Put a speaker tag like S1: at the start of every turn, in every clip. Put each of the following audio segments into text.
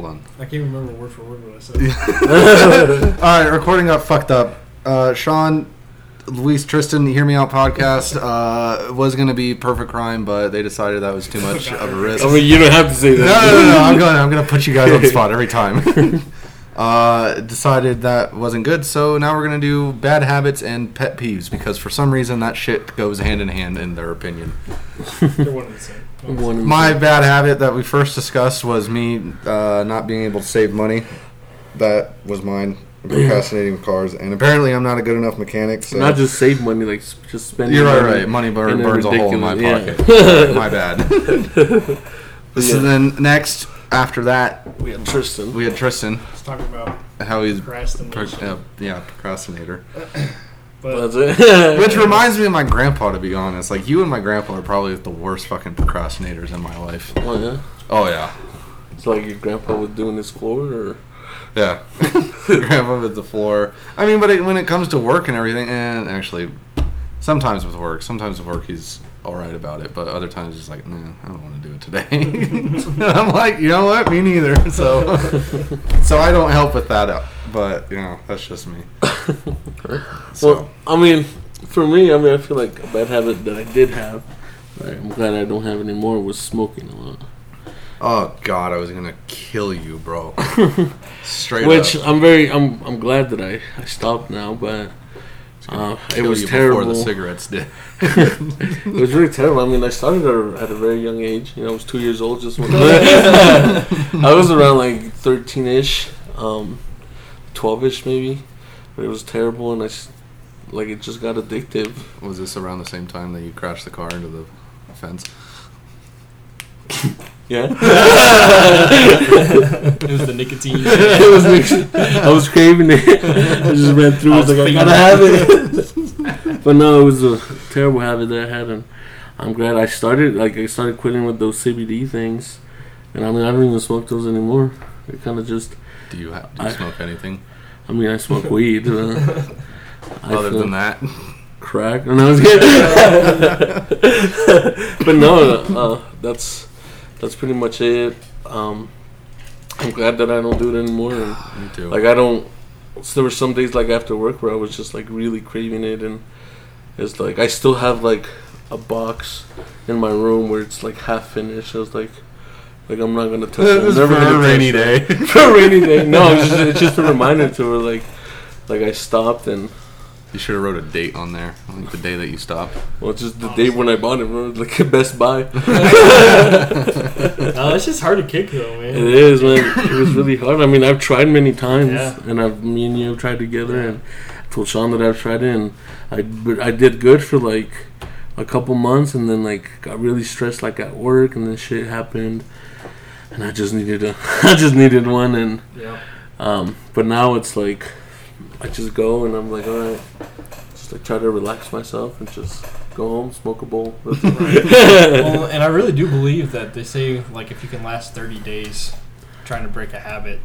S1: I can't remember word for word what I said.
S2: All right, recording got fucked up. Uh, Sean, Luis, Tristan, Hear Me Out podcast uh, was going to be Perfect Crime, but they decided that was too much of a risk.
S3: I mean, Oh, you don't have to say
S2: no,
S3: that.
S2: no, no, no, I'm going. I'm going to put you guys on the spot every time. uh, decided that wasn't good, so now we're going to do bad habits and pet peeves because for some reason that shit goes hand in hand in their opinion.
S1: They're one and the same.
S3: One of
S2: My bad habit that we first discussed was me uh, not being able to save money. That was mine. Procrastinating with cars, and apparently I'm not a good enough mechanic. So
S3: not just save money, like s- just spend.
S2: You're
S3: your
S2: right,
S3: money
S2: right. Money bur-
S3: in
S2: burns a hole in my
S3: ridiculous-
S2: pocket. my bad. So
S3: Yeah.
S2: then next, after that,
S3: We had Tristan.
S2: we had Tristan.
S1: Let's talk about
S2: How he's pro-
S1: procrastination.
S2: uh, yeah procrastinator.
S1: But
S3: That's it.
S2: Which reminds me of my grandpa. To be honest, like you and my grandpa are probably the worst fucking procrastinators in my life.
S3: Oh yeah.
S2: Oh yeah,
S3: So like your grandpa was doing his floor, or
S2: yeah. grandpa with the floor. I mean, but it, when it comes to work and everything, and actually, sometimes with work, sometimes with work he's all right about it, but other times he's like, nah, I don't want to do it today. And I'm like, you know what? Me neither. So, so I don't help with that. Up, but you know, that's just me. So.
S3: well, I mean, for me, I mean, I feel like a bad habit that I did have. Right, I'm glad I don't have anymore. Was smoking a lot,
S2: Oh God, I was gonna kill you, bro. Straight
S3: which
S2: up.
S3: I'm very, I'm, I'm glad that I, I stopped now. But uh, it
S2: Kill
S3: was
S2: you
S3: terrible.
S2: Before the cigarettes did.
S3: It was really terrible. I mean, I started at a, at a very young age. You know, I was two years old. Just when I was around like thirteen ish, um, twelve ish maybe. But it was terrible, and I s- like it just got addictive.
S2: Was this around the same time that you crashed the car into the fence?
S3: Yeah.
S1: it was the nicotine.
S3: it was mixed. I was craving it. I just ran through. I was like, I gotta have it. but no, it was a terrible habit that I had, and I'm glad I started. Like I started quitting with those CBD things, and I mean I don't even smoke those anymore. It kind of just.
S2: Do you have? Do you
S3: I-
S2: smoke anything
S3: I mean I smoke weed. Uh, I
S2: other
S3: feel
S2: than that?
S3: crack. And I was kidding. but no, uh, that's that's pretty much it. Um, I'm glad that I don't do it anymore. And
S2: Me too.
S3: Like I don't. so there were some days like after work where I was just like really craving it, and it's like I still have like a box in my room where it's like half finished. I was like, like I'm not gonna touch it. I'm never gonna touch it.
S2: day.
S3: for a rainy day. No, it's just, it's just a reminder to her. Like, like I stopped and
S2: You should have wrote a date on there, like the day that you stopped.
S3: well, it's just the day when I bought it, bro. Like at Best Buy.
S1: No, Oh, it's just hard to kick though, man.
S3: It is, man. It was really hard. I mean, I've tried many times,
S1: Yeah.
S3: and I've me and you have tried together, and I told Sean that I've tried it, and I but I did good for like a couple months, and then like got really stressed, like at work, and then shit happened, and I just needed a, I just needed one, and
S1: Yeah.
S3: um, but now it's like I just go and I'm like, all right, just like try to relax myself and just go home, smoke a bowl. That's it.
S1: well, and I really do believe that they say like if you can last 30 days trying to break a habit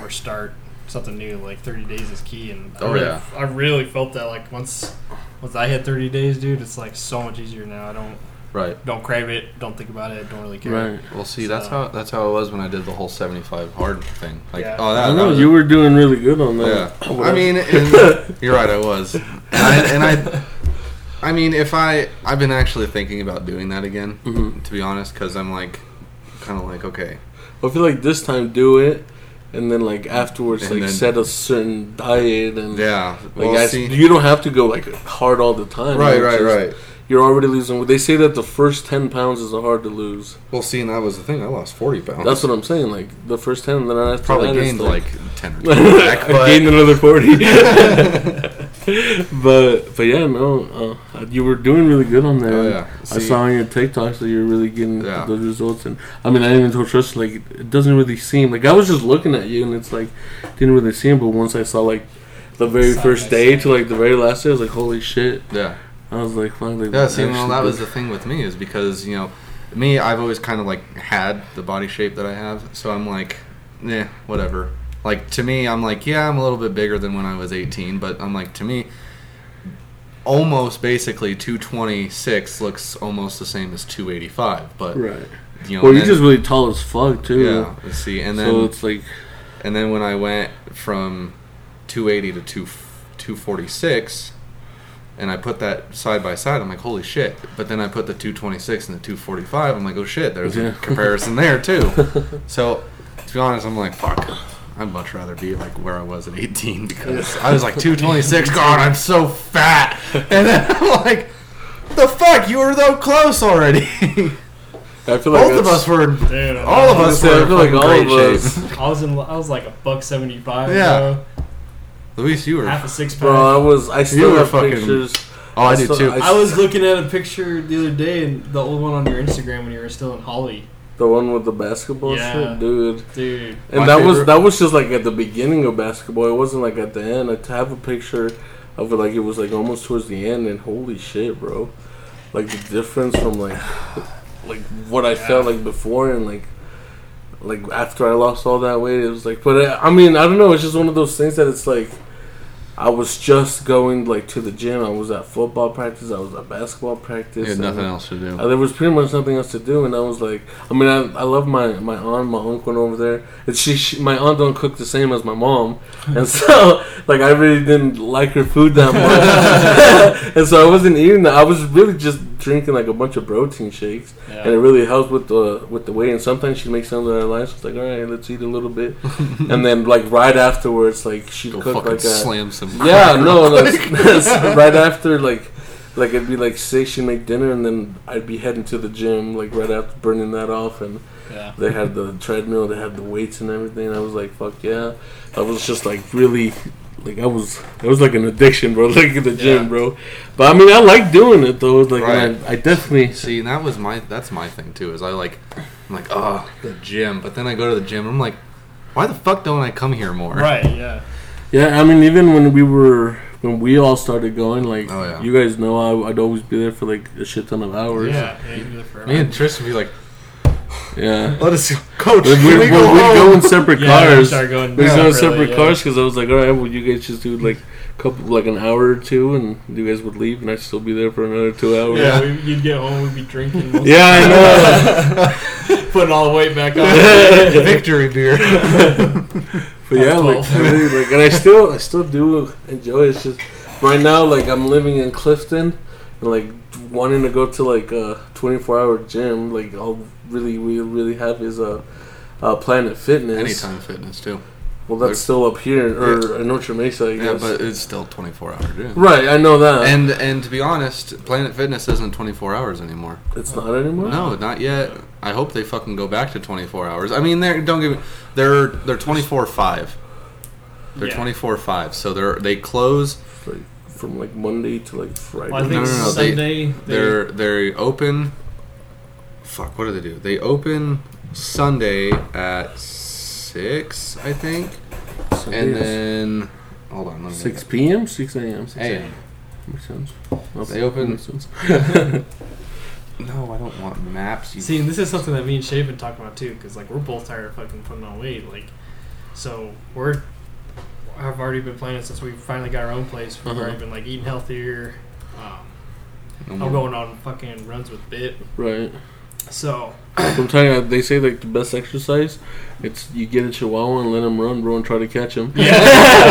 S1: or start something new, like 30 days is key. And I
S2: Oh,
S1: really,
S2: yeah.
S1: I really felt that like once once I hit 30 days, dude, it's like so much easier now. I don't
S2: Right.
S1: don't crave it, don't think about it, don't really care.
S3: right.
S2: Well, see, that's
S1: So-
S2: how that's how it was when I did the whole seventy-five hard thing. Like,
S1: Yeah.
S2: oh,
S3: I
S2: that,
S3: don't
S2: that
S3: know
S2: was
S3: you were doing really good on
S2: Yeah,
S3: that.
S2: I mean, and- you're right. I was, and I, and I, I mean, if I, I've been actually thinking about doing that again,
S3: Mhm.
S2: to be honest, because I'm like, kind of like, okay,
S3: I feel like this time do it, and then like afterwards,
S2: And
S3: like
S2: then-
S3: set a certain diet and
S2: yeah,
S3: Mm. Like
S2: well,
S3: I s-
S2: see,
S3: you don't have to go like hard all the time.
S2: right,
S3: Like,
S2: right,
S3: just-
S2: right.
S3: You're already losing. They say that the first ten pounds is hard to lose.
S2: Well, see, and that was the thing. I lost forty pounds.
S3: That's what I'm saying. Like the first ten, then after
S2: probably
S3: that, it's
S2: gained like ten or
S3: like-
S2: twenty back,
S3: I
S2: but
S3: gained another forty. but but yeah, no, uh, you were doing really good on that.
S2: oh yeah,
S3: I
S2: see,
S3: saw on your TikToks that you're really getting
S2: Yeah.
S3: those results, and I mean, I didn't even told Tristan like it doesn't really seem like I was just looking at you, and it's like didn't really seem. But once I saw like the very
S1: Side
S3: first
S1: by
S3: day
S1: side.
S3: to like the very last day, I was like, holy shit!
S2: yeah,
S3: I was like, fuck, like,
S2: yeah. See, well,
S3: actually
S2: that was
S3: did-
S2: the thing with me is because you know, me, I've always kind of like had the body shape that I have, so I'm like, yeah, whatever. Like to me, I'm like, yeah, I'm a little bit bigger than when I was 18, but I'm like, to me, almost basically 226 looks almost the same as 285, but
S3: right.
S2: you know,
S3: Well,
S2: and
S3: you're
S2: then-
S3: just really tall as fuck too.
S2: yeah. Let's see, and then
S3: so it's like
S2: And then when I went from 280 to 2 246, and I put that side by side, I'm like, holy shit. But then I put the 226 and the 245, I'm like, oh shit, there's
S3: Yeah.
S2: a comparison there too. so to be honest, I'm like, fuck. I'd much rather be like where I was at 18 because I was like 226. God, I'm so fat. And then I'm like, the fuck, you were so close already.
S4: I feel like
S2: Both of us were
S1: Dude, I
S2: all of
S1: was-
S2: us
S4: I
S2: were
S4: feel like
S2: in
S4: all
S2: great
S4: of us-
S2: shape.
S1: I was in. I was like a buck seventy five.
S2: Yeah.
S1: Yeah,
S2: Luis, you were.
S1: half a six pack.
S3: Bro, I was. I still
S2: were
S3: have
S2: fucking-
S3: pictures.
S2: oh, I,
S3: I
S2: do
S3: still-
S2: too.
S3: I-
S1: I was looking at a picture the other day, and the old one on your Instagram when you were still in Holly,
S3: The one with the basketball
S1: Yeah.
S3: shit, dude.
S1: dude.
S3: And
S2: My
S3: that was
S2: favorite-
S3: that was just like at the beginning of basketball. It wasn't like at the end. I to have a picture of it like it was like almost towards the end, and holy shit, bro! Like the difference from like like what I felt like before and like like after I lost all that weight, it was like. But uh, I, I mean, I don't know. It's just one of those things that it's like. I was just going like to the gym. I was at football practice. I was at basketball practice.
S2: You had nothing
S3: and-
S2: else to
S3: uh,
S2: do.
S3: there was pretty much nothing else to do, and I was like, I mean, I, I love my, my aunt, my uncle over there. And she, she, my aunt don't cook the same as my mom, and so like I really didn't like her food that much, and so I wasn't eating. that. I was really just drinking like a bunch of protein shakes,
S1: Yeah.
S3: and it really helps with the with the weight. And sometimes she makes something in her life. She's like, all right, let's eat a little bit, and then like right afterwards, like she
S2: Go
S3: cooked
S2: fucking
S3: like a
S2: slam some.
S3: yeah, no, no. it's- it's right after, like, like it'd be like six, she'd make dinner, and then I'd be heading to the gym, like right after burning that off, and
S1: yeah.
S3: they had the treadmill, they had the weights and everything. I was like, fuck yeah, I was just like really, like I was, it was like an addiction, bro. Like at the gym,
S1: Yeah.
S3: bro. But I mean, I like doing it though. It's like
S2: Right.
S3: man, I definitely.
S2: See, and that was my that's my thing too. Is I like, I'm like, oh, the gym. But then I go to the gym. and I'm like, why the fuck don't I come here more?
S1: Right. Yeah.
S3: Yeah, I mean, even when we were when we all started going, like
S2: Oh, yeah.
S3: you guys know, I, I'd always be there for like a shit ton of hours.
S1: Yeah. yeah you do that forever.
S2: Me and Tristan would be like,
S3: yeah.
S2: let us coach.
S3: When
S2: can
S3: we,
S2: we
S3: when
S2: go
S3: we
S2: home?"
S3: go in separate
S1: Yeah, we
S3: cars.
S1: started going
S3: We
S1: down
S3: go in
S1: early,
S3: separate
S1: yeah.
S3: cars because I was like, all right, well, you guys just do like couple, like an hour or two, and you guys would leave, and I'd still be there for another two hours.
S1: Yeah,
S3: Yeah,
S1: we, you'd get home, we'd be drinking, we'll
S3: I know.
S1: putting all the weight back on.
S2: Victory beer.
S3: but yeah,
S1: That's cool.
S3: like, I really, like, and I still, I still do enjoy. it. It's just right now, like I'm living in Clifton, and like wanting to go to like a 24 hour gym. Like all really, we really have is a. Uh, Planet Fitness.
S2: Anytime Fitness too.
S3: Well, that's still up here, or in Ultra Mesa, I guess.
S2: Yeah, but it's still 24 hour gym.
S3: Right, I know that.
S2: And and to be honest, Planet Fitness isn't 24 hours anymore.
S3: it's not anymore.
S2: No, not yet. I hope they fucking go back to 24 hours. I mean, they're don't give me. They're they're 24 five. They're
S1: Yeah.
S2: 24 five. So they're they close.
S3: Like, from like Monday to like Friday.
S1: Well, I think
S2: No, no, no, they-
S1: Sunday they,
S2: They're they're open. Fuck. What do they do? They open Sunday at six, I think,
S3: Sunday
S2: and
S3: is
S2: then hold on. Let me
S3: six p.m. six a.m.
S2: a.m.
S3: Makes sense.
S2: They open-
S3: Makes sense.
S2: No, I don't want maps. You
S1: See, and this is something that me and Shay been talking about too, because like we're both tired of fucking putting on weight. Like, so we're I've already been planning since we finally got our own place. We've
S3: Uh-huh.
S1: already been like eating healthier. Um,
S2: no
S1: I'm
S2: more.
S1: going on fucking runs with Bit.
S3: Right.
S1: So
S3: I'm telling you, they say like the best exercise, it's you get a chihuahua and let him run, bro, and try to catch him.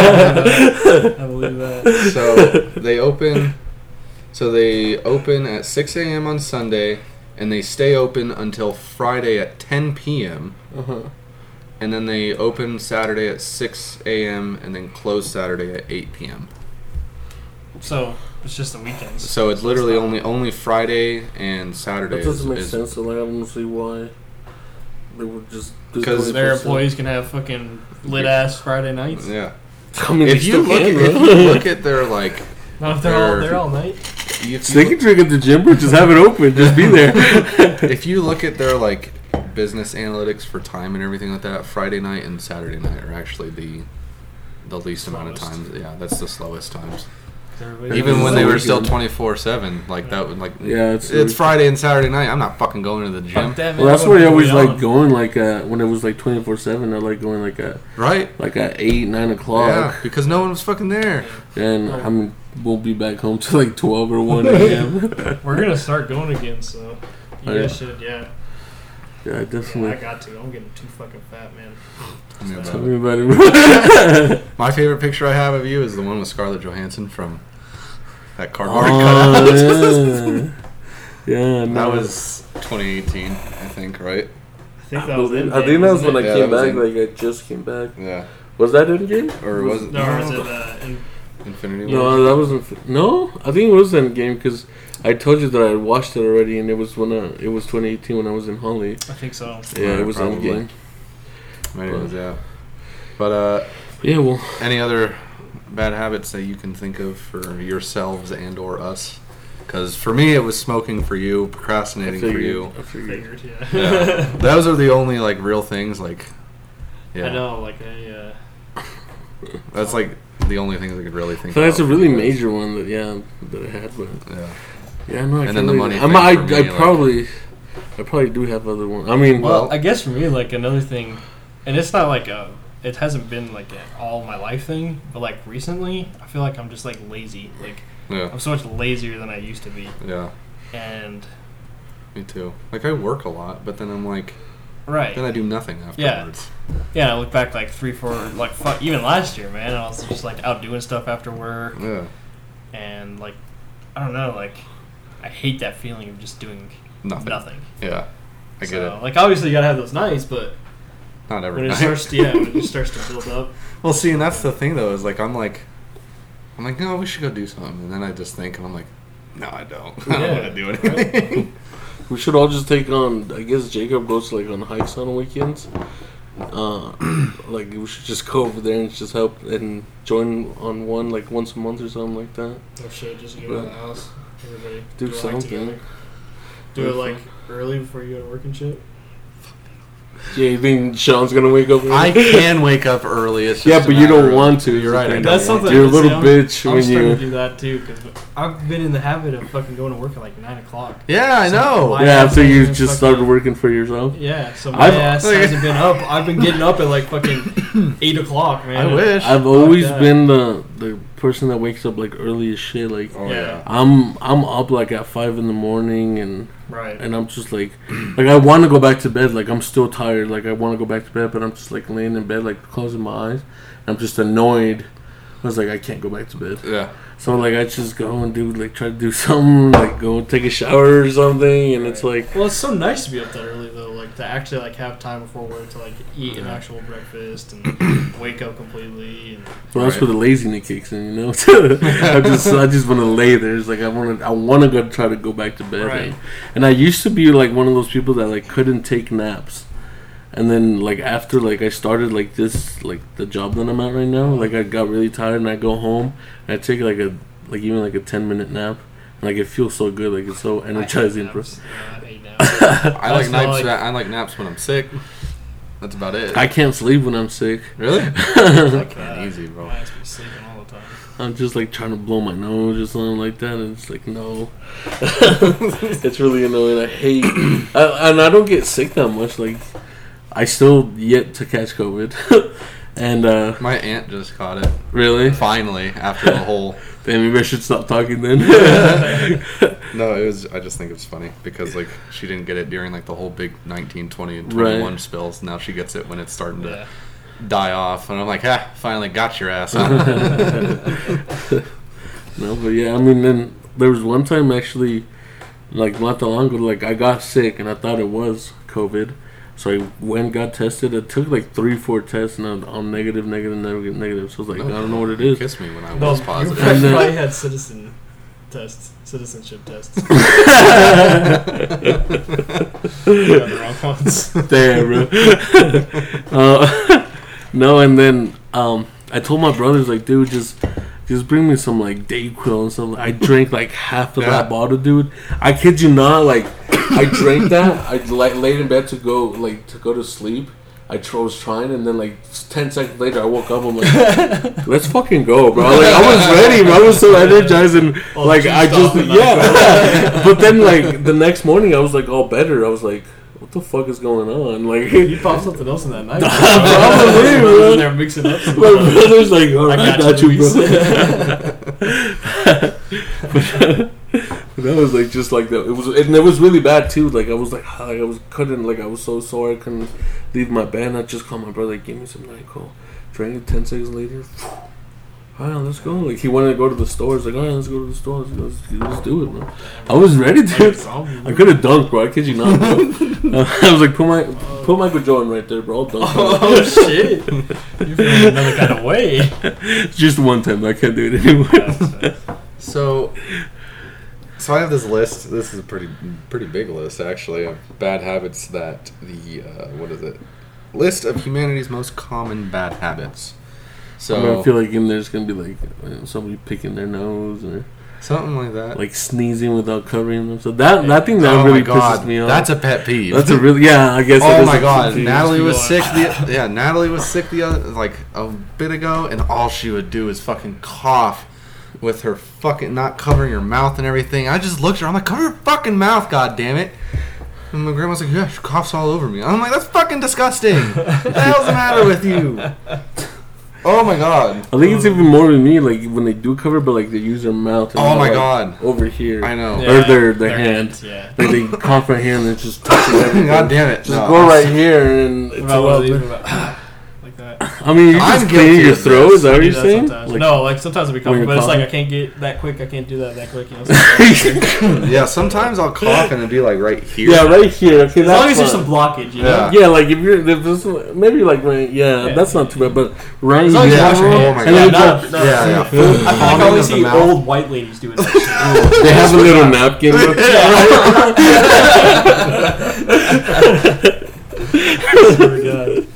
S1: yeah, I believe that.
S2: so they open so they open at 6 a.m on sunday and they stay open until friday at 10 p.m
S3: Uh-huh.
S2: and then they open saturday at 6 a.m and then close saturday at 8 p.m
S1: So it's just the weekends.
S2: so it's literally only only friday and saturday
S3: That doesn't make sense. So like, I don't see why they would just do
S2: 'Cause
S1: Their
S3: 20%.
S1: employees can have fucking lit ass Friday nights.
S2: yeah
S3: I mean,
S2: if you look at, if you look at their like
S1: Not if they're all they're all night.
S2: if
S3: they
S2: you
S3: can drink at the gym, but just have it open. Just be there.
S2: if you look at their like business analytics for time and everything like that, Friday night and Saturday night are actually the the least amount of
S1: Slowest.
S2: times. Yeah, that's the slowest times.
S1: Everybody-
S2: Even
S3: is
S2: when
S3: so
S2: they were still
S3: weird.
S2: twenty four seven, like that would like
S3: yeah, it's,
S2: it's, Friday and Saturday night. I'm not fucking going to the
S1: Fuck
S2: gym,
S1: that, man.
S3: Well, that's
S1: I'm
S3: where I
S1: gonna
S3: always
S1: be
S3: like
S1: on.
S3: going, like uh, when it was like twenty four seven. I like going like at
S2: right?
S3: like at eight, nine
S2: Yeah,
S3: o'clock,
S2: because no one was fucking there.
S3: and
S2: Oh.
S3: I mean we'll be back home till like twelve or one a.m.
S1: We're gonna start going again, so you
S3: Oh, yeah.
S1: guys should, yeah.
S3: Yeah, I
S1: Yeah, I
S3: definitely.
S1: got to. I'm getting too fucking fat, man.
S2: Tell me about
S3: Tell
S2: it.
S3: me about it.
S2: My favorite picture I have of you is the one with Scarlett Johansson from that cardboard cutout.
S3: oh, yeah. yeah,
S2: that
S3: no.
S2: was 2018, I think, right?
S1: I think
S3: I
S1: that was
S3: believe-
S1: in.
S3: I think that was when I
S2: Yeah,
S3: came
S2: that
S3: back.
S2: was
S3: Like I just came back.
S2: Yeah.
S3: Was that in game?
S2: Or was it?
S1: No, or is it uh, in,
S2: Infinity War?
S3: No, that wasn't. No, I think it was in game because I told you that I watched it already, and it was when I, it was 2018 when I was in Holly.
S1: I think so.
S3: Yeah,
S2: Yeah,
S3: it was in
S2: probably.
S3: game.
S2: Maybe it was, yeah. But uh,
S3: Yeah, well,
S2: any other bad habits that you can think of for yourselves and or us? Because for me, it was smoking for you,
S3: I
S2: procrastinating for
S3: figured-
S2: you.
S3: I figured.
S1: Figured,
S2: Yeah.
S1: yeah.
S2: Those are the only like real things. Like, yeah,
S1: I know, like I. Uh,
S2: that's like the only things I could really think.
S3: So that's a
S2: about.
S3: really major one that yeah that I had, but
S2: Yeah.
S3: yeah, no,
S2: And
S3: I can't
S2: then the
S3: really-
S2: money
S3: I'm-
S2: thing
S3: I,
S2: for me,
S3: I
S2: like-
S3: probably, I probably do have other ones. I mean,
S2: Well-
S3: well,
S1: Well, I guess for me, like another thing, and it's not like a, it hasn't been like an all my life thing, but like recently, I feel like I'm just like lazy. Like
S2: Yeah.
S1: I'm so much lazier than I used to be,
S2: Yeah.
S1: and
S2: Me too. Like I work a lot, but then I'm like, then
S1: right,
S2: I do nothing afterwards.
S1: yeah. I look back like three, four, like fuck, even last year, man, I was just like out doing stuff after work,
S2: Yeah.
S1: and like, I don't know, like, I hate that feeling of just doing
S2: Nothing.
S1: nothing.
S2: Yeah. I get
S1: so,
S2: it.
S1: Like obviously, you gotta have those nights, but
S2: Not every
S1: when it
S2: night.
S1: starts, yeah, when it starts to build up,
S2: Well, see, and that's the thing though is like I'm like, I'm like, no, we should go do something, and then I just think, and I'm like, no, I don't. I
S1: Yeah.
S2: don't want to do anything.
S3: we should all just take on. I guess Jacob goes like on hikes on weekends. Uh, like we should just go over there and just help and join on one like once a month or something like that.
S1: Or Oh, shit, just go to the house. Everybody
S3: Do
S1: it, like,
S3: something.
S1: together. do it like early before you go to work and shit.
S3: Yeah, you think Sean's gonna wake up?
S2: I can wake up early. It's just
S3: Yeah,
S2: a
S3: but you
S2: matter
S3: don't
S2: of-
S3: want to.
S2: You're right. I
S3: That's
S2: don't want
S1: something-
S2: to.
S3: You're a little
S1: See, I'm-
S3: bitch
S1: I'm
S3: when
S1: starting to
S3: you.
S1: do that too because I've been in the habit of fucking going to work at like nine o'clock.
S2: Yeah, I
S1: So
S2: know.
S1: why-
S3: Yeah, after
S1: I'm
S3: you
S1: fucking-
S3: just started working for yourself.
S1: Yeah, so my
S3: I've-
S1: ass hasn't been up. I've been getting up at like fucking eight o'clock, man.
S2: I wish.
S3: I've always
S1: that.
S3: been the the person that wakes up like early as shit. Like
S2: oh
S1: Yeah.
S2: yeah.
S3: I'm I'm up like at five in the morning and
S1: Right.
S3: and I'm just like like I want to go back to bed. Like I'm still tired. Like I want to go back to bed, but I'm just like laying in bed, like closing my eyes. I'm just annoyed. I was like I can't go back to bed.
S2: Yeah.
S3: So like I just go and do like try to do something like go take a shower or something, and it's like
S1: Well, it's so nice to be up that early though, like to actually like have time before work to like eat an
S2: Yeah.
S1: actual breakfast and wake up completely. And
S3: Well, that's
S2: Right.
S3: where the laziness kicks in, you know. I just, I just want to lay there. It's like I want to, I want to go try to go back to bed.
S1: Right.
S3: And, and I used to be like one of those people that like couldn't take naps, and then like after like I started like this like the job that I'm at right now, like I got really tired and I go home and I take like a like even like a ten minute nap, and like it feels so good, like it's so energizing.
S1: I hate
S3: bro.
S1: naps. Yeah, I hate naps.
S2: I like
S1: That's
S2: naps.
S1: not like-
S2: I like naps when I'm sick. That's about it.
S3: I can't sleep when I'm sick.
S2: really?
S1: Fuck that.
S2: easy, bro.
S1: My ass be sleeping all the time.
S3: I'm just like trying to blow my nose or something like that, and it's like no. it's really annoying. I hate, I, and I don't get sick that much. Like, I still yet to catch COVID, and uh
S2: My aunt just caught it.
S3: really,
S2: Finally, after the whole.
S3: then maybe I should stop talking then.
S2: No, it was. I just think it's funny because like she didn't get it during like the whole big 19, 20, and
S3: Right.
S2: 21 spills. Now she gets it when it's starting to
S1: Yeah.
S2: die off, and I'm like, ah, finally got your ass. huh?"
S3: No, but yeah, I mean, then there was one time actually, like not that long ago, like I got sick and I thought it was COVID, so I went and got tested. It took like three, four tests, and I'm, I'm negative, negative, negative, negative. So I was like, I don't know what it is.
S2: Kiss me when I
S1: No,
S2: was
S1: you
S2: positive.
S3: And then-
S1: probably had citizen tests, citizenship tests. You got the wrong ones.
S3: Damn, bro. uh, no, and then um, I told my brothers, like, dude, just just bring me some like Dayquil and stuff. I drank like half of
S2: Yeah.
S3: that bottle, dude. I kid you not, like, I drank that. I like laid in bed to go like to go to sleep. I tr- was trying, and then like ten seconds later, I woke up. I'm like, "Let's fucking go, bro!" Like I was ready, bro. I was so energized, and
S1: All
S3: like I
S1: juiced
S3: just
S1: up Oh, and
S3: yeah. but then like the next morning, I was like all better. I was like, "What the fuck is going on?" Like
S1: You popped something else in that night.
S3: Probably, bro.
S1: They're mixing up. some
S3: My
S1: stuff.
S3: brother's like, all right, I got, you,
S1: Luis."
S3: bro. but, That was like just like that. It was and it was really bad too. Like I was like, ah, like I was couldn't like I was so sore I couldn't leave my bed. I just called my brother, like, give me some Nyquil. Drank it ten seconds later. All right, let's go. Like he wanted to go to the store. He's like, all right, let's go to the store. Let's, go, let's, let's do it, bro. I was ready, dude. I could have dunked, bro. I kid you not. Bro. I was like, put my put Michael Jordan right there, bro. I'll dunk.
S1: Oh shit! You're feeling another kind of way.
S3: just one time, but I can't do it anymore.
S2: So, so I have this list. This is a pretty pretty big list actually of bad habits that the uh, what is it? List of humanity's most common bad habits.
S3: I, mean, I
S2: So
S3: feel like in there's gonna be like you know, somebody picking their nose or
S2: something like that.
S3: like sneezing without covering them. So that that thing that
S2: oh
S3: really
S2: my god,
S3: pisses me off.
S2: that's a pet peeve.
S3: That's a really yeah. I guess. that
S2: oh
S3: is
S2: my
S3: a-
S2: god, Natalie was
S1: Just
S2: sick. The, yeah, Natalie was sick the other like a bit ago, and all she would do is fucking cough with her fucking not covering her mouth and everything. I just looked at her. I'm like, cover your fucking mouth, god damn it. And my grandma's like, yeah, she coughs all over me. I'm like, that's fucking disgusting. what the hell's the matter with you? Oh my god.
S3: I think it's even more than me. Like when they do cover, but like they use their mouth. and
S2: Oh
S3: not,
S2: my
S3: like,
S2: god.
S3: Over here.
S2: I know.
S3: Or their- their hand.
S1: hands. Yeah.
S3: Like they cough right here and they're just touching everything.
S2: God damn it.
S3: Just
S2: No.
S3: go right here and
S1: What
S3: it's
S1: about
S3: all
S1: one
S3: out
S1: of these?
S3: there.
S1: What about- like that.
S3: I mean, you
S2: I'm
S3: just
S2: guilty
S3: clean your
S2: of
S3: throat.
S2: this.
S3: Is that what
S1: I
S3: you're
S1: do that
S3: saying?
S1: sometimes.
S3: Like,
S1: no, like sometimes it'll be
S3: when
S1: comfortable,
S3: you're
S1: but it's like I can't
S3: coughing?
S1: get that quick. I can't do that that quick. You know, as
S2: Yeah, sometimes I'll cough and it'll be like right here.
S3: Yeah, right here. Okay, that's
S1: long as there's
S3: fine.
S1: some blockage, you
S2: Yeah.
S1: know.
S3: Yeah, like if you're if this, maybe like right, yeah,
S1: Yeah.
S3: that's not too bad, but right
S1: long as you
S3: here,
S1: wash your
S2: hands. Oh my God.
S3: and they,
S1: Yeah,
S3: just-
S1: no,
S2: Yeah, yeah.
S1: I feel like I
S2: Palming
S1: only
S2: of the
S1: see
S2: mouth.
S1: old white ladies doing that. shit.
S3: they have a little napkin. bro.
S1: Oh my God.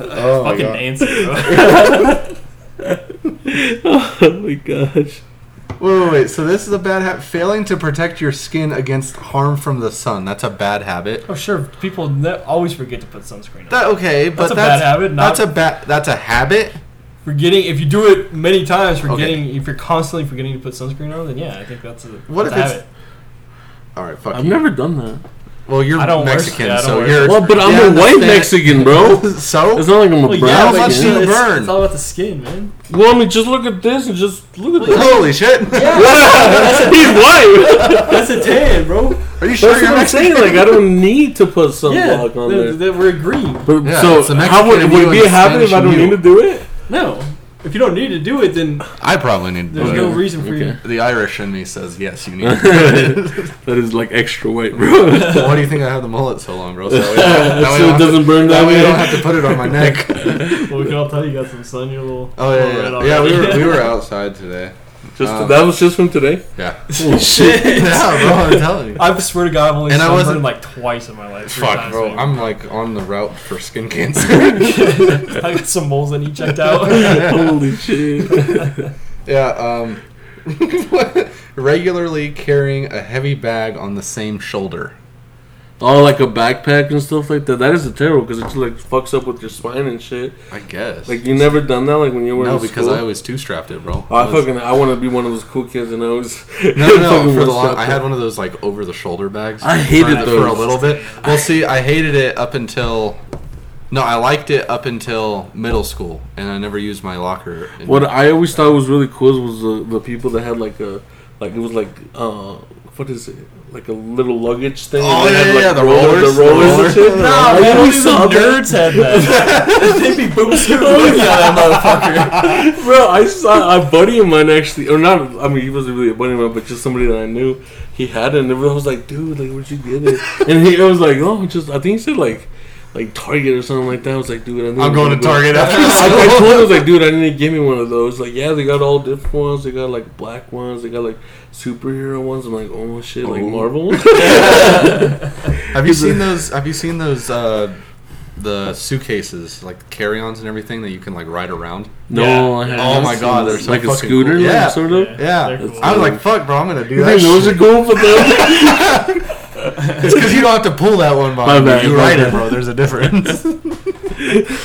S2: Oh my
S1: Fucking
S2: god.
S1: Nancy, bro.
S3: oh my gosh!
S2: Wait, wait, wait. So this is a bad habit. Failing to protect your skin against harm from the sun. That's a bad habit.
S1: Oh, sure. People ne- always forget to put sunscreen on.
S2: That okay, but
S1: That's a
S2: that's
S1: bad habit, not-
S2: that's a bad. That's a habit.
S1: forgetting, if you do it many times,
S2: Okay.
S1: forgetting, if you're constantly forgetting to put sunscreen on, then yeah, I think that's a.
S2: What if
S1: that's a
S2: it's-
S1: habit.
S2: All right, fuck
S3: I've
S2: you.
S3: never done that.
S2: well, you're
S1: I don't wear-
S2: Mexican,
S1: yeah, I don't
S2: so
S1: wear-
S2: you're.
S3: Well, but I'm
S2: yeah,
S3: a
S2: that's
S3: white
S2: bad.
S3: Mexican, bro.
S2: so
S3: It's not like I'm a
S1: Well,
S3: brown.
S1: but
S2: I've
S3: skin.
S2: seen
S1: it's-
S2: burn.
S1: It's all about the skin, man.
S3: Well, I mean, just look at this and just look at that.
S2: holy shit.
S3: He's white.
S1: That's a tan, bro.
S2: Are you sure
S3: That's
S2: you're
S3: what I'm saying.
S2: Mexican?
S3: Like, I don't need to put
S1: yeah,
S3: sunblock on
S1: th-
S3: there.
S1: th- we're agreeing.
S3: But
S2: Yeah, it's
S3: so,
S2: a
S3: how would,
S2: Mexican
S3: would
S2: you
S3: it be
S2: and
S3: a
S2: a
S3: habit if I
S2: Spanish
S3: don't need
S2: you.
S3: to do it?
S1: No, if you don't need to do it, then
S2: I probably need.
S1: there's
S2: to
S1: no
S2: do it.
S1: reason for you.
S3: Okay.
S2: The Irish in me says yes. You need. to
S3: That is like extra white, bro.
S2: Why do you think I have the mullet so long, bro? So, that way- that way I
S3: so
S2: don't
S3: it
S2: have to-
S3: doesn't burn
S2: That
S3: that
S2: way I
S3: way.
S2: don't have to put it on my neck.
S1: Well, we can all tell you got some sun. You're a little.
S2: Oh
S1: little red
S2: yeah, yeah. yeah we
S1: already.
S2: were we were outside today.
S3: Just
S2: Um,
S3: that was just from today.
S2: Yeah.
S3: Shit.
S2: Yeah, bro. I'm telling you.
S1: I swear to God, I've only
S2: And I
S1: sunburned
S2: wasn't-
S1: like twice in my life. three
S2: Fuck,
S1: times,
S2: bro.
S1: man.
S2: I'm like on the route for skin cancer.
S1: I got some moles that need checked out.
S3: Holy shit!
S2: yeah. Um. regularly carrying a heavy bag on the same shoulder.
S3: All Oh, like a backpack and stuff like that. That is a terrible because it just like fucks up with your spine and shit.
S2: I guess.
S3: Like you never done that. Like when you were
S2: no,
S3: in
S2: because
S3: school?
S2: I always two strapped it, bro.
S3: Oh, I fucking I want to be one of those cool kids and I was
S2: No, no, no. For the long, I had one of those like over the shoulder bags.
S3: I hated
S2: for, for a
S3: those.
S2: little bit. Well, see, I hated it up until. No, I liked it up until middle school, and I never used my locker. in-
S3: What I always thought was really cool was the, the people that had like a like it was like uh what is it like a little luggage thing.
S2: Oh,
S3: and they
S2: yeah,
S3: had, like,
S2: yeah, the
S3: roller-
S2: rollers.
S3: the rollers and shit.
S2: No,
S3: I
S1: Oh, man,
S3: always
S1: only the
S3: saw that.
S1: nerds had that. They'd be boob scooping looking at that motherfucker.
S3: Oh, Bro, I saw a buddy of mine actually, or not. I mean, he wasn't really a buddy of mine, but just somebody that I knew. He had it, and I was like, "Dude, like, where'd you get it?" And he I was like, "Oh, just I think he said like, like Target or something like that." I was like, "Dude, I think
S2: I'm going to
S3: go-
S2: Target after
S3: I, I
S2: school.
S3: told him, I was like, "Dude, I need to give me one of those." Like, yeah, they got all different ones. They got like black ones. They got like superhero ones. I'm like, "Oh shit, like
S2: Oh.
S3: Marvel." ones?"
S2: Have you seen those? Have you seen those? Uh, the suitcases, like carry-ons and everything that you can like ride around.
S3: no,
S1: Yeah.
S3: I
S1: Oh
S3: haven't
S2: my
S3: seen
S2: God,
S3: those.
S2: they're so
S3: like a
S2: fucking
S3: scooter,
S2: cool.
S3: like,
S2: Yeah.
S3: sort of.
S2: Yeah,
S1: they're cool.
S2: I was like, "Fuck, bro, I'm gonna do
S3: You
S2: that."
S3: think those
S2: shit.
S3: are cool for them?
S2: It's because you don't have to pull that one
S3: My
S2: by
S3: bad,
S2: you. You
S3: my
S2: ride it,
S3: bad.
S2: bro. There's a difference.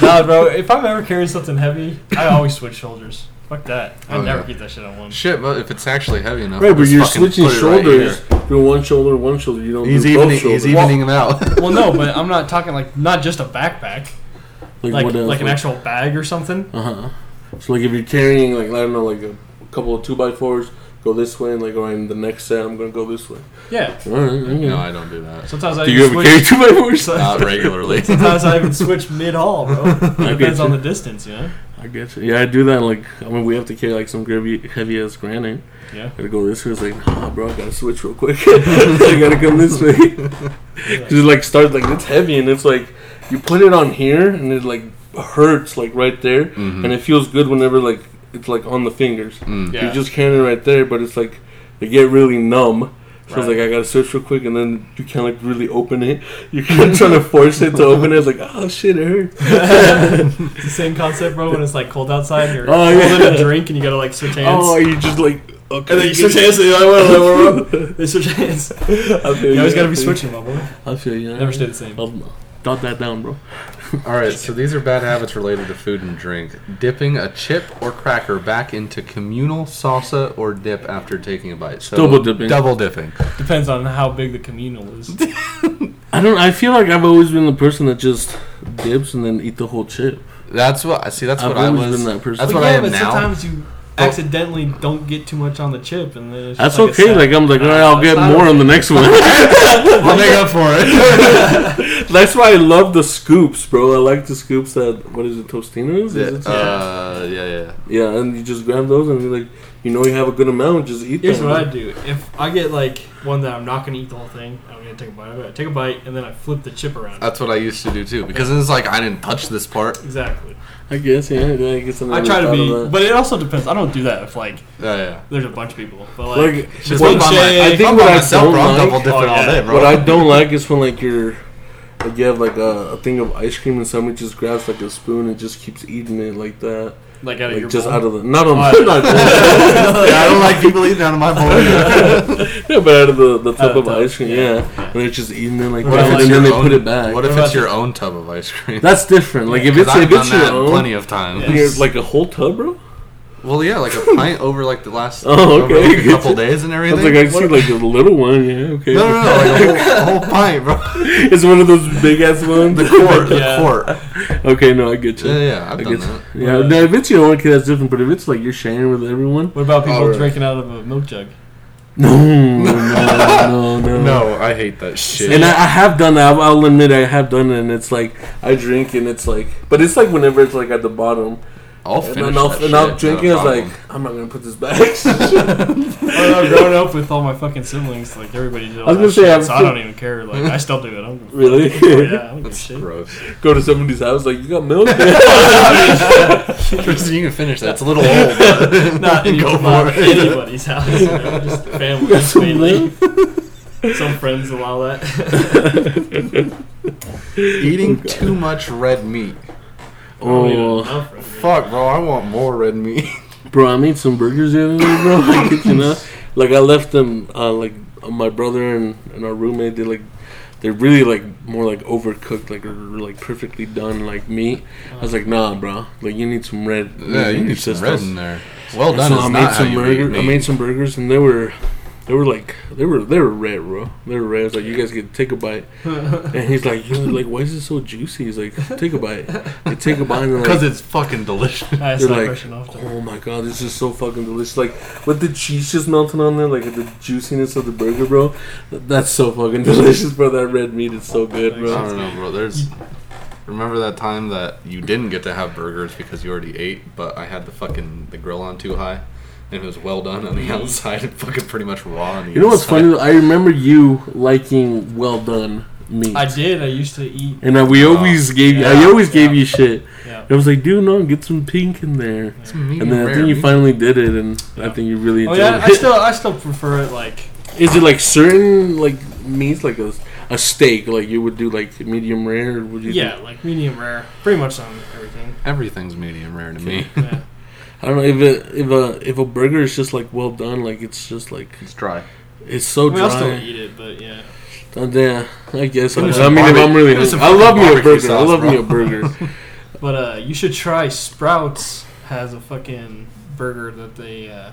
S1: Nah, bro. If I'm ever carrying something heavy, I always switch shoulders. Fuck that. I
S2: Oh,
S1: never
S2: yeah.
S1: keep that shit on one.
S2: Shit, but if it's actually heavy enough,
S3: Right, but
S2: just
S3: you're
S2: fucking
S3: switching
S2: put it right
S3: shoulders.
S2: here.
S3: do one shoulder, one shoulder. You don't
S2: he's
S3: do
S2: evening.
S3: both shoulders.
S2: He's evening them out.
S1: Well, no, but I'm not talking like not just a backpack, like like, an actual bag or something.
S3: uh-huh. Uh huh. So like if you're carrying like I don't know like a couple of two by fours, go this way, and like, all right, in the next set, I'm gonna go this way.
S1: Yeah.
S3: All right, okay.
S2: No, I don't do that.
S1: Sometimes I
S3: Do you
S1: even
S3: ever carry
S1: switch.
S3: two by fours?
S2: Not regularly.
S1: Sometimes I even switch mid haul, bro.
S3: get
S1: Depends on
S3: you.
S1: the distance, you know.
S3: I get you. Yeah, I do that. Like, I mean, we have to carry like some heavy, heavy ass granite.
S1: Yeah.
S3: Gotta go this way. It's like, nah, bro, I gotta switch real quick. I gotta come this way. Just like start like it's heavy and it's like you put it on here and it like hurts like right there
S1: Mm-hmm.
S2: Mhm.
S3: and it feels good whenever like it's like on the fingers.
S2: Mm.
S1: Yeah.
S3: You're just carrying it right there, but it's like they get really numb. So it's
S1: Right.
S3: like I gotta switch real quick, and then you can't like really open it. You can't trying to force it to open it. It's like oh shit, it hurts.
S1: it's the same concept, bro. When it's like cold outside, and you're
S3: Oh, yeah.
S1: holding a drink and you gotta like switch hands.
S3: Oh, you just like okay.
S1: and then you switch hands. And you're like, whoa, whoa, whoa, whoa. They switch hands. You always gotta be switching, my boy.
S3: I feel you.
S1: Never stay the same.
S3: Um, Jot that down, bro.
S2: All right, so these are bad habits related to food and drink. Dipping a chip or cracker back into communal salsa or dip after taking a bite. So
S3: Double dipping.
S2: Double dipping.
S1: Depends on how big the communal is.
S3: I don't. I feel like I've always been the person that just dips and then eat the whole chip.
S2: That's what. See, that's
S3: I've
S2: what I
S3: always
S2: was.
S3: been that person.
S2: That's
S1: But
S2: what I
S1: yeah,
S2: am
S1: but
S2: now.
S1: sometimes you
S2: Well-
S1: accidentally don't get too much on the chip, and then it's
S3: That's
S1: just like a
S3: okay.
S1: sad-
S3: Like I'm like, all right,
S1: Uh,
S3: I'll get
S1: it's not
S3: more on the next one.
S2: I'll make up for it.
S3: That's why I love the scoops, bro. I like the scoops that what is it, Tostinos? Is it?
S2: yeah, uh, yeah, yeah.
S3: yeah, and you just grab those and you're like, you know, you have a good amount, just eat
S1: Here's
S3: them.
S1: what I do. If I get like one that I'm not gonna eat the whole thing, I'm gonna take a bite of it. I take a bite and then I flip the chip around.
S3: Uh,
S2: That's what I used to do too. Because it's like I didn't touch this part.
S1: exactly.
S3: I guess yeah. I, guess
S1: I try to be, but it also depends. I don't do that if like
S2: Yeah, yeah.
S1: there's a bunch of people, but like,
S3: like
S2: Just
S1: one
S2: if I'm
S1: shake.
S2: like-
S1: I
S2: if
S3: think
S2: I'm
S3: what
S2: by
S3: I
S2: myself, bro,
S3: don't
S2: I'm double
S3: like-
S2: dipping
S1: Oh, yeah.
S2: all day, bro.
S3: What I don't like is when like you're like you have like a, a thing of ice cream and somebody just grabs like a spoon and just keeps eating it like that,
S1: like out of your
S3: like just
S1: bowl.
S3: out of the not on
S1: Oh, yeah.
S3: not
S2: yeah, I don't like people eating out of my bowl.
S3: yeah, but out of the, the
S1: Out
S3: tub
S1: of
S3: of
S2: Uh,
S1: the
S3: ice cream,
S1: tub,
S3: yeah.
S1: yeah.
S3: and they're just eating it like
S1: What
S3: that,
S1: if
S3: and
S1: it's
S3: then
S2: your
S3: they
S2: own-
S3: put it back.
S2: What if
S1: What
S2: it's
S1: about
S2: your own tub of ice cream?
S3: That's different. Like if
S2: 'Cause
S3: it's
S2: I've
S3: if it's
S2: done
S3: your
S2: that
S3: own,
S2: plenty of times.
S1: Yeah.
S3: you're like a whole tub, bro.
S2: Well, yeah, like a pint over like the last over,
S3: Oh, okay.
S2: like, a couple days and
S3: I
S2: everything.
S3: was like, I see
S2: What-
S3: like a little one. Yeah, okay.
S2: no, no, no, like a whole, a whole pint, bro.
S3: it's one of those big ass ones.
S2: The quart,
S1: Yeah.
S2: the quart.
S3: okay, no, I get you.
S2: Yeah, yeah, I've
S3: I
S2: done
S3: get
S2: that.
S3: you. Yeah, no, if it's your own, okay, that's different. But if it's like you're sharing with everyone,
S1: What about people
S2: Alright.
S1: drinking out of a milk jug?
S3: no, no, no, no.
S2: I hate that shit.
S3: And I, I have done that. I'll- I'll admit I have done it, and it's like I drink, and it's like, but it's like whenever it's like at the bottom,
S2: I'll
S3: and
S2: finish
S3: then I'll,
S2: that
S3: and
S2: shit,
S3: I'll drink it.
S2: no
S3: I was like,
S2: problem.
S3: I'm not gonna put this back.
S1: Oh, no, growing up with all my fucking siblings, like everybody did. All
S3: I was gonna
S1: that
S3: say,
S1: shit,
S3: I'm
S1: so I
S3: still-
S1: don't even care. Like I still do it. I'm
S3: Really?
S1: Yeah, I don't give a
S2: that's
S1: shit.
S2: gross.
S3: Go to somebody's house, like you got milk.
S2: you can finish that. It's a little old.
S1: Not any-
S2: Go
S1: not
S2: for it.
S1: anybody's house. You know, just families mainly. Some friends allow that.
S2: Eating too much red meat.
S1: I don't even
S3: oh,
S1: know friends.
S2: Fuck, bro. I want more red meat.
S3: bro, I made some burgers the other day, bro. Like, you know, like I left them. Uh, like my brother and, and our roommate, they like they're really like more like overcooked, like or, like perfectly done, like meat. I was like, nah, bro. Like you need some red. meat
S2: Yeah, you
S3: in your
S2: need some
S3: system."
S2: red in there. Well done.
S3: So
S2: is
S3: I
S2: not
S3: made
S2: how
S3: some
S2: you eat
S3: burgers. I
S2: meat.
S3: made some burgers, and they were, they were like, they were they were red, bro. They were red. I was like, you guys get take a bite. and he's like, you like, why is it so juicy? He's like, take a bite. They take a bite, and they're
S2: because
S3: like,
S2: it's fucking delicious.
S1: I asked
S3: You're
S1: that
S3: like,
S1: question often.
S3: oh my god, this is so fucking delicious. Like with the cheese just melting on there, like the juiciness of the burger, bro. th- That's so fucking delicious, bro. That red meat is so good,
S2: I
S3: bro.
S2: don't know, bro. There's. Remember that time that you didn't get to have burgers because you already ate, but I had the fucking the grill on too high, and it was well done on the outside and fucking pretty much raw on the
S3: You know what's
S2: inside.
S3: funny? though? I remember you liking well done meat.
S1: I did. I used to eat.
S3: and uh, we
S2: Oh,
S3: always gave you, I
S1: yeah,
S3: always gave
S1: yeah.
S3: you shit.
S1: Yeah.
S3: I was like, dude, no, get some pink in there.
S2: It's medium
S3: And then I
S2: rare
S3: think you
S2: meat.
S3: finally did it, and I think you really
S1: Oh
S3: enjoyed
S1: yeah. I
S3: it.
S1: still, I still prefer it like.
S3: Is it like certain like meats, like a, a steak, like you would do like medium rare? Or would you?
S1: Yeah, like medium rare, pretty much on everything.
S2: everything's medium rare to me.
S1: Yeah.
S3: I don't know if a, if a if a burger is just like well done, like it's just like
S2: It's dry.
S3: it's so
S1: I mean, I'll still
S3: dry.
S1: eat it, but yeah.
S3: Uh, yeah, I guess. I,
S2: Give me
S3: I
S2: some
S3: mean, if I'm
S2: barbe-
S3: really,
S2: give me some
S3: I love me a
S2: barbecue
S3: burger. I
S2: sauce,
S3: love me
S2: bro.
S3: a burger.
S1: But uh, you should try Sprouts has a fucking burger that they uh,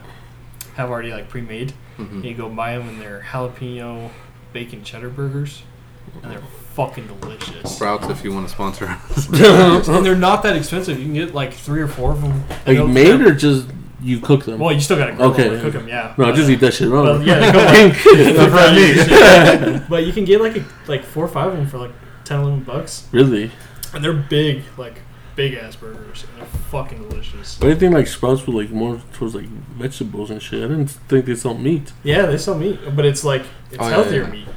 S1: have already like pre-made.
S3: Hmm.
S2: Mhm.
S1: You go buy them, and they're jalapeno bacon cheddar burgers, and they're fucking delicious.
S2: Sprouts, if you want to sponsor us.
S1: And they're not that expensive. You can get like three or four of them.
S3: like made or just you cook them.
S1: Well, you still gotta grill
S3: Okay,
S1: them or
S3: yeah.
S1: cook them, yeah.
S3: no, just eat that shit raw.
S1: Well, yeah, come on.
S2: Not for me.
S1: Yeah. but you can get like a, like four or five of them for like 10, 11 bucks,
S3: really?
S1: and they're big, like big ass burgers, and they're fucking delicious.
S3: But I think like sprouts were like more towards like vegetables and shit. I didn't think they sold meat.
S1: Yeah, they sell meat, but it's like it's
S2: Oh, yeah,
S1: healthier
S2: yeah.
S1: meat.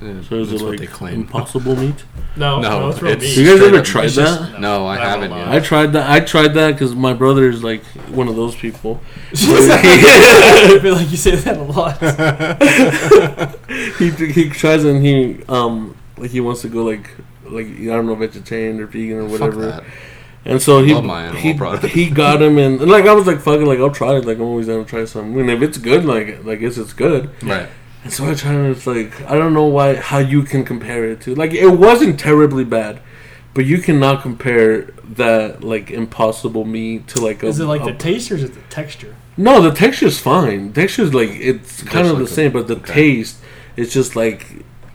S2: Yeah,
S3: So is
S2: that's
S3: it
S2: what
S3: like
S2: they claim.
S3: impossible meat?
S1: No, no,
S2: No,
S1: it's real
S2: it's-
S3: You
S1: meat.
S3: guys
S2: Straight
S3: ever
S2: up
S3: tried
S2: delicious.
S3: that?
S2: No, I
S1: not
S2: haven't
S1: gonna
S2: yet.
S1: lie.
S3: I tried that. I tried that because my brother is like one of those people.
S1: I feel like you say that a lot.
S3: he he tries and he um like he wants to go like like I don't know vegetarian or vegan or
S2: Fuck
S3: whatever.
S2: that.
S3: And so he
S2: Love my animal
S3: he,
S2: product.
S3: he got him and, and like I was like fucking like I'll try it like I'm always down to try something and if it's good like I guess it's good
S2: Right.
S3: and so I tried it and it's like I don't know why how you can compare it to like it wasn't terribly bad but you cannot compare that like impossible meat to like a
S1: Is it like
S3: a-
S1: the taste or is it the texture?
S3: no, the texture's fine. Texture's like it's kind of
S2: like
S3: the
S2: a-
S3: same, but the
S2: okay.
S3: taste it's just like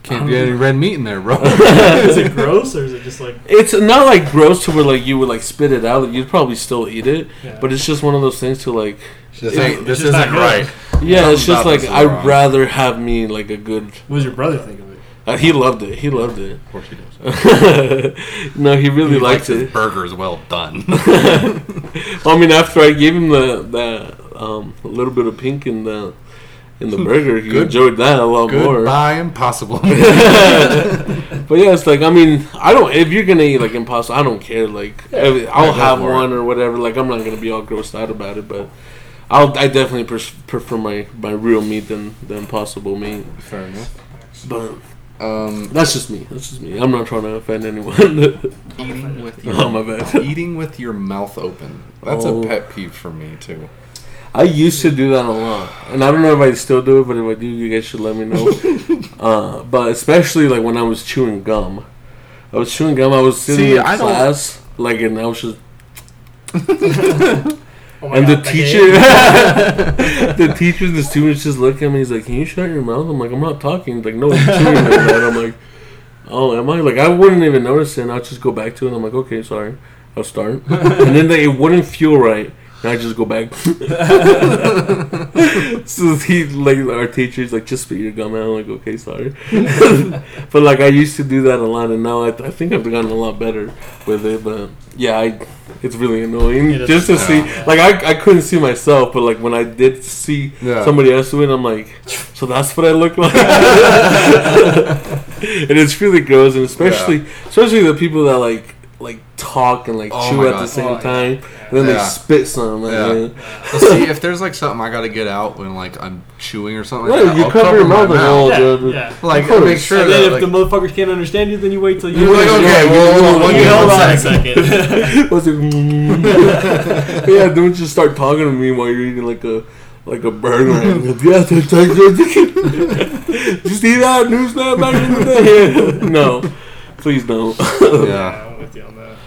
S2: Can't
S3: I
S2: get
S3: don't
S2: any red meat in there, bro.
S1: is it gross or is it just like?
S3: it's not like gross to where like you would like spit it out. You'd probably still eat it,
S1: Yeah.
S3: but it's just one of those things to like.
S2: this
S1: It-
S2: ain't,
S1: it's
S2: this
S1: just
S2: isn't
S1: not good.
S2: right.
S3: Yeah,
S2: Something
S3: it's just
S2: about
S3: like
S2: this is
S3: I'd
S2: wrong.
S3: rather have me like a good.
S1: What does your brother think of it?
S3: Uh, he loved it. He loved it.
S2: Of course he does.
S3: no, he really
S2: He likes his
S3: liked it.
S2: burgers well done.
S3: I mean, after I gave him the that um, little bit of pink in the in the burger, he
S2: Good-
S3: enjoyed that a lot more.
S2: Goodbye, impossible.
S3: But yeah, it's like I mean, I don't. If you're gonna eat like impossible, I don't care. Like if- I'll
S2: go
S3: have
S2: for it.
S3: one or whatever. Like I'm not gonna be all grossed out about it, but I'll I definitely pers- prefer my my real meat than the impossible meat.
S2: Fair enough.
S3: But
S2: Um,
S3: that's just me. That's just me. I'm not trying to offend anyone.
S2: eating with
S3: oh
S2: your
S3: my bad.
S2: eating with your mouth open. That's
S3: Oh.
S2: a pet peeve for me too.
S3: I used to do that a lot, and I don't know if I still do it. But if I do, you guys should let me know. uh, but especially like when I was chewing gum, I was chewing gum. I was sitting
S2: See,
S3: in
S2: I don't-
S3: class, like, and I was just
S1: Oh
S3: and the
S1: like,
S3: teacher,
S1: eh?
S3: the teacher, and the students just look at me. He's like, "Can you shut your mouth?" I'm like, "I'm not talking." He's like, "No, I'm chewing like that." I'm like, "Oh, am I?" Like, I wouldn't even notice it. And I'll just go back to it. And I'm like, "Okay, sorry, I'll start." and then they, it wouldn't feel right, and I just go back. so he, like, our teacher's like, "Just spit your gum out." I'm like, "Okay, sorry," but like, I used to do that a lot, and now I, I think I've gotten a lot better with it. But yeah, I. It's really annoying
S1: It is
S3: just to see
S1: annoying, yeah.
S3: like I, I couldn't see myself, but like when I did see
S2: Yeah.
S3: somebody else do it, I'm like, so that's what I look like. and it's really gross, and especially especially the people that like like talk and like
S2: Oh
S3: chew
S2: my
S3: at the
S2: God.
S3: same
S1: Oh, yeah.
S3: time, and then they
S2: Yeah.
S3: spit some. and
S2: Yeah.
S3: then-
S2: Well, see, if there's like something I gotta get out when like I'm chewing or something, like
S3: No,
S2: that,
S3: you
S2: I'll
S3: cover your
S2: my
S3: mouth with all-
S1: Yeah,
S3: dude.
S1: yeah.
S2: Like,
S3: Of course.
S2: make sure
S1: and then if
S2: that like,
S1: the motherfuckers can't understand you, then you wait till you.
S2: you're like, okay,
S3: Yeah,
S2: well,
S3: yeah,
S2: one
S3: yeah,
S2: second, one
S1: hold on a
S2: second.
S1: second.
S3: I was like, mm. yeah, don't just start talking to me while you're eating like a like a burger. I'm like, yeah, that's- that's- that's- you see that new snap back in the day? no, please don't.
S2: Yeah.
S1: I'm with you on that.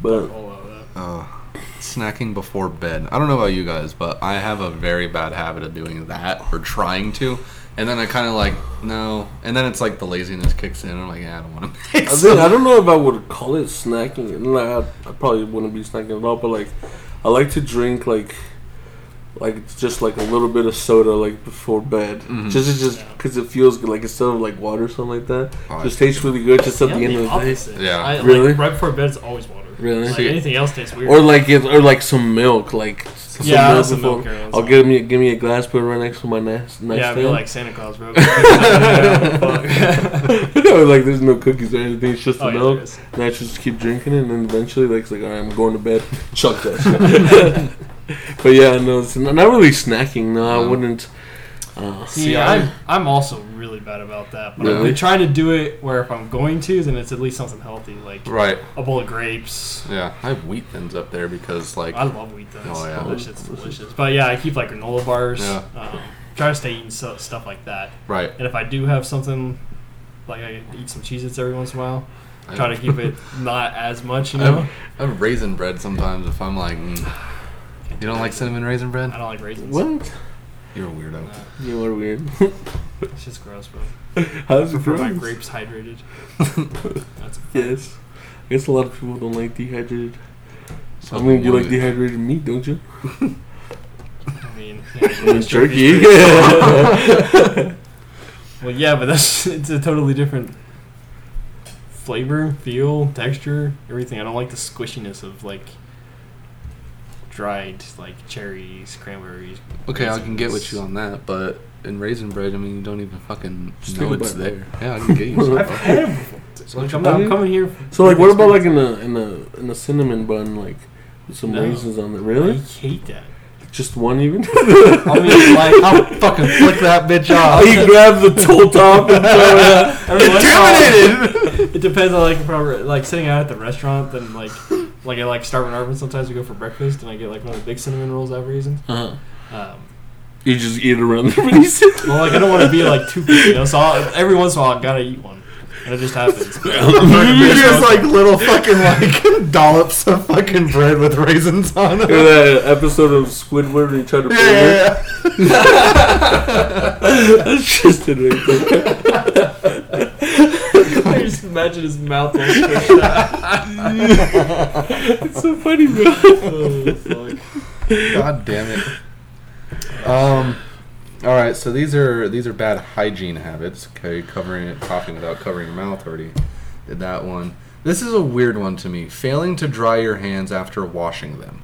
S3: But
S1: All of that.
S2: Uh, snacking before bed. I don't know about you guys, but I have a very bad habit of doing that or trying to. And then I kind of like no, and then it's like the laziness kicks in. and I'm like, yeah, I don't want to.
S3: I, think, I don't know if I would call it snacking. Like, I, I probably wouldn't be snacking at all. But like, I like to drink like, like just like a little bit of soda like before bed.
S2: Mhm.
S3: Just it's just because it feels good. Like instead of like water or something like that,
S2: Oh,
S3: just tastes really good. Just at
S1: Yeah,
S3: the end of the day.
S1: opposite.
S2: Yeah.
S1: I, like,
S3: Really?
S1: Right before bed, it's always water.
S3: Really?
S1: Like
S2: See-
S1: anything else tastes weird.
S3: or like it, or like some milk, like some
S1: Yeah,
S3: milk
S1: some
S3: before-
S1: milk around
S3: I'll
S1: some-
S3: give me give me a glass, put it right next to my nas- nightstand.
S1: yeah, I feel like Santa Claus, bro. Fuck.
S3: no, like there's no cookies or anything. It's just
S1: Oh,
S3: the
S1: yeah, there
S3: milk.
S1: is.
S3: and I just keep drinking it, and then eventually, like, it's like, all right, I'm going to bed. Chuck that. shit. but yeah, no, it's not, not really snacking. No, I
S2: No.
S3: wouldn't. Uh,
S1: See,
S2: I-
S1: I'm, I'm also really bad about that. But
S3: Really?
S1: I'm trying to do it where if I'm going to, then it's at least something healthy, like
S2: right.
S1: a bowl of grapes.
S2: Yeah, I have wheat thins up there because like
S1: I love wheat thins.
S2: Oh,
S1: Oh,
S2: yeah.
S1: yeah. That shit's delicious. But yeah, I keep like granola bars.
S2: Yeah.
S1: Um, try to stay eating so, stuff like that.
S2: right.
S1: And if I do have something, like I eat some Cheez Its every once in a while,
S2: I
S1: try to
S2: have-
S1: keep it not as much, you
S2: I
S1: know?
S2: have, I have raisin bread sometimes if I'm like, mm, you don't like cinnamon raisin bread?
S1: I don't like raisins.
S3: what?
S2: You're a weirdo.
S1: Nah,
S3: You are weird.
S1: it's just gross, bro.
S3: How's it
S1: For my
S3: gross?
S1: grapes hydrated. That's
S3: Yes. I guess a lot of people don't like dehydrated.
S2: So
S3: I mean, you like
S2: wanted-
S3: dehydrated meat, don't you?
S1: Yeah,
S3: Jerky.
S1: well, yeah, but that's it's a totally different flavor, feel, texture, everything. I don't like the squishiness of like dried like cherries, cranberries.
S2: Okay, I can get
S1: raisins.
S2: with you on that, but in raisin bread, I mean, you don't even fucking
S3: Just
S2: know
S3: think
S2: it's
S3: about
S2: there. Yeah, I can get you.
S1: I've
S2: some.
S1: had like, I'm, I'm coming here.
S3: So like, what about like in a in a in a cinnamon bun like with some
S1: No.
S3: raisins on it?
S1: I
S3: Really?
S1: hate that.
S3: Just one even?
S1: I mean, like,
S2: I'll fucking flick that bitch off.
S3: he grabbed the tool top and threw it.
S1: I don't know what- It depends on like if I were like sitting out at the restaurant, then like like I like Starvin' Arvin. Sometimes we go for breakfast, and I get like one of the big cinnamon rolls I've reasoned.
S3: Uh-huh.
S1: Um,
S3: You just eat around the reason.
S1: well, like I don't want to be like too picky, you know, so I'll, every once in a while I gotta eat one, and it just happens.
S2: You're just
S1: Just
S2: like little fucking like dollops of fucking bread with raisins on
S3: Remember
S2: it.
S3: that episode of Squidward where he tried to
S2: Yeah,
S3: prove it?
S2: yeah,
S3: That's just it right there.
S1: I just imagine his mouth all squished out.
S3: It's so funny, bro.
S1: Oh, fuck.
S2: yeah. God damn it. Um. All right, so these are these are bad hygiene habits. Okay, covering it, coughing without covering your mouth. Already did that one. This is a weird one to me. Failing to dry your hands after washing them.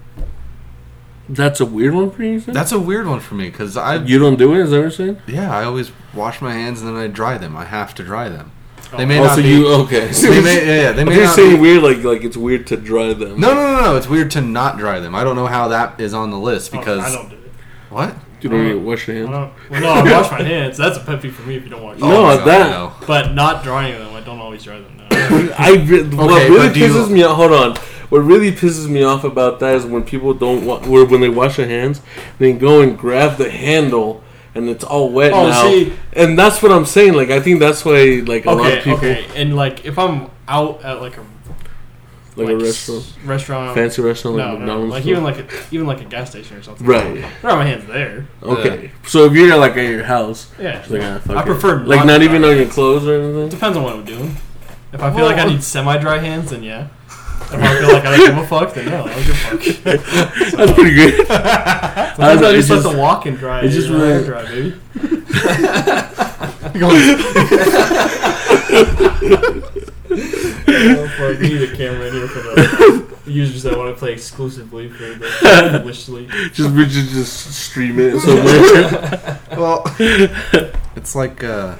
S3: That's a weird one for you. you said?
S2: That's a weird one for me because I
S3: you don't do it. Is that what you're saying?
S2: yeah I always wash my hands and then I dry them. I have to dry them. They
S1: Oh.
S2: may not
S3: Also,
S2: be.
S3: you okay?
S2: they may, yeah, yeah, they
S3: I'm
S2: may not
S3: just saying
S2: be-
S3: weird, like like it's weird to dry them.
S2: No, no, no, no. It's weird to not dry them. I don't know how that is on the list because
S1: Oh, I don't do it.
S2: what?
S3: you
S1: Uh-huh.
S3: don't really wash your
S1: I
S3: hands.
S1: don't. Well, no, I wash my hands. That's a pet peeve for me if you don't wash. your
S3: Oh, No,
S1: hands.
S2: Oh my
S3: that-
S1: but not drying them. I don't always dry them. No.
S3: I re- what
S2: Okay,
S3: really
S2: but do you-
S3: pisses me off. Hold on. What really pisses me off about that is when people don't wa- or when they wash their hands, they go and grab the handle. And it's all wet
S1: Oh,
S3: now,
S1: see-
S3: and that's what I'm saying. Like I think that's why, like a lot
S1: Okay,
S3: of people,
S1: okay, and like if I'm out at like a
S3: like, a restaurant,
S1: s- restaurant,
S3: fancy restaurant, like
S1: no, no, no,
S3: McDonald's,
S1: like even like a, even like a gas station or something.
S3: right?
S1: I don't have my hands there.
S3: Okay, so if you're like at your house,
S1: Yeah,
S3: it's like, ah, fuck
S1: I
S3: it.
S1: prefer
S3: like
S1: not
S3: not
S1: to
S3: even
S1: dry
S3: on your clothes or anything.
S1: depends on what I'm doing. If I feel like I need semi-dry hands, then yeah. If I feel like I don't give a fuck, then no, I don't give a fuck.
S3: That's pretty good.
S1: Sometimes I
S3: it
S1: just
S3: just-
S1: let the walk and dry.
S3: it just
S1: you know,
S3: really-
S1: dry, baby. Oh, fuck, we need a camera in here for the users that want to play exclusively for the wish league.
S3: just we just just stream it somewhere.
S2: Well, it's like uh,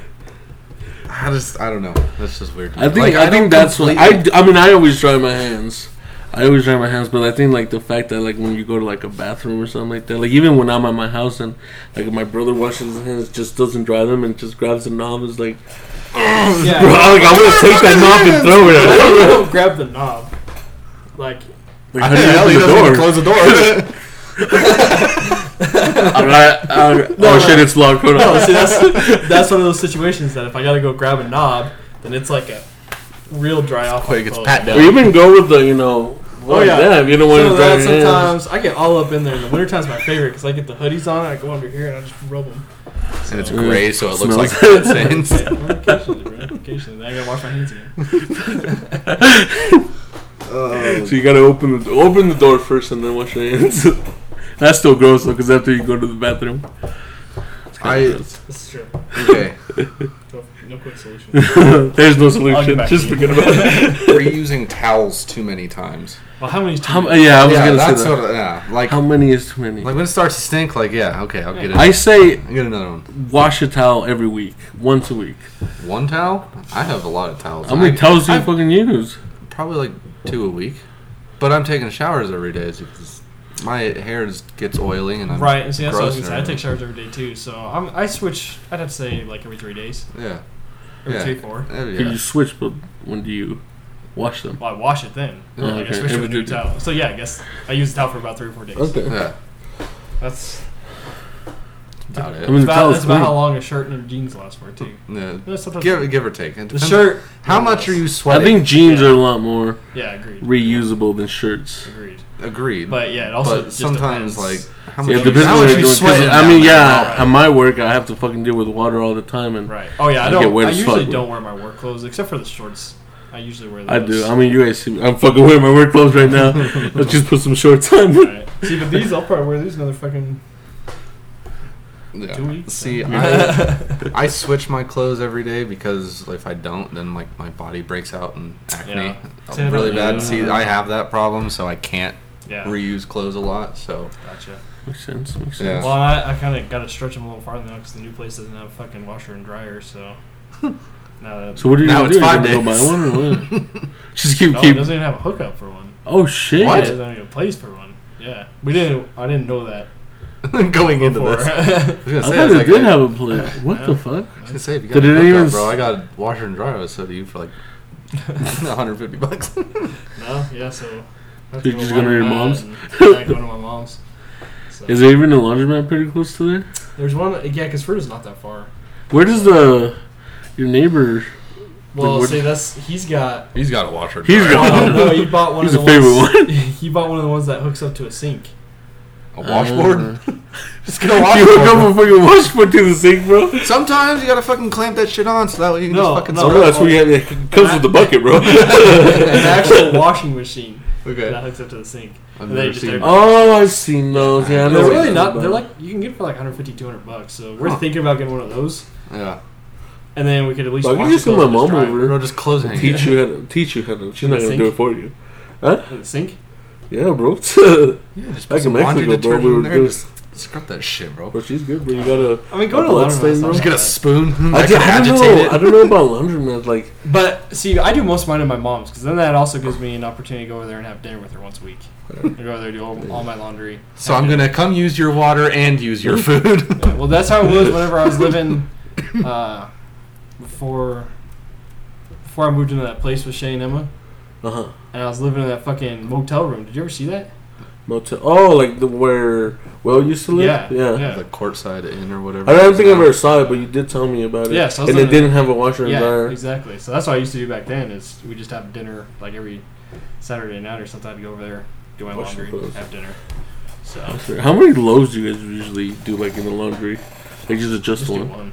S2: I just I don't know. That's just weird. to
S3: I
S2: me.
S3: think
S2: Like,
S3: I, think
S2: don't
S3: that's what I,
S2: completely-
S3: d- I mean I always dry my hands. I always dry my hands, but I think like the fact that like when you go to like a bathroom or something like that, like even when I'm at my house and like my brother washes his hands, just doesn't dry them and just grabs a knob is like,
S1: Yeah,
S3: bro, like, I'm gonna take that knob and throw it.
S1: I
S3: At him.
S1: don't grab the knob. Like,
S3: Like, how
S2: Yeah,
S3: do
S2: he
S3: you
S2: doesn't even
S3: open the door?
S2: Close the door.
S3: All right, all right.
S1: No, no.
S3: oh shit, it's locked. Hold on.
S1: no, see, that's that's one of those situations that if I gotta go grab a knob, then it's like a real dry off.
S2: Quick,
S1: my
S2: it's
S1: phone.
S2: pat
S3: Or
S2: down.
S3: even go with the, you know, oh
S1: yeah.
S3: yeah, damn, you don't want
S1: So
S3: to dry
S1: that
S3: your hands.
S1: sometimes I get all up in there. In the wintertime's my favorite because I get the hoodies on. I go under here and I just rub them.
S2: And it's
S1: So-
S2: gray, so it looks
S3: Smells.
S2: like blood stains.
S1: Yeah, occasionally, bro. Occasionally, then I gotta wash my hands again.
S2: Oh,
S3: So you gotta open the open the door first and then wash your hands. That's still gross though, because after you go to the bathroom, It's kinda
S2: I-
S3: gross.
S1: This is true.
S2: okay,
S1: No, no quick solution.
S3: there's no
S1: I'll get
S3: solution.
S1: back
S3: Just
S1: to you.
S3: forget about it.
S2: reusing towels too many times.
S1: Well, how many?
S3: How, m- yeah, I was
S2: yeah,
S3: gonna
S2: that's
S3: say that.
S2: sort of yeah. Like
S3: How many is too many?
S2: like when it starts to stink, like yeah, okay, I'll get it.
S3: I say
S2: I'll get another one.
S3: wash a towel every week, once a week.
S2: One towel? I have a lot of towels.
S3: How many
S2: I-
S3: towels do you
S2: I-
S3: fucking use?
S2: Probably like two a week, but I'm taking showers every day because my hair is, gets oily and I'm
S1: Right, and see that's what I was
S2: gross
S1: gonna say. I
S2: and
S1: take showers every day too, so I'm, I switch. I'd have to say like every three days,
S2: everything.
S1: every
S2: Yeah.
S1: three four.
S2: Yeah,
S3: Could
S2: yeah.
S3: you switch, but when do you wash them?
S1: Well, I wash it then.
S2: Oh,
S1: like, I
S3: okay.
S1: switch to a
S3: Every
S1: new
S3: day.
S1: towel. So yeah, I guess I use the towel for about three or four days.
S2: yeah.
S1: That's
S2: About
S3: I mean,
S2: it.
S1: It's
S3: the
S1: about,
S3: towel's
S1: that's about
S3: clean.
S1: how long a shirt and jeans last for too.
S2: Yeah.
S1: No, sometimes-
S2: Give, give or take. It
S1: the
S2: depends-
S1: shirt.
S2: How much are you
S3: I
S2: sweating?
S3: think jeans
S1: Yeah.
S3: are a lot more
S1: Yeah, agreed.
S3: reusable than shirts.
S1: Agreed.
S2: Agreed.
S1: But yeah, it also
S2: But
S1: just
S2: sometimes,
S1: depends.
S2: like, how much,
S3: Yeah, it
S2: you,
S3: depends
S2: how
S3: on what
S2: much
S3: you're
S2: you
S3: doing, 'cause,
S2: sweating
S3: I
S2: down
S3: mean,
S2: there.
S3: yeah, at my work, I have to fucking deal with water all the time, and
S1: right. Oh yeah, I
S3: I
S1: don't.
S3: get wet
S1: I
S3: as
S1: usually
S3: fuck.
S1: don't wear my work clothes except for the shorts. I usually wear. Those.
S3: I do. I mean, you guys see me. I'm fucking wearing my work clothes right now. Let's just put some shorts on.
S1: Right. See, but these I'll probably wear these another fucking
S2: Yeah.
S1: Two weeks?
S2: See, I,
S4: I,
S2: I switch my clothes every day because if I don't, then like my body breaks out in acne
S1: Yeah.
S2: I'm really bad.
S1: Yeah.
S2: See, I have that problem, so I can't
S1: Yeah.
S2: reuse clothes a lot. So
S1: Gotcha.
S3: Makes sense. Makes
S2: Yeah.
S3: sense.
S1: Well, I, I kind of got to stretch them a little farther now because the new place doesn't have a fucking washer and dryer, so. now that,
S3: So what are you
S2: Now
S3: gonna
S2: it's
S3: do? You're
S2: five
S3: gonna go buy
S2: days.
S3: one or what? Just keep
S1: no, it
S3: keep.
S1: doesn't even have a hookup for one.
S3: Oh shit!
S1: It doesn't have even a place for one. Yeah. We didn't. I didn't know that
S2: going into
S1: before.
S2: this, I was
S3: I
S2: gonna say,
S3: thought
S2: it's
S3: it
S2: like,
S3: did
S2: I-
S3: have a plate. What the
S1: Yeah.
S3: fuck?
S2: I was gonna say, if you got
S3: Did
S2: a
S3: it
S2: hookup,
S3: even
S2: bro,
S3: s-
S2: I got a washer and dryer. So do you for like 150 bucks.
S1: no. Yeah. So. I have
S3: You're
S1: go
S3: just going to
S1: water
S3: your
S1: that
S3: mom's?
S1: and then I go to my mom's. So.
S3: Is there even a laundromat pretty close to there?
S1: There's one. Yeah, because Fruita's not that far.
S3: Where does the your neighbor?
S1: Well,
S3: what-
S1: see, that's he's got.
S2: He's got a washer. And
S3: He's
S2: dryer.
S3: got-
S1: Oh, no, he bought one
S3: He's
S1: of
S3: a
S1: the
S3: favorite
S1: ones, He bought one of the ones that hooks up to a sink.
S2: a washboard.
S3: Uh,
S2: Just get a
S3: you hook
S2: washboard.
S3: up a fucking washboard to the sink, bro.
S2: Sometimes you gotta fucking clamp that shit on so that way you can
S1: No,
S2: just fucking.
S1: no,
S2: spread
S1: no,
S2: it.
S1: that's what
S3: you have. It comes
S1: with the
S3: bucket, bro.
S1: An actual washing machine that
S2: Okay.
S1: hooks up to the sink.
S2: I've
S1: And
S2: never
S1: they just-
S2: seen
S1: they're-
S2: that.
S3: oh, I've seen those. Yeah, I know
S1: They're
S3: what
S1: really
S3: you're
S1: not.
S3: talking
S1: They're
S3: about.
S1: like you can get it for like 150, 200 bucks. So we're
S2: Huh.
S1: thinking about getting one of those,
S3: Oh.
S2: Yeah.
S1: and then we could at least.
S3: Why would
S1: wash
S3: you
S1: the
S3: send
S1: clothes
S3: my
S1: and
S3: mom
S1: just dry
S3: over?
S2: Bro, just clothes hanging.
S3: teach you how to teach you how to. She's not gonna
S1: Sink?
S3: do it for you.
S1: it in The sink.
S3: Yeah, bro.
S2: Yeah, just
S3: Back
S2: put
S3: in
S2: some laundry
S3: Mexico, bro,
S2: detergent
S3: we
S2: in
S3: were
S2: there.
S3: doing.
S2: Just scrub that shit, bro.
S3: Bro, she's good, bro. You gotta.
S1: I mean, go to
S3: Blood
S1: laundry.
S3: stain, bro.
S2: Just get a spoon.
S3: I,
S2: that
S3: ju-
S2: can
S3: I don't
S2: Hmm, agitate
S3: know.
S2: it.
S3: I don't know about laundromat. Like,
S1: But see, I do most of mine at my mom's because then that also gives me an opportunity to go over there and have dinner with her once a week. I go over there do all, all my laundry.
S2: So I'm gonna come use your water and use your food.
S1: Yeah, well, that's how it was whenever I was living uh, before before I moved into that place with Shay and Emma,
S3: uh huh.
S1: and I was living in that fucking motel room. Did you ever see that?
S3: Motel. Oh, like the where Will used to live.
S1: yeah,
S3: yeah.
S1: yeah.
S2: the courtside inn or whatever.
S3: I don't think I ever saw it, but you did tell me about it.
S1: Yeah, so I was
S3: and it
S1: like-
S3: didn't have a washer and
S1: Yeah,
S3: dryer.
S1: exactly. So that's what I used to do back then. Is we just have dinner like every Saturday night or something. I'd go over there, do my
S3: Wash your
S1: laundry,
S3: clothes.
S1: have dinner. So
S3: How many loads do you guys usually do like in the laundry? Like just adjust
S1: just do
S3: one.
S1: one.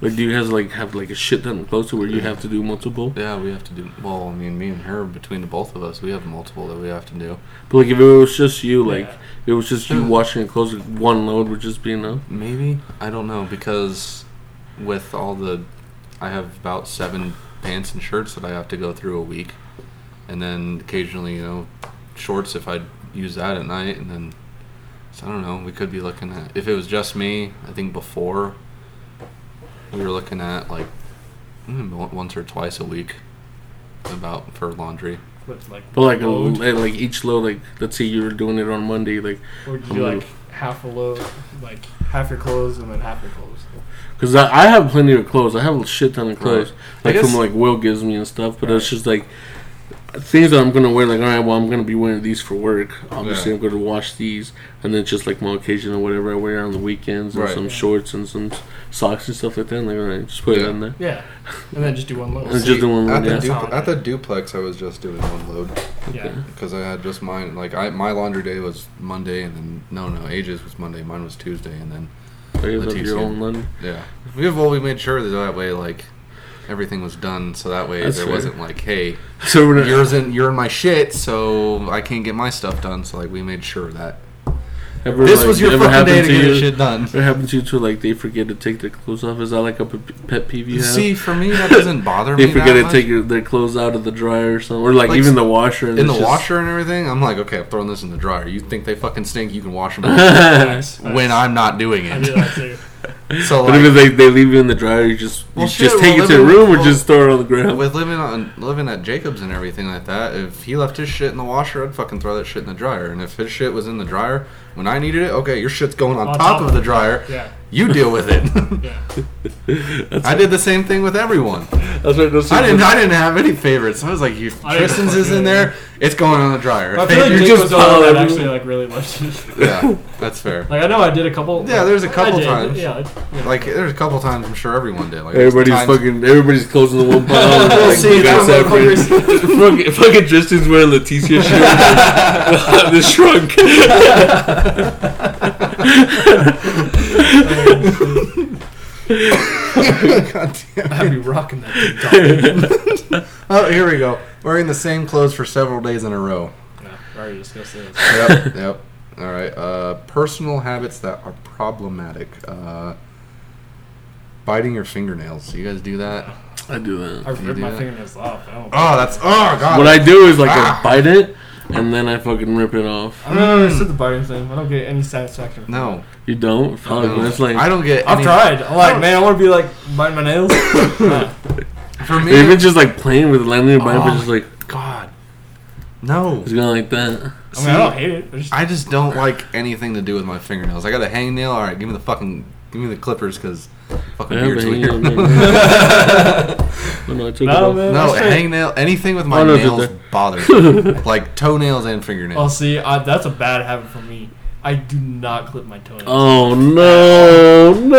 S3: Like do you guys like have like a shit ton of clothes to where you have to do multiple?
S2: Yeah, we have to do. Well, I mean, me and her between the both of us, we have multiple that we have to do.
S3: But like if it was just you, like
S1: Yeah.
S3: if it was just you washing your clothes, like, one load would just be enough.
S2: Maybe I don't know because with all the, I have about seven pants and shirts that I have to go through a week, and then occasionally you know, shorts if I use that at night, and then so I don't know. We could be looking at if it was just me. I think before we were looking at like mm, on- once or twice a week about for laundry.
S1: But like,
S3: But like a,
S1: load,
S3: and, like each load, like let's say you were doing it on Monday, like
S1: or do you like half a load, like half your clothes and then half your clothes?
S3: Because I, I have plenty of clothes. I have a shit ton of clothes.
S2: I
S3: Like
S2: guess-
S3: from like Will gives me and stuff. But it's just like things that I'm gonna wear. Like all right, well I'm gonna be wearing these for work. Obviously
S2: Yeah.
S3: I'm gonna wash these, and then just like my occasional whatever I wear on the weekends and
S2: Right.
S3: some
S1: Yeah.
S3: shorts and some socks and stuff like that. Like all right, just put it
S2: Yeah.
S3: in there.
S1: Yeah, and then just do one load.
S3: It's just the one
S2: at,
S3: load,
S2: the
S3: yeah.
S2: dupl- at the duplex, I was just doing one load.
S1: yeah,
S2: because I had just mine. Like I, my laundry day was Monday, and then no, no, ages was Monday. Mine was Tuesday, and then
S3: Like,
S2: The
S3: like, your
S2: TCM.
S3: own London.
S2: yeah, we have well, we made sure that that way like everything was done, so that way
S3: That's
S2: there
S3: fair.
S2: wasn't like, hey,
S3: So we're not,
S2: yours in you're in my shit, so I can't get my stuff done. So like we made sure that
S3: ever,
S2: this
S3: like,
S2: was your
S3: ever
S2: fucking day
S3: happened
S2: to
S3: to
S2: get your
S3: you-
S2: shit done.
S3: It happened to you too, like they forget to take their clothes off. Is that like a p- pet peeve you have?
S2: See, for me that doesn't bother
S3: they
S2: me.
S3: forget
S2: that
S3: to
S2: much.
S3: take your, their clothes out of the dryer or something, or like,
S2: Like,
S3: even the washer. And
S2: in
S3: it's
S2: the
S3: just-
S2: washer and everything. I'm like, okay, I'm throwing this in the dryer. You think they fucking stink? You can wash them
S1: Nice,
S2: when
S1: nice.
S2: I'm not doing
S1: I do
S2: it.
S1: that too.
S2: so
S3: But
S2: like,
S3: if they, they leave you in the dryer, you just
S2: Well,
S3: you
S2: shit,
S3: just take
S2: well,
S3: it to the
S2: let me-
S3: room or
S2: well-
S3: just throw it on the ground.
S2: With living on living at Jacobs and everything like that, if he left his shit in the washer, I'd fucking throw that shit in the dryer. And if his shit was in the dryer when I needed it, okay, your shit's going on, top, of the dryer.
S1: Yeah,
S2: You deal with it.
S1: yeah.
S2: I did the same thing with everyone.
S3: That's right. That's
S2: I didn't. I didn't have any favorites. I was like, you,
S1: I didn't
S2: Tristan's is in
S1: fucking-
S2: there. It's going on the dryer.
S1: I feel like
S2: You're
S1: Jake was the one
S3: follow
S1: that
S3: everyone.
S1: actually like really loved it.
S2: yeah, that's fair.
S1: Like I know I did a couple.
S2: Yeah, there's a
S1: I
S2: couple
S1: did,
S2: times.
S1: Yeah, I- yeah.
S2: Like there's a couple times I'm sure everyone did. Like there's
S3: Everybody's
S2: times-
S3: fucking. Everybody's closing the one pile.
S2: We'll
S3: Like,
S2: see,
S3: you guys
S2: that
S3: separate. fucking, fucking Justin's wearing Leticia shirt. the shrunk.
S2: God damn.
S1: I'd be rocking that. Big dog.
S2: Oh, here we go. Wearing the same clothes for several days in a row.
S1: no, I already discussed this.
S2: yep, yep. All right. Uh, personal habits that are problematic. Uh, biting your fingernails. You guys do that?
S3: I do that.
S1: I
S2: you
S1: ripped
S2: do
S1: my
S2: that?
S1: fingernails off. I don't
S2: Oh, that's oh god.
S3: What I do is like
S2: Ah.
S3: I bite it and then I fucking rip it off.
S1: I never understood the biting thing. I don't get any satisfaction. from
S2: no.
S3: You don't? Fuck,
S2: no.
S3: man, it's Oh, like
S2: I don't get.
S1: it. I've
S2: any-
S1: tried. I'm like, man, I want to be like biting my nails. Nah.
S2: For me,
S3: even just like playing with landing your bite,
S2: Oh
S3: but just like
S2: God, no.
S3: it's going like that.
S1: I mean, I don't hate it. I just,
S2: I just don't like anything to do with my fingernails. I got a hangnail. All right, give me the fucking, give me the clippers, cause fucking
S3: Yeah,
S2: beard's
S3: but
S2: weird.
S3: yeah, yeah. When I took it
S1: No,
S3: off.
S1: man.
S2: No,
S1: That's right.
S2: hangnail. Anything with my
S3: Oh, no, it's
S2: nails
S3: okay.
S2: bothers me, like toenails and
S1: well,
S2: fingernails.
S1: Oh, see, I, that's a bad habit for me. I do not clip my toenails.
S3: Oh no,
S1: For me,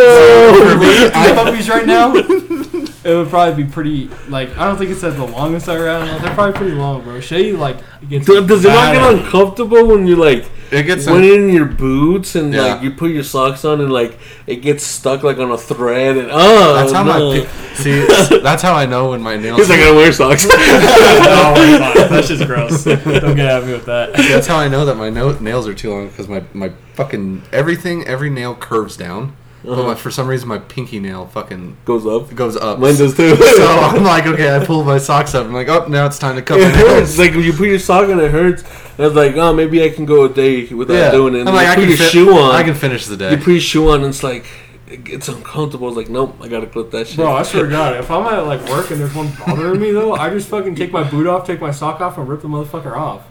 S3: no.
S1: I have puppies right now. It would probably be pretty. Like, I don't think it's at the longest I ran. out. They're probably pretty long, bro. Shay, like, gets
S3: Does does it not
S1: bad
S3: get
S1: at
S3: uncomfortable when you like
S2: It gets
S3: went in your boots and
S2: Yeah.
S3: like you put your socks on and like it gets stuck like on a thread and oh
S2: That's how
S3: no.
S2: my pe- see. That's how I know when my nails.
S3: He's like, I wear socks.
S1: oh my god, that's just gross. Don't get at me with that.
S2: that's how I know that my no- nails are too long because my my fucking everything every nail curves down,
S3: Uh-huh.
S2: but my, for some reason my pinky nail fucking
S3: Goes up.
S2: goes up.
S3: Mine does too.
S2: So I'm like, okay, I pulled my socks up. I'm like, oh, now it's time to cover
S3: it hurts.
S2: nails.
S3: Like when you put your sock on, it hurts. And I was like, oh, maybe I can go a day without
S2: Yeah.
S3: doing it. And
S2: I'm
S3: you
S2: like, I
S3: put
S2: can
S3: your
S2: fi-
S3: shoe on.
S2: I can finish the
S3: You
S2: day.
S3: put your shoe on, and it's like it- it's uncomfortable. It's like, nope, I gotta clip that shit.
S1: Bro, I swear to God, if I'm at like work and there's one bothering me though, I just fucking take my boot off, take my sock off, and rip the motherfucker off.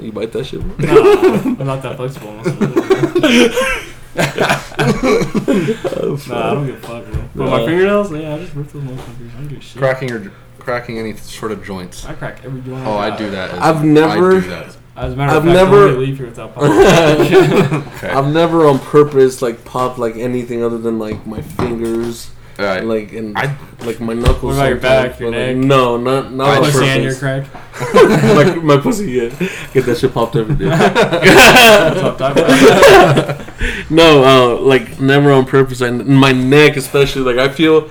S3: you bite that shit.
S1: Nah, I'm not that flexible. nah, I don't give a fuck. Bro. But my
S3: Nah.
S1: fingernails, yeah, I just rip those motherfuckers. I don't give a shit.
S2: cracking or cracking any sort of joints.
S1: I crack every joint.
S2: Oh, I
S1: got.
S2: do that. As,
S3: I've never-
S2: I do that.
S1: As a matter
S3: I've
S1: of fact,
S3: never-
S1: never leave here without popping.
S3: I've never on purpose like popped like anything other than like my fingers,
S2: All right.
S3: like and
S2: I-
S3: like my
S1: What
S3: knuckles.
S1: about your
S3: sometimes,
S1: back, your
S3: but, like,
S1: neck?
S3: No, not not on
S1: Pussy and your
S3: purpose.
S1: crack.
S3: my, my pussy, yeah, get that shit popped every day.
S1: That's what I'm talking about.
S3: No, uh, like never on purpose. I, my neck, especially, like I feel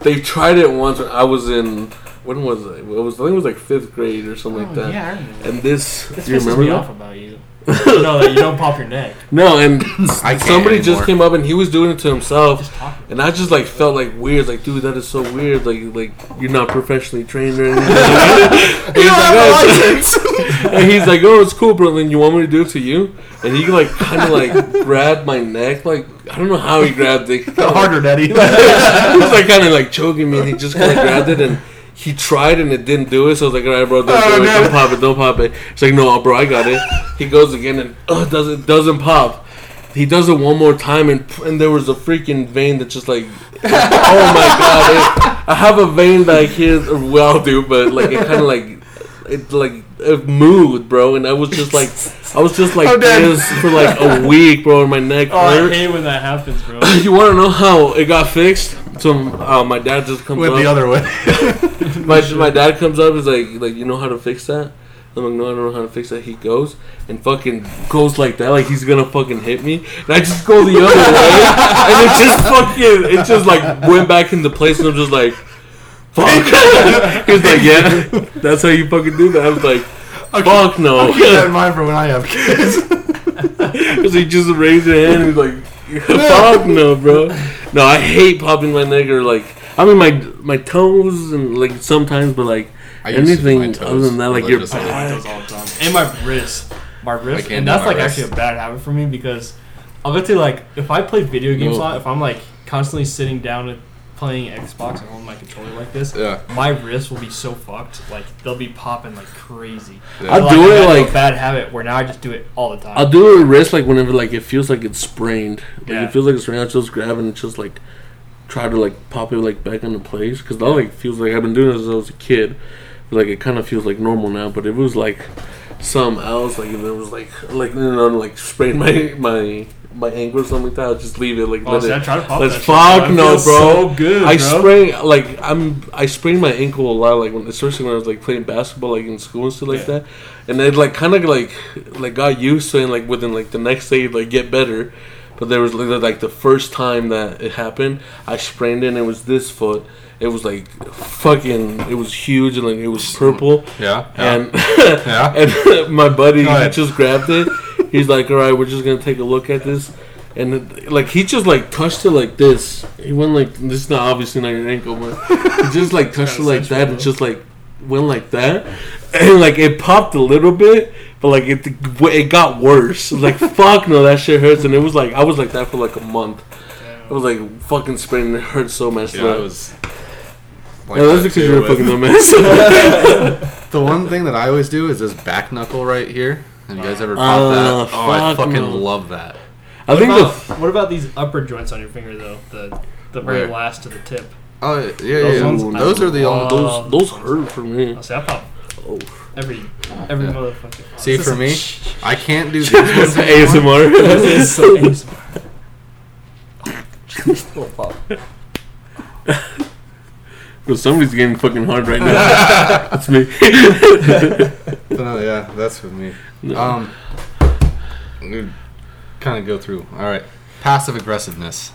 S3: they tried it once. When I was in when was it? It was I think it was like fifth grade or something like
S1: Oh,
S3: that.
S1: yeah, I remember.
S3: And this,
S1: This
S3: do you
S1: pisses
S3: remember
S1: me
S3: that?
S1: off about you. you know that you don't pop your neck.
S3: No, and
S2: I can't
S3: somebody just
S2: anymore.
S3: came up and he was doing it to himself,
S1: Just talk.
S3: and I just like felt like weird. Like, dude, that is so weird. Like, like you're not professionally trained or anything. And he's like, "Oh, it's-" and he's like, "Oh, it's cool, bro. And you want me to do it to you?" And he like kind of like grabbed my neck. Like, I don't know how he grabbed it.
S2: The harder, Daddy.
S3: he was like kind of like choking me, and he just kind of grabbed it and. He tried and it didn't do it, so I was like, "All right, bro, don't,
S2: Oh,
S3: do it.
S2: no.
S3: don't pop it, don't pop it." It's like, "No, bro, I got it." He goes again and oh, it doesn't doesn't pop. He does it one more time and and there was a freaking vein that just like, oh my god! It, I have a vein that I can't well do, but like it kind of like it like it moved, bro, and I was just like, I was just like
S2: I'm dead.
S3: this for like a week, bro, and my neck
S1: Oh, I
S3: hurt
S1: hate when that happens, bro.
S3: you want to know how it got fixed? So uh, my dad just comes
S2: Went
S3: up.
S2: the other way.
S3: my, my dad comes up is like like you know how to fix that. I'm like, no, I don't know how to fix that. He goes and fucking goes like that, like he's gonna fucking hit me, and I just go the other way, and it just fucking, it just like went back into place, and I'm just like, fuck. He's like, yeah, that's how you fucking do that. I was like, fuck no.
S2: Keep that in mind for when I have kids.
S3: Because he just raised his hand and he's like, fuck no, bro. No, I hate popping my neck or like, I mean, my my toes and like sometimes, but like
S2: I used to do
S3: Anything
S2: my toes
S3: other than that, like, you're-
S2: religiously.
S1: I hide those all the time. And my wrist. My wrist.
S2: can't
S1: And
S2: do
S1: that's
S2: my
S1: like
S2: wrist.
S1: actually a bad habit for me because I'll get to like if I play video games a
S3: No.
S1: lot, if I'm like constantly sitting down and playing Xbox and holding my controller like this,
S2: Yeah.
S1: my wrist will be so fucked. Like they'll be popping like crazy.
S2: Yeah.
S3: I'll
S1: But,
S3: do
S1: I
S3: it,
S1: got into
S3: like-
S1: a bad habit where now I just do it all the time.
S3: I'll do it wrist like whenever like it feels like it's sprained. Like
S1: Yeah.
S3: it feels like it's sprained. I just grab and just like try to like pop it like back into place because that like feels like I've been doing it since I was a kid. Like it kind of feels like normal now, but if it was like something else, like if it was like like you know like sprained my my my ankle or something like that, I'll just leave it like
S1: Oh,
S3: let
S1: see, I
S3: it.
S1: try to pop
S3: Let's
S1: that shit,
S3: fuck
S1: I
S3: no,
S1: feel
S3: bro.
S1: So good,
S3: I
S1: bro.
S3: sprain like I'm I sprained my ankle a lot like when especially when I was like playing basketball like in school and stuff like
S1: Yeah.
S3: that, and it like kind of like like got used to it and like within like the next day like get better, but there was like, like the first time that it happened I sprained it and it was this foot it was like fucking it was huge and like it was purple
S2: Yeah.
S3: and
S2: Yeah.
S3: and my buddy
S2: Go
S3: he
S2: ahead.
S3: just grabbed it He's like, all right, we're just gonna take a look at this, and it- like he just like touched it like this. He went like this is not obviously not your ankle, but he just like touched it like that and just like went like that, and like it popped a little bit. But like it, it got worse. Like fuck no, that shit hurts, and it was like I was like that for like a month. I was like fucking spraying. It hurt so much.
S2: Yeah,
S3: that-
S2: I was. like
S3: yeah,
S2: that
S3: that's because
S2: too,
S3: you're a
S2: but-
S3: fucking dumbass.
S2: The one thing that I always do is this back knuckle right here. Have you guys ever popped
S3: Uh,
S2: that? Oh, I
S3: fuck
S2: fucking
S3: no.
S2: love that.
S3: I think the
S1: About- what about these upper joints on your finger though? The the very
S2: Where?
S1: last to the tip.
S2: Oh yeah, yeah.
S1: Those
S2: Those,
S1: ones-
S2: those are the only.
S1: Oh.
S3: those those hurt for me.
S1: I'll say I pop
S3: Oh.
S1: every every
S2: Yeah.
S1: motherfucking.
S2: See, for me, I can't do these ones anymore.
S1: This
S3: ASMR.
S1: is so ASMR.
S3: Well, somebody's getting fucking hard right now. That's me.
S2: No, yeah, that's with me. Um, kind of go through. All right, passive aggressiveness.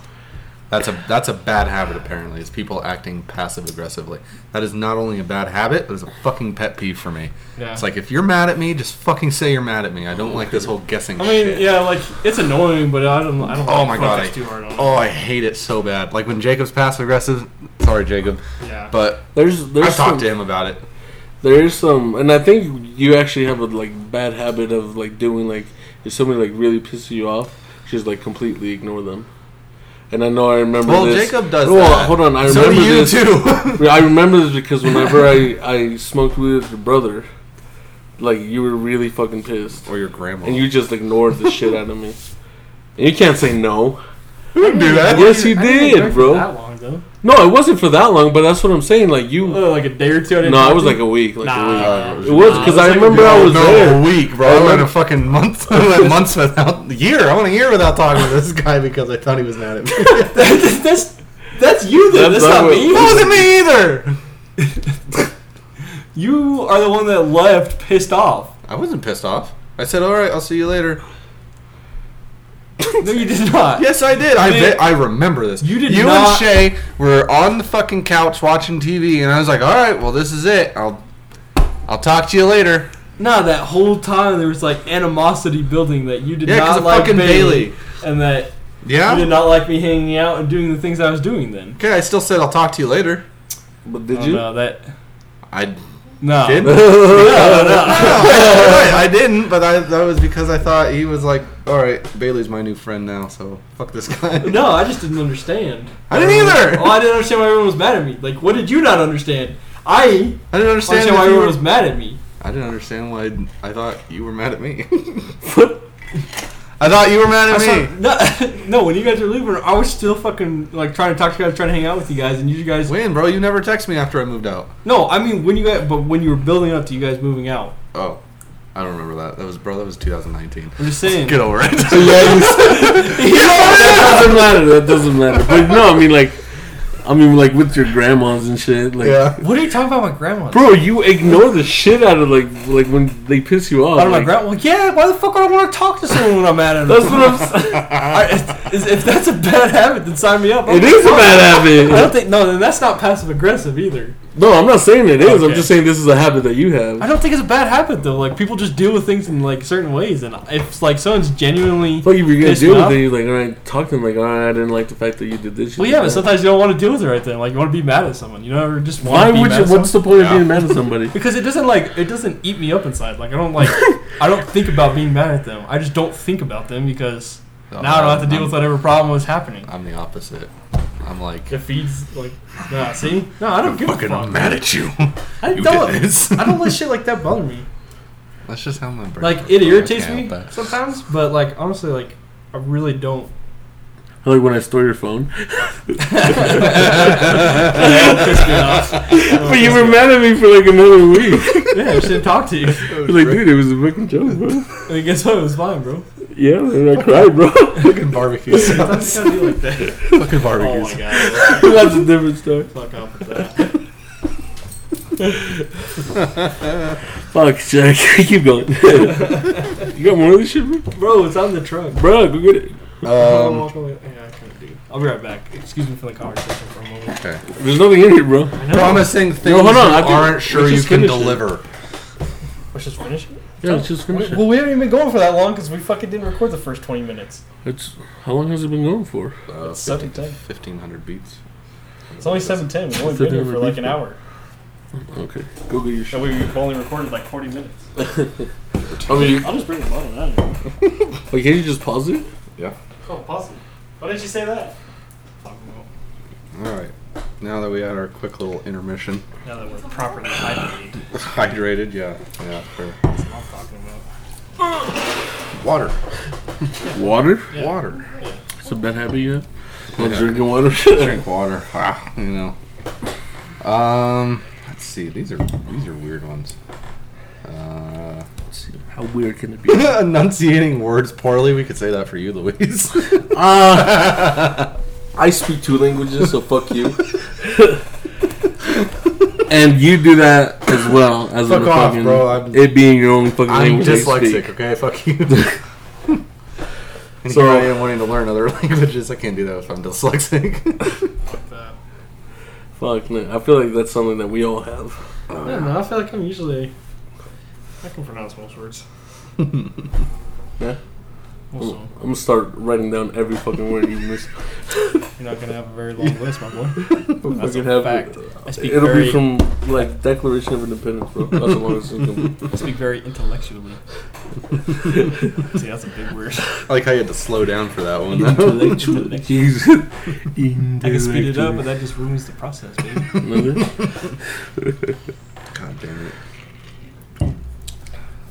S2: That's a that's a bad habit. Apparently, is people acting passive aggressively. That is not only a bad habit, but it's a fucking pet peeve for me.
S1: Yeah.
S2: It's like if you're mad at me, just fucking say you're mad at me. I don't like this whole guessing.
S1: I mean,
S2: shit.
S1: yeah, like it's annoying, but I don't. I don't.
S2: Oh
S1: like
S2: my god, I,
S1: focus too hard on. it.
S2: oh I hate it so bad. Like when Jacob's passive aggressive. Sorry, Jacob,
S1: yeah.
S2: but
S3: There's there's
S2: I've
S3: some,
S2: talked to him about it.
S3: there's some, and I think you actually have a like bad habit of like doing like if somebody like really pisses you off, just like completely ignore them. And I know I remember
S2: Well,
S3: this.
S2: Jacob does
S3: Well,
S2: that.
S3: hold on, I
S2: so do
S3: remember
S2: you
S3: this.
S2: too.
S3: Yeah, I remember this because whenever I, I smoked weed with your brother, like you were really fucking pissed,
S2: or your grandma.
S3: and you just ignored the shit out of me. And you can't say no.
S2: do that.
S3: Yes, you
S1: I didn't drink
S3: did,
S1: for
S3: bro.
S1: That long though.
S3: No, it wasn't for that long, but that's what I'm saying. Like you,
S1: Oh, like a day or two. I didn't
S3: no, it
S1: talk
S3: was
S1: to
S3: like
S1: you?
S3: a week, like a week.
S1: nah.
S2: week.
S3: It was because I remember I
S2: Oh,
S3: was
S2: no,
S3: there.
S2: a week, bro.
S3: I
S2: I went
S3: remember-
S2: a fucking month, I went months without a year. I went a year without talking to this guy because I thought he was mad at me. it
S1: that's that's you though.
S3: That's
S1: That's,
S3: not
S1: not
S3: what-
S1: me.
S2: wasn't me either.
S1: You are the one that left pissed off.
S2: I wasn't pissed off. I said, "All right, I'll see you later."
S1: No, you did not.
S2: Yes, I did. I
S1: did-
S2: bet I remember this.
S1: You did
S2: You and
S1: not-
S2: Shay were on the fucking couch watching TV, and I was like, "All right, well, this is it. I'll, I'll talk to you later."
S1: No, that whole time there was like animosity building that you did
S2: Yeah, 'cause
S1: not
S2: of
S1: like
S2: fucking
S1: Bailey,
S2: Bailey.
S1: and that you did
S2: Yeah.
S1: not like me hanging out and doing the things I was doing then.
S2: Okay, I still said I'll talk to you later.
S3: But did
S1: Oh,
S3: you?
S1: No, that
S2: I
S1: no.
S2: did.
S1: No, no.
S2: Right, I didn't, but I, that was because I thought he was like, all right, Bailey's my new friend now, so fuck this guy.
S1: No, I just didn't understand.
S2: I didn't either.
S1: Oh, I didn't understand why everyone was mad at me. Like, what did you not understand? I
S2: I didn't understand.
S1: understand why
S2: if you
S1: everyone
S2: were-
S1: was mad at me.
S2: I didn't understand why I thought you were mad at me. I thought you were mad
S1: I
S2: at me.
S1: saw, no, no, when you guys were leaving, I was still fucking like trying to talk to you guys, trying to hang out with you guys, and you guys.
S2: When, bro? You never text me after I moved out.
S1: No, I mean when you guys, but when you were building up to you guys moving out,
S2: Oh, I don't remember that. That was, bro. That was 2019.
S1: I'm just saying.
S2: Get over it.
S3: So yeah, you s- that doesn't matter. That doesn't matter. But no, I mean like, I mean like with your grandmas and shit. Like,
S1: What are you talking about, my grandma?
S3: bro, you ignore the shit out of like like when they piss you off.
S1: Out of my
S3: like-
S1: grandma? Well, yeah. Why the fuck would I want to talk to someone when I'm mad at them?
S3: That's what I'm. s-
S1: I, if, if that's a bad habit, then sign me up.
S3: It is a bad
S1: I don't
S3: habit.
S1: think no. Then that's not passive aggressive either.
S3: No, I'm not saying it is. I'm
S1: Okay.
S3: just saying this is a habit that you
S1: I
S3: have.
S1: don't think it's a bad habit though. Like people just deal with things in like certain ways, and if like someone's genuinely
S3: Fuck, if you're gonna
S1: Pissed
S3: deal
S1: off?
S3: with it, you're like, all right, talk to them. Like, all right, I didn't like the fact that you did this. you
S1: well,
S3: did
S1: yeah, but
S3: that."
S1: sometimes you don't want to deal with it right then. Like you want to be mad at someone, you know, or just want
S3: Why
S1: to be
S3: would
S1: mad
S3: you?
S1: at
S3: What's
S1: someone.
S3: the point of
S2: Yeah.
S3: being mad at somebody?
S1: because it doesn't like it doesn't eat me up inside. Like I don't like I don't think about being mad at them. I just don't think about them because
S3: Oh,
S1: now I don't have to deal with whatever problem was happening.
S2: I'm the opposite. I'm like
S1: It feeds like nah. See, no, I don't give a
S2: fucking
S1: fuck.
S2: mad at you.
S1: I
S2: You
S1: don't.
S2: did this.
S1: I don't let shit like that bother me.
S2: That's just how my brain.
S1: Like
S2: works,
S1: it
S2: bro. I
S1: irritates
S2: can't
S1: me
S2: help that.
S1: sometimes, but like honestly, like I really don't.
S3: Like when I stole your phone.
S1: Pissed me off.
S3: but you were mad at me for like another week.
S1: Yeah, I should talk to you.
S3: I was like, dude, it was a fucking joke, bro.
S1: And guess what? It was fine, bro.
S3: Yeah, and I cried, bro.
S2: fucking barbecue
S1: Sometimes you gotta be like that.
S2: fucking
S1: Oh
S2: barbecue
S1: my god.
S3: That's a different story.
S1: Fuck off with that.
S3: Fuck, Jack. Keep going. you got more of this shit, bro?
S1: Bro, it's on the truck.
S3: Bro, go get it.
S1: I'm
S2: Um,
S1: walking away- yeah, I kinda do. I'll be right back. Excuse me for the conversation for a moment.
S2: okay.
S3: There's nothing in here, bro.
S1: I
S2: Promising things
S3: hold on,
S2: you
S3: I think-
S2: aren't sure
S3: let's
S2: you
S3: just
S2: can
S3: finish it.
S2: deliver.
S1: Let's just finish it.
S3: Yeah, let's just finish
S5: well, we haven't even been going for that long because we fucking didn't record the first 20 minutes.
S3: it. It's how long has it been going for?
S2: Uh,
S5: It's 7:10.
S2: 15 1500 beats.
S5: It's only 7.10. We've only been here for like an hour.
S3: Okay.
S4: Google your
S5: And we've only recorded like 40 minutes.
S4: I mean, you,
S5: I'll just bring the bottle out of here.
S3: Wait, can you just pause it?
S5: Oh, possible. Why did you say that?
S2: All right. Now that we had our quick little intermission,
S1: Now that we're properly hydrated,
S2: hydrated, yeah, yeah, sure.
S1: that's what I'm talking about.
S2: Water,
S3: Water?
S2: water.
S3: It's a bad habit you have. Not
S2: Yeah.
S3: drinking water.
S2: Drink water. Ah, you know. Um, let's see. These are these are weird ones. Uh,
S3: How weird can it be?
S2: enunciating words poorly. We could say that for you, Louise.
S3: Ah,
S4: Uh,
S2: Uh,
S4: I speak two languages, so fuck you.
S3: and you do that as well as
S2: Fuck
S3: a
S2: off,
S3: fucking-
S2: bro, I'm-
S3: it being your own fucking
S2: I'm
S3: language. you
S2: dyslexic.
S3: speak.
S2: Okay, fuck you. And
S4: So-
S2: here I am wanting to learn other languages. I can't do that if I'm dyslexic.
S1: Fuck that.
S3: Fuck, man. I feel like that's something that we all have.
S1: I don't know. I feel like I'm usually. I can pronounce most words.
S3: Yeah.
S1: Most
S3: I'm
S1: of 'em.
S3: gonna start writing down every fucking word you miss.
S1: You're not gonna have a very long list, my boy. That's
S3: Fucking
S1: a
S3: have-
S1: fact. I speak
S3: It'll
S1: very,
S3: be from like Declaration of Independence, bro. That's as long as it's gonna be.
S1: I speak very intellectually. See, that's a big word.
S2: I like how you had to slow down for that one. though.
S1: Intellectually.
S3: He's
S1: I can speed it up, but that just ruins the process, baby.
S2: God damn it.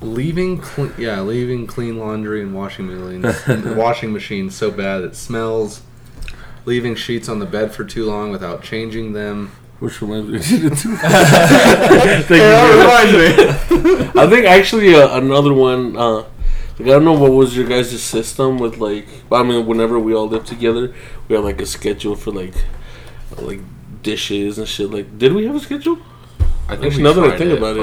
S2: Leaving clean, yeah, leaving clean laundry and washing machines, washing machines so bad it smells. Leaving sheets on the bed for too long without changing them.
S3: Which reminds me. Thank you. I think actually uh, another one. Uh, like I don't know what was your guys' system with like. I mean, whenever we all lived together, we had like a schedule for like, like dishes and shit. Like, did we have a schedule?
S2: I
S3: That's
S2: we
S3: another way to
S2: tried
S3: think about it.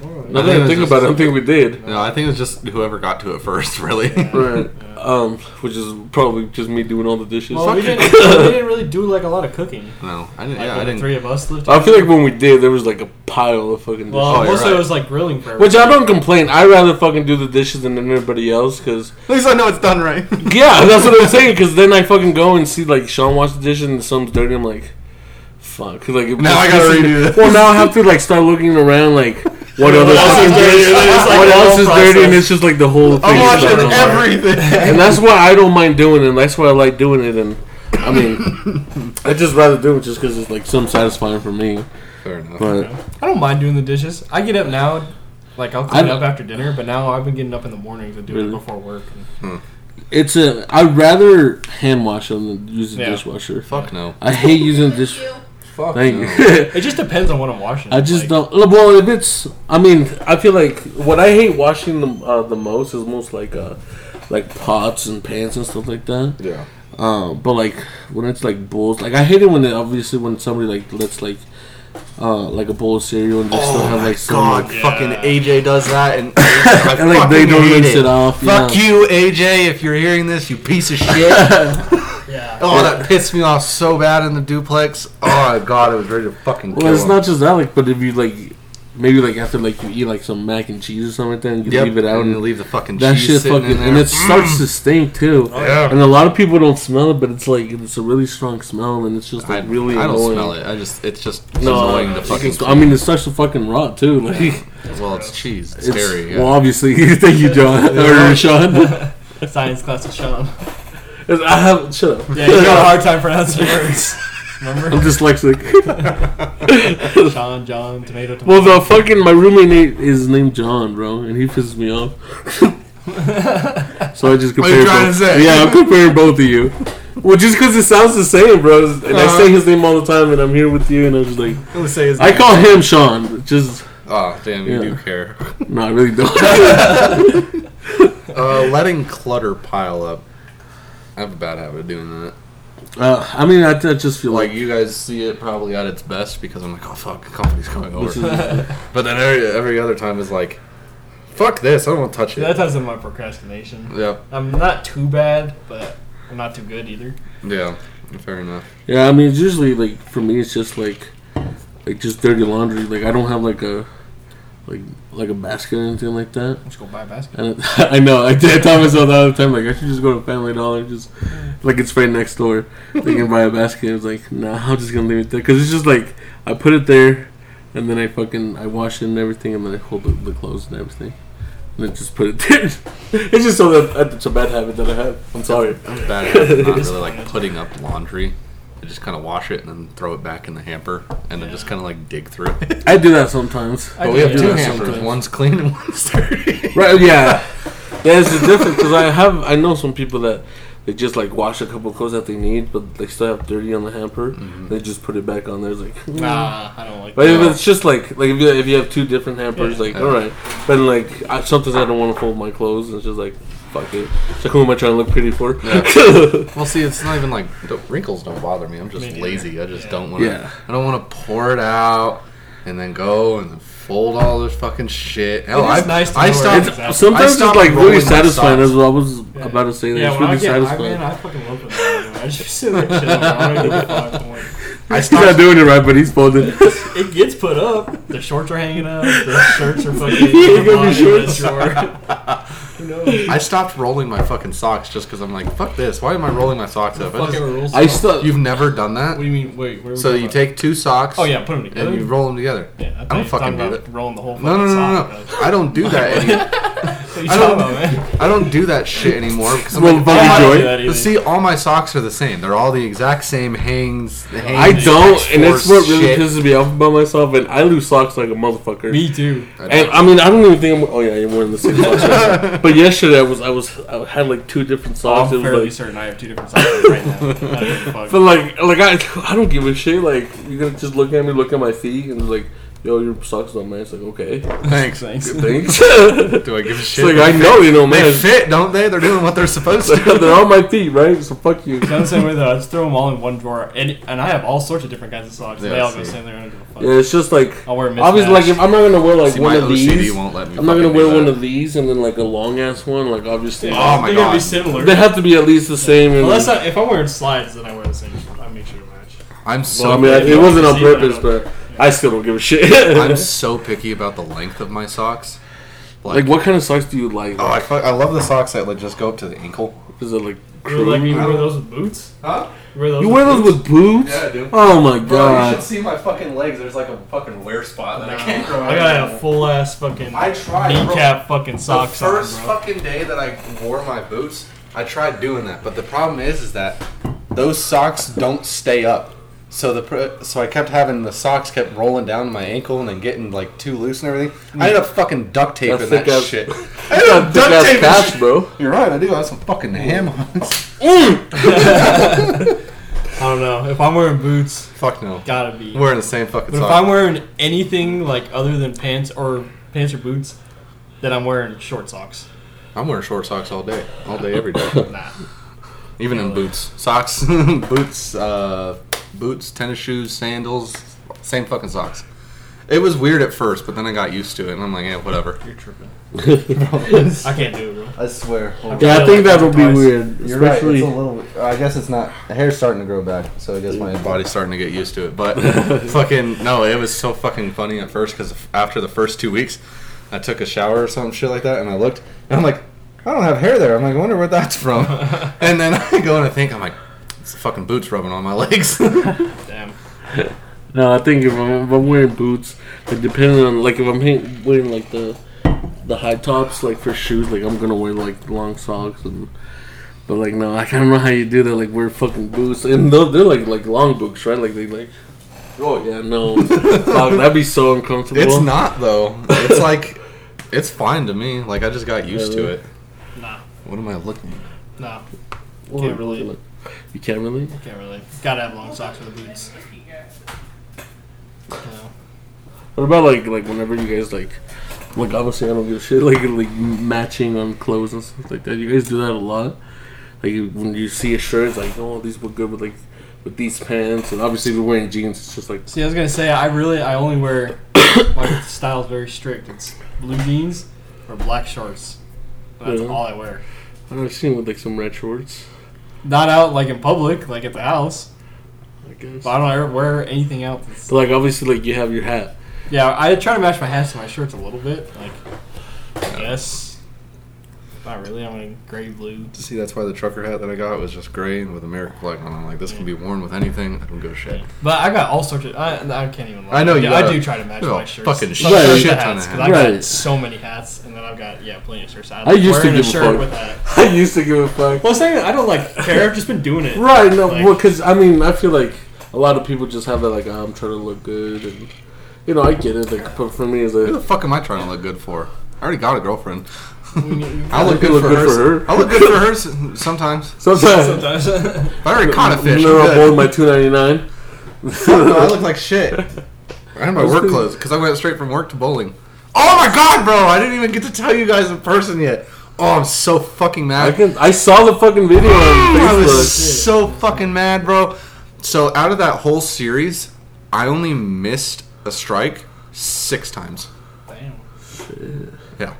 S2: but-
S3: Now
S2: I
S3: that
S2: think
S3: I
S2: it
S3: think
S2: was
S3: about it, I
S2: just-
S3: don't think we did.
S2: No, I think it was just whoever got to it first, really.
S3: Right. Um, which is probably just me doing all the dishes.
S1: Well, we didn't, we didn't really do like a lot of cooking.
S2: No, I didn't.
S1: Like
S2: Yeah,
S1: when
S2: I
S1: the
S2: didn't.
S1: three of us lived.
S3: I feel
S1: together.
S3: like when we did, there was like a pile of fucking dishes.
S1: Well,
S2: Oh, you're
S1: mostly
S2: right.
S1: it was like grilling for
S3: Which
S1: everything.
S3: I don't complain. I rather fucking do the dishes than anybody else because
S2: At least I know it's done right.
S3: yeah, that's what I'm saying. Because then I fucking go and see like Sean wash the dishes and some's dirty. I'm like, fuck. 'Cause, Like
S2: Now I gotta redo this.
S3: Well, now I have to like start looking around like what other
S2: else is
S3: fucking
S2: dirty?
S3: dish,
S2: It's like
S3: what
S2: a
S3: else
S2: whole
S3: is
S2: process.
S3: dirty, and it's just like the whole thing.
S2: I'm
S3: is
S2: watching
S3: fucking hard.
S2: everything.
S3: and that's why I don't mind doing it. And that's why I like doing it. And I mean, I just rather do it just because it's like some satisfying for me.
S2: Fair enough.
S3: But
S1: I don't mind doing the dishes. I get up now, like I'll
S3: I
S1: clean up
S3: don't-
S1: after dinner. But now I've been getting up in the mornings and doing
S3: Really?
S1: it before work. And
S3: it's a I'd rather hand wash them than use a
S1: Yeah.
S3: dishwasher.
S2: Fuck no.
S3: I hate using a dish.
S2: Fuck
S3: Thank
S2: no.
S3: you.
S1: it just depends on what I'm washing.
S3: I just
S1: Like,
S3: don't. Well, if it's, I mean, I feel like what I hate washing the uh, the most is most like uh, like pots and pans and stuff like that.
S2: Yeah.
S3: Uh,
S2: Um,
S3: but like when it's like bowls, like I hate it when they, obviously when somebody like lets like uh like a bowl of cereal and they still
S2: Oh
S3: have
S2: my
S3: like some
S2: god!
S3: like,
S2: Fucking
S1: Yeah.
S2: AJ does that, and, I
S3: and like they
S2: fucking
S3: don't
S2: hate
S3: rinse it, off.
S2: Fuck
S3: yeah.
S2: you, AJ, if you're hearing this, you piece of shit.
S1: Yeah.
S2: oh, that pissed me off so bad in the duplex. Oh god, I was ready to fucking kill
S3: Well, it's
S2: him.
S3: not just that, like, but if you like maybe like after like you eat like some mac and cheese or something like that, and you
S2: Yep,
S3: leave it out
S2: and you
S3: and.
S2: leave the fucking
S3: That
S2: cheese
S3: shit
S2: sitting
S3: fucking
S2: in there. Mm. Oh
S3: and it starts to stink too.
S2: yeah.
S3: And a lot of people don't smell it, but it's like it's a really strong smell, and it's just
S2: I,
S3: like really.
S2: I don't
S3: annoying.
S2: smell it. I just it's just it's
S3: No,
S2: annoying to
S3: it's
S2: fucking.
S3: just- I mean, it starts to fucking rot too. Like,
S2: well, it's cheese. It's,
S3: it's,
S2: dairy. Yeah.
S3: well, obviously, thank you, John or Sean.
S1: Science class with Sean.
S3: I have shut up.
S1: Yeah, you got a hard time pronouncing words. Remember?
S3: I'm dyslexic.
S1: Sean, John, tomato, tomato.
S3: well, the fucking my roommate is named John, bro, and he pisses me off. so I just
S2: What
S3: compare.
S2: are you trying to
S3: both.
S2: say?
S3: Yeah, I'm comparing both of you. Well, just because it sounds the same, bro, and
S2: Uh-huh.
S3: I say his name all the time, and I'm here with you, and I'm just like,
S2: Let's say his
S3: I
S2: name.
S3: call him Sean. Just
S2: Oh damn, you
S3: Yeah.
S2: do care.
S3: no, I really don't.
S2: Uh, letting clutter pile up. I have a bad habit of doing that.
S3: Uh, I mean, I, I just feel
S2: Like
S3: like
S2: you guys see it probably at its best because I'm like, oh fuck, company's coming over.
S3: this is,
S2: But then every, every other time is like, fuck this, I don't want to touch it.
S1: See, that ties in my procrastination.
S2: yeah,
S1: I'm not too bad, but I'm not too good either.
S2: yeah, fair enough.
S3: yeah. I mean, it's usually like for me, it's just like like just dirty laundry. Like I don't have like a like like a basket or anything like that.
S1: Let's go buy a basket.
S3: And it, I know I did I tell myself the other time like I should just go to Family Dollar, just like it's right next door. They can buy a basket. I was like, nah, I'm just gonna leave it there because it's just like I put it there, and then I fucking I wash it and everything, and then I hold the, the clothes and everything, and then just put it there.
S4: It's just so that it's a bad habit that I have. I'm sorry.
S2: I'm bad at not really like putting up laundry. I just kind of wash it and then throw it back in the hamper and then just kind of like dig through it.
S3: I do that sometimes.
S2: But we have
S3: do
S2: two
S3: that
S2: hampers.
S3: sometimes.
S2: One's clean and one's dirty.
S3: Right? uh, Yeah. There's a difference because I have I know some people that they just like wash a couple clothes that they need, but they still have dirty on the hamper.
S2: Mm-hmm.
S3: They just put it back on there. It's like
S1: Mm. Nah, I don't like
S3: But
S1: that.
S3: if it's just like like if you, if you have two different hampers,
S5: Yeah.
S3: like all right, but like I, sometimes I don't want to fold my clothes. And it's just like fuck it. It's like who am I trying to look pretty for?
S2: Well, see, it's not even like the wrinkles don't bother me. I'm just
S1: Me neither.
S2: lazy. I just
S1: Yeah.
S2: don't want to.
S3: Yeah.
S2: I don't want to pour it out and then go and fold all this fucking shit. Hell, I,
S1: is nice to
S2: I
S1: know where
S2: stopped.
S1: it is at.
S2: I
S3: sometimes it's
S2: stopped
S3: like really
S2: rolling my
S3: satisfying.
S2: socks.
S3: As well. I was
S1: Yeah.
S3: about to say that
S1: yeah,
S3: it's
S1: when I
S3: really
S1: get, I,
S3: satisfying.
S1: man, I fucking love it. man. I just sit there chilling. I don't give a fuck. I'm like,
S2: I
S3: He's not
S2: stopped.
S3: doing it right, but he's folding.
S1: It gets put up. The shorts are hanging up. The shirts are fucking.
S3: You ain't gonna be
S1: the
S3: shorts.
S1: short. Who knows?
S2: I stopped rolling my fucking socks just because I'm like, fuck this. Why am I rolling my socks up? I
S1: Fucking
S2: just-
S1: rules.
S3: I still.
S2: you've never done
S1: What
S2: that.
S1: do you mean? Wait, where? are we
S2: So
S1: going
S2: you
S1: about?
S2: take two socks.
S1: Oh yeah, put them together.
S2: And you roll them together.
S1: yeah, I
S2: I don't
S1: thought you
S2: fucking
S1: were
S2: do
S1: talking
S2: it.
S1: about rolling the whole fucking
S2: No, no, no, no,
S1: sock.
S2: no.
S1: up.
S2: I don't do that. Any-
S1: What are you
S2: I
S1: talking
S2: don't-
S1: about, man?
S2: I don't do that shit anymore because I'm
S3: Well,
S2: like,
S3: but-
S1: I don't
S3: Enjoy.
S1: do that either.
S2: But see, all my socks are the same. They're all the exact same hangs. The
S3: I
S2: hangs
S3: don't, and
S2: X-Force
S3: it's what really
S2: shit.
S3: pisses me off about myself. And I lose socks like a motherfucker.
S1: Me too.
S2: I
S3: And
S2: don't.
S3: I mean, I don't even think I'm. Oh yeah, you're wearing the same socks. right? but yesterday I was, I was, I had like two different
S1: I'm
S3: socks. It was,
S1: fairly
S3: like-
S1: certain I have two different socks on right now. I don't give a fuck.
S3: But like, like I, I don't give a shit. Like you're gonna just look at me, look at my feet, and like, yo, your socks don't match. Like okay,
S2: Thanks.
S1: Thanks.
S3: thanks. it's
S2: Do I give a shit?
S3: like I know you don't
S2: They
S3: match.
S2: fit, don't they? They're doing what they're supposed to.
S3: They're on my feet, right? So fuck you.
S1: I'm the same way though. I just throw them all in one drawer, and and I have all sorts of different kinds of socks.
S2: Yeah,
S1: they all go
S2: see.
S1: in there. I don't give a fuck.
S3: Yeah, it's just like
S1: I'll wear a
S3: obviously, like if
S1: mismatch.
S3: I'm not gonna wear like
S2: Oh, See,
S3: one
S2: my
S3: of
S2: OCD
S3: these,
S2: won't let me.
S3: I'm not gonna
S2: fucking
S3: wear
S2: do
S3: one
S2: that.
S3: of these and then like a long ass one. Like obviously,
S2: Oh my
S1: they're gonna be
S2: God.
S1: similar.
S3: they have to be at least the same. And,
S1: Unless I, if I'm wearing slides, then I wear the same. I make sure to match.
S2: I'm
S3: well,
S2: so.
S3: I mean,
S1: if you
S3: it wasn't on
S1: see what I
S3: purpose,
S1: don't-
S3: but I still don't give a shit.
S2: I'm so picky about the length of my socks.
S3: Like, what kind of socks do you like?
S2: Oh, I, fu- I love the socks that like, just go up to the ankle.
S3: Is it like
S1: You like you
S3: crew?
S1: wear those with boots?
S2: Huh?
S1: You wear those?
S3: You
S1: with
S3: wear those
S1: boots?
S3: with boots?
S2: Yeah, I do.
S3: Oh my god.
S2: see my fucking legs. There's like a fucking wear spot
S1: Nah, I got a full ass fucking
S2: I tried, bro.
S1: kneecap fucking socks
S2: the first
S1: on, bro.
S2: fucking day that I wore my boots, I tried doing that, but the problem is, is that those socks don't stay up. So the pr- so I kept having the socks kept rolling down my ankle and then getting like too loose and everything. I ended up fucking duct taping that,
S3: thick-ass-
S2: shit. I
S3: You
S2: ended up duct
S3: got thick ass
S2: taping.
S3: calves,
S2: That
S3: bro.
S2: You're right. I do. I have some fucking ham ons.
S1: I don't know. If I'm wearing boots,
S2: Fuck no.
S1: gotta be.
S2: Wearing the same fucking
S1: But if I'm
S2: socks.
S1: wearing anything like other than pants or pants or boots, then I'm wearing short socks.
S2: I'm wearing short socks all day, all day, every day,
S1: Nah.
S2: even in boots, socks, boots, uh, boots, tennis shoes, sandals, same fucking socks. It was weird at first, but then I got used to it, and I'm like, yeah, whatever.
S1: You're tripping. I can't do it, bro.
S2: I swear.
S3: Yeah, I think that would be
S1: Twice.
S3: weird.
S2: You're right. It's a
S3: Especially.
S2: little. I guess it's not. Hair's starting to grow back, so I guess my body's starting to get used to it. But fucking no, it was so fucking funny at first because after the first two weeks, I took a shower or some shit like that, and I looked, and I'm like, I don't have hair there. I'm like, I wonder where that's from. and then I go and I think I'm like, it's the fucking boots rubbing on my legs.
S1: Damn.
S3: No, I think if I'm, if I'm wearing boots, like depending on like if I'm hang- wearing like the the high tops, like for shoes, like I'm gonna wear like long socks and. But like no, I can't remember how you do that. Like wear fucking boots, and they're, they're like like long boots, right? Like they like. Oh yeah, no, Fuck, that'd be so uncomfortable.
S2: it's not though. It's like, it's fine to me. Like I just got used to it.
S1: Nah.
S2: What am I looking? at?
S1: Nah.
S3: Well,
S1: Can't relate.
S3: You can't relate.
S1: Can't really. Gotta have long socks with the boots. You know.
S3: What about like like whenever you guys like like obviously I don't give a shit like like matching on clothes and stuff like that. You guys do that a lot. Like you, when you see a shirt, it's like oh these look good with like with these pants and obviously if you're wearing jeans, it's just like
S1: See, I was gonna say I really I only wear my style's very strict. It's blue jeans or black shorts. That's
S3: Yeah.
S1: all I wear.
S3: I've seen with like some red shorts.
S1: Not out like in public, like at the house.
S3: I guess.
S1: But I don't ever wear anything else.
S3: So like obviously like you have your hat.
S1: Yeah, I try to match my hats to my shirts a little bit. Like, I guess. Not really. I'm in gray blue.
S2: See, that's why the trucker hat that I got was just gray and with American flag on. it. I'm like, this can be worn with anything. I don't give a shit.
S1: But I got all sorts of. I, I can't even. Lie.
S2: I know you
S1: Yeah, I
S2: got
S1: do
S2: a-
S1: try to match
S2: you know,
S1: my shirts.
S2: fucking
S1: Some
S3: shit
S1: shit
S2: ton of
S1: hats because
S2: hats.
S1: I got
S3: Right.
S1: so many hats, and then I've got yeah plenty of shirts. I,
S3: I used to
S1: wearing
S3: give
S1: a
S3: a
S1: shirt
S3: fuck.
S1: with that.
S4: I used to give a fuck.
S1: Well, saying that, I don't like care. I've just been doing it.
S3: Right, no,
S1: Like-
S3: well, because I mean, I feel like a lot of people just have that, like, "Oh, I'm trying to look good, and you know, I get it. Like, but for me, it's
S2: Who the
S3: like,
S2: fuck am I trying to look good for? I already got a girlfriend. I
S3: I
S2: look
S3: think you
S2: good,
S3: look
S2: for,
S3: good
S2: her.
S3: for her.
S2: I look good for her s- sometimes.
S3: sometimes
S1: Sometimes.
S2: If I already caught a fish.
S3: whenever
S2: I'm
S3: I board
S2: good.
S3: my two ninety nine.
S2: No, I look like shit. I had my work clothes because I went straight from work to bowling. Oh my god, bro! I didn't even get to tell you guys in person yet. Oh, I'm so fucking mad.
S3: I can. I saw the fucking video on
S2: I was
S3: Facebook.
S2: so fucking mad, bro. So out of that whole series, I only missed a strike six times.
S1: Damn.
S2: Yeah,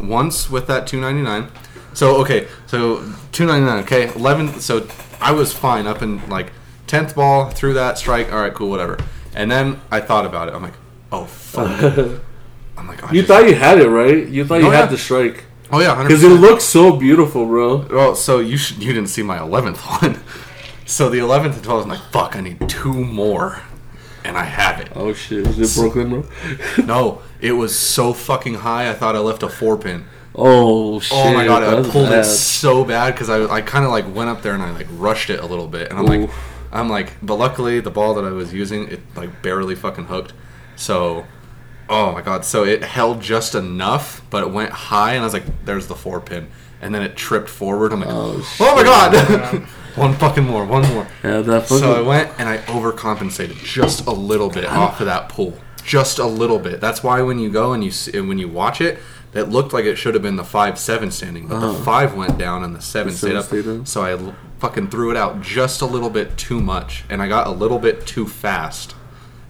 S2: once with that 299. So okay, so 299. Okay, 11. So I was fine up in like 10th ball through that strike. All right, cool, whatever. And then I thought about it. I'm like, oh fuck. I'm like, oh, I
S3: You
S2: just-
S3: thought you had it, right? You thought you
S2: Oh, yeah.
S3: had the strike
S2: oh yeah, 100%.
S3: because it looks so beautiful, bro.
S2: Well, so you should, you didn't see my eleventh one. So the eleventh and twelfth, I'm like, fuck, I need two more, and I have it.
S3: Oh shit! Is it Brooklyn, bro?
S2: No, it was so fucking high. I thought I left a four pin.
S3: Oh shit!
S2: Oh my god, I
S3: that's
S2: pulled
S3: bad.
S2: it so bad because I, I kind of like went up there and I like rushed it a little bit, and I'm like,
S3: Oof.
S2: I'm like, but luckily the ball that I was using it like barely fucking hooked. So, oh my god, so it held just enough, but it went high, and I was like, there's the four pin, and then it tripped forward. I'm like,
S3: Oh,
S2: oh my god, one fucking more, one more.
S3: Yeah, that fucking.
S2: So I went and I overcompensated just a little bit off of that pool, just a little bit. That's why when you go and you see, when you watch it, that looked like it should have been the five seven standing, but the five went down and the seven
S3: Uh-huh. The
S2: stayed
S3: seven
S2: up.
S3: stayed up.
S2: So I l- fucking threw it out just a little bit too much, and I got a little bit too fast,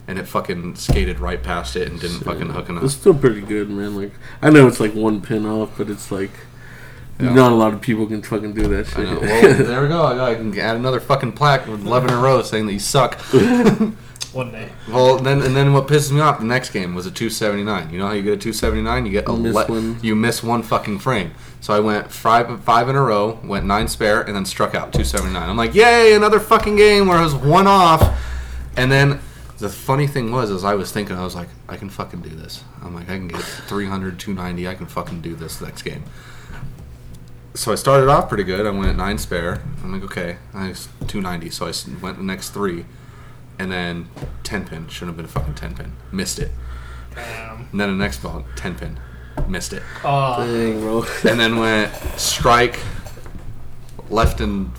S2: and it fucking skated right past it and didn't fucking hook enough.
S3: It's still pretty good, man. Like I know it's like one pin off, but it's like
S2: Yeah.
S3: not a lot of people can fucking do that
S2: I know.
S3: shit.
S2: Well, there we go. I got- I can add another fucking plaque with eleven in a row saying that you suck.
S1: One day.
S2: Well, then and then what pisses me off the next game was a 279. You know how you get a 279? You get a
S3: You miss
S2: le-
S3: one.
S2: you miss one fucking frame. So I went five five in a row, went nine spare, and then struck out 279. I'm like, yay, another fucking game where I was one off. And then the funny thing was, is I was thinking, I was like, I can fucking do this. I'm like, I can get 300, 290. I can fucking do this next game. So I started off pretty good. I went nine spare. I'm like, okay, I was 290. So I s- went the next three and then 10 pin shouldn't have been a fucking 10 pin missed it
S1: Damn.
S2: and then the next ball 10 pin missed it
S1: Oh,
S3: Dang, bro.
S2: and then went strike left and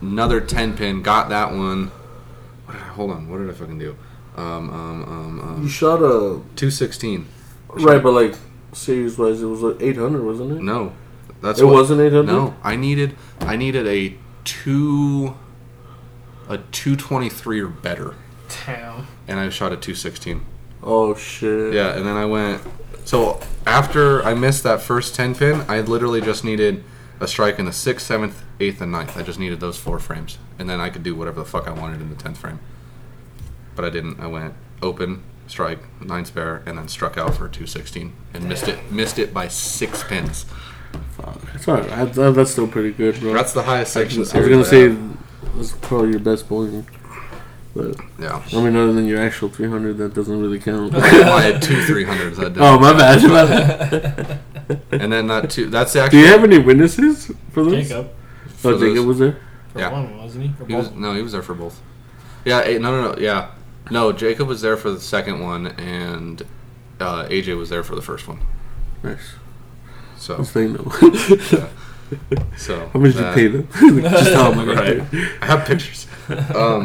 S2: another 10 pin got that one what did I, hold on what did i fucking do um um um
S3: You
S2: um
S3: shot a
S2: 216
S3: right, but like series wise, it was like eight hundred, wasn't it?
S2: no that's
S3: it
S2: what-
S3: wasn't eight hundred.
S2: no i needed i needed a 2 a 223 or better
S1: damn.
S2: and i shot a 216
S3: Oh shit.
S2: Yeah, and then I went. So after I missed that first ten pin, I literally just needed a strike in the sixth, seventh, eighth, and ninth. I just needed those four frames, and then I could do whatever the fuck I wanted in the tenth frame. But I didn't. I went open, strike, nine spare, and then struck out for two sixteen and missed it. Missed it by six pins.
S3: It's alright. I- that- That's still pretty good, bro.
S2: That's the highest
S3: I was
S2: section. series
S3: gonna
S2: I
S3: say
S2: have.
S3: that's probably your best bowling, but
S2: yeah.
S3: I mean, other than your actual three hundred, that doesn't really count.
S2: Well, I had two three hundreds. That
S3: oh
S2: oh.
S3: my bad. My bad.
S2: And then that two. That's the
S3: Do
S2: actual.
S3: you have any witnesses for this?
S1: Jacob.
S2: for
S3: Oh,
S2: those-
S3: Jacob was there.
S1: For
S2: Yeah.
S1: one, wasn't he? Or
S2: He was,
S1: both?
S2: no, he was there for both. Yeah, eh, no, no, no, yeah, no. Jacob was there for the second one, and uh, AJ was there for the first one.
S3: Nice.
S2: So,
S3: Let's say no.
S2: Oh. so
S3: How much did you
S2: that-
S3: pay them? Just tell them.
S2: Right. I have pictures. Um,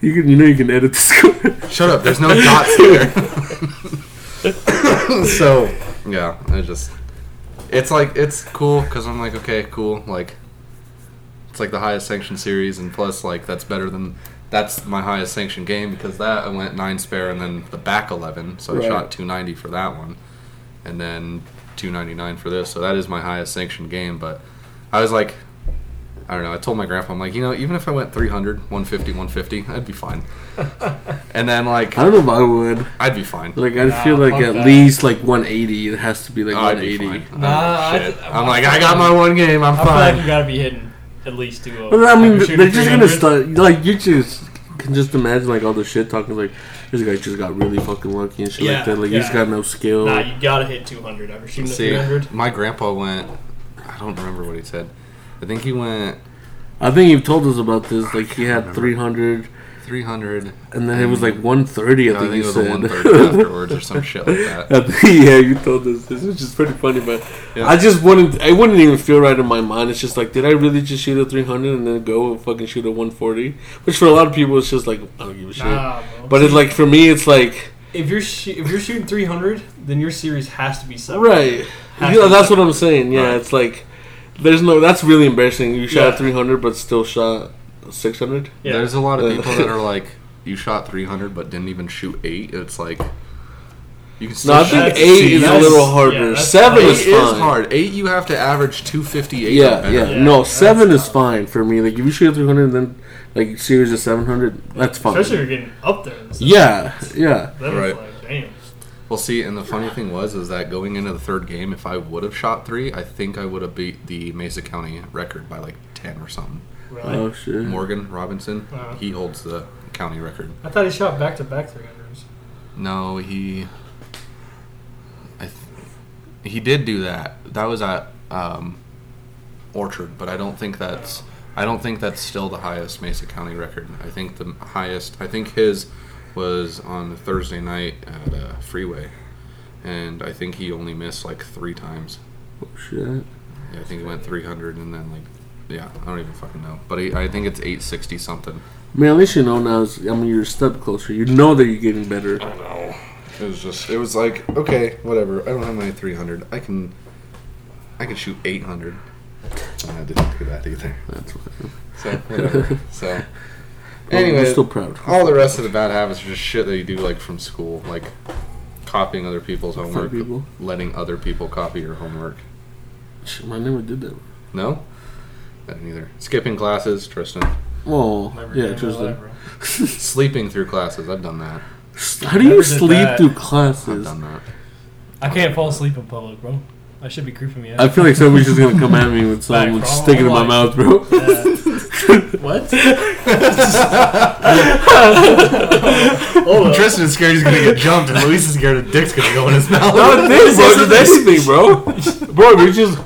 S3: You can, you know, you can edit the score.
S2: shut up. There's no dots there. so yeah, I just it's like it's cool because I'm like okay, cool. Like it's like the highest sanction series, and plus like that's better than that's my highest sanction game because that I went nine spare and then the back eleven, so I
S3: Right.
S2: shot two ninety for that one, and then two ninety nine for this. So that is my highest sanction game, but I was like. I don't know. I told my grandpa, I'm like, you know, even if I went 300, 150, 150, I'd be fine. and then, like,
S3: I don't know if I would.
S2: I'd be fine.
S3: Like, I
S1: Nah,
S3: feel like
S1: fuck
S3: at
S1: that.
S3: least like 180. It has to be like
S2: Oh, I'd be
S3: 180.
S2: fine.
S1: Nah, I
S2: I
S1: th-
S2: am like, I got my one game. I'm
S1: I feel like you
S2: fine.
S1: gotta be hitting at least two. oh.
S3: Well, I mean,
S1: Like,
S3: th-
S1: shooting
S3: they're just gonna
S1: 300.
S3: start. Like, you just can just imagine like all the shit talking. Like, this guy just got really fucking lucky and shit
S1: Yeah,
S3: like that. Like, he's
S1: yeah.
S3: got no skill.
S1: Nah, you gotta hit 200. Ever shooting at
S2: See,
S1: 300?
S2: my grandpa went. I don't remember what he said. I think he went
S3: I think you've told us about this. Like, he had 300,
S2: 300.
S3: and then it was like 130. I
S2: I
S3: think
S2: think
S3: you
S2: it was a
S3: said.
S2: 130 afterwards or some shit like that.
S3: I think- yeah, you told us this, which is pretty funny, but
S2: Yeah.
S3: I just wouldn't. I wouldn't even feel right in my mind. It's just like, did I really just shoot a 300 and then go and fucking shoot a 140? Which for a lot of people, it's just like, I don't give a shit.
S1: Nah, bro.
S3: But it's like for me, it's like
S1: if you're sh- if you're shooting 300, then your series has to be seven.
S3: right.
S1: Has
S3: You know,
S1: to be
S3: that's what
S1: seven.
S3: I'm saying. Yeah,
S2: Right.
S3: it's like there's no. That's really embarrassing. You shot
S1: Yeah.
S3: a 300, but still shot 600.
S1: Yeah.
S2: There's a lot of
S3: Uh,
S2: people that are like, you shot 300 but didn't even shoot eight. It's like, you can still
S3: No, I
S2: shoot
S3: think
S1: that's-
S3: eight is a
S1: that's-
S3: little
S1: yeah,
S3: harder.
S1: that's-
S3: seven
S2: Eight
S3: is
S2: is,
S3: fine.
S2: hard. Eight, you have to average 258. or
S3: Yeah,
S2: better.
S3: yeah,
S1: Yeah,
S3: No,
S1: that's
S3: seven is
S1: tough.
S3: fine for me. Like if you shoot a 300, and then like series of 700, that's fine.
S1: Especially if you're getting up there. and stuff.
S3: Yeah, yeah.
S1: Then
S2: Right.
S1: it's like, damn.
S2: Well, see, and the funny thing was is that going into the third game, if I would have shot three, I think I would have beat the Mesa County record by like 10 or something.
S1: Really?
S3: Oh shit.
S2: Morgan Robinson,
S1: Wow.
S2: he holds the county record.
S1: I thought he shot back to back 300s.
S2: No, he, I, th- he did do that. That was at um, Orchard, but I don't think that's. I don't think that's still the highest Mesa County record. I think the highest. I think his was on Thursday night at uh, Freeway, and I think he only missed like three times.
S3: Oh, shit.
S2: Yeah, I think he went 300 and then like, yeah, I don't even fucking know. But he, I think it's 860 something.
S3: I mean, at least you know now. Is, I mean, you're a step closer. You know that you're getting better.
S2: know. It was just. It was like okay, whatever. I don't have my 300. I can, I can shoot 800. And I didn't do that either.
S3: That's what
S2: So whatever. so.
S3: Well,
S2: Anyway,
S3: I'm still proud.
S2: all the rest of the bad habits are just shit that you do like from school, like copying other people's homework,
S3: people.
S2: letting other people copy your homework.
S3: Shit, I never did that.
S2: No, I didn't either. Skipping classes, Tristan.
S3: Well,
S1: Never did
S3: yeah,
S1: in my life,
S3: Tristan.
S1: bro.
S2: Sleeping through classes, I've done that.
S3: How do you
S1: Never did
S3: sleep
S1: that.
S3: through
S2: I've
S3: classes?
S2: done that.
S1: I can't fall asleep in public, bro. That should be creeping me out.
S3: I feel like somebody's just gonna come at me with
S1: Back
S3: something
S1: for all
S3: sticking in my
S1: life.
S3: mouth, bro.
S1: Yeah. what?
S2: Tristan is scared he's gonna get jumped, and Luis is scared a dick's gonna go in his mouth.
S3: Not this, bro. Just anything, bro. bro, we just.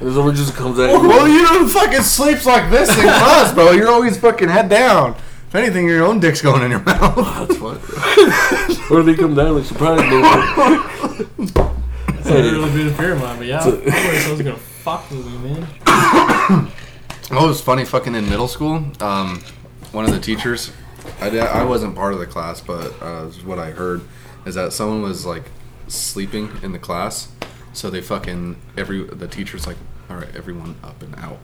S3: and Someone just comes at you.
S2: Well, you don't fucking sleeps like this in class, bro. You're always fucking head down. If anything, your own dick's going in your mouth. That's what.
S3: Or they come down like surprise moment.
S1: It's not really been a fear of mine, but yeah. I was gonna fuck with me, man.
S2: Oh, it was funny. Fucking in middle school, um, one of the teachers, I, di- I wasn't part of the class, but uh, is what I heard is that someone was like sleeping in the class, so they fucking every the teacher's like, all right, everyone up and out.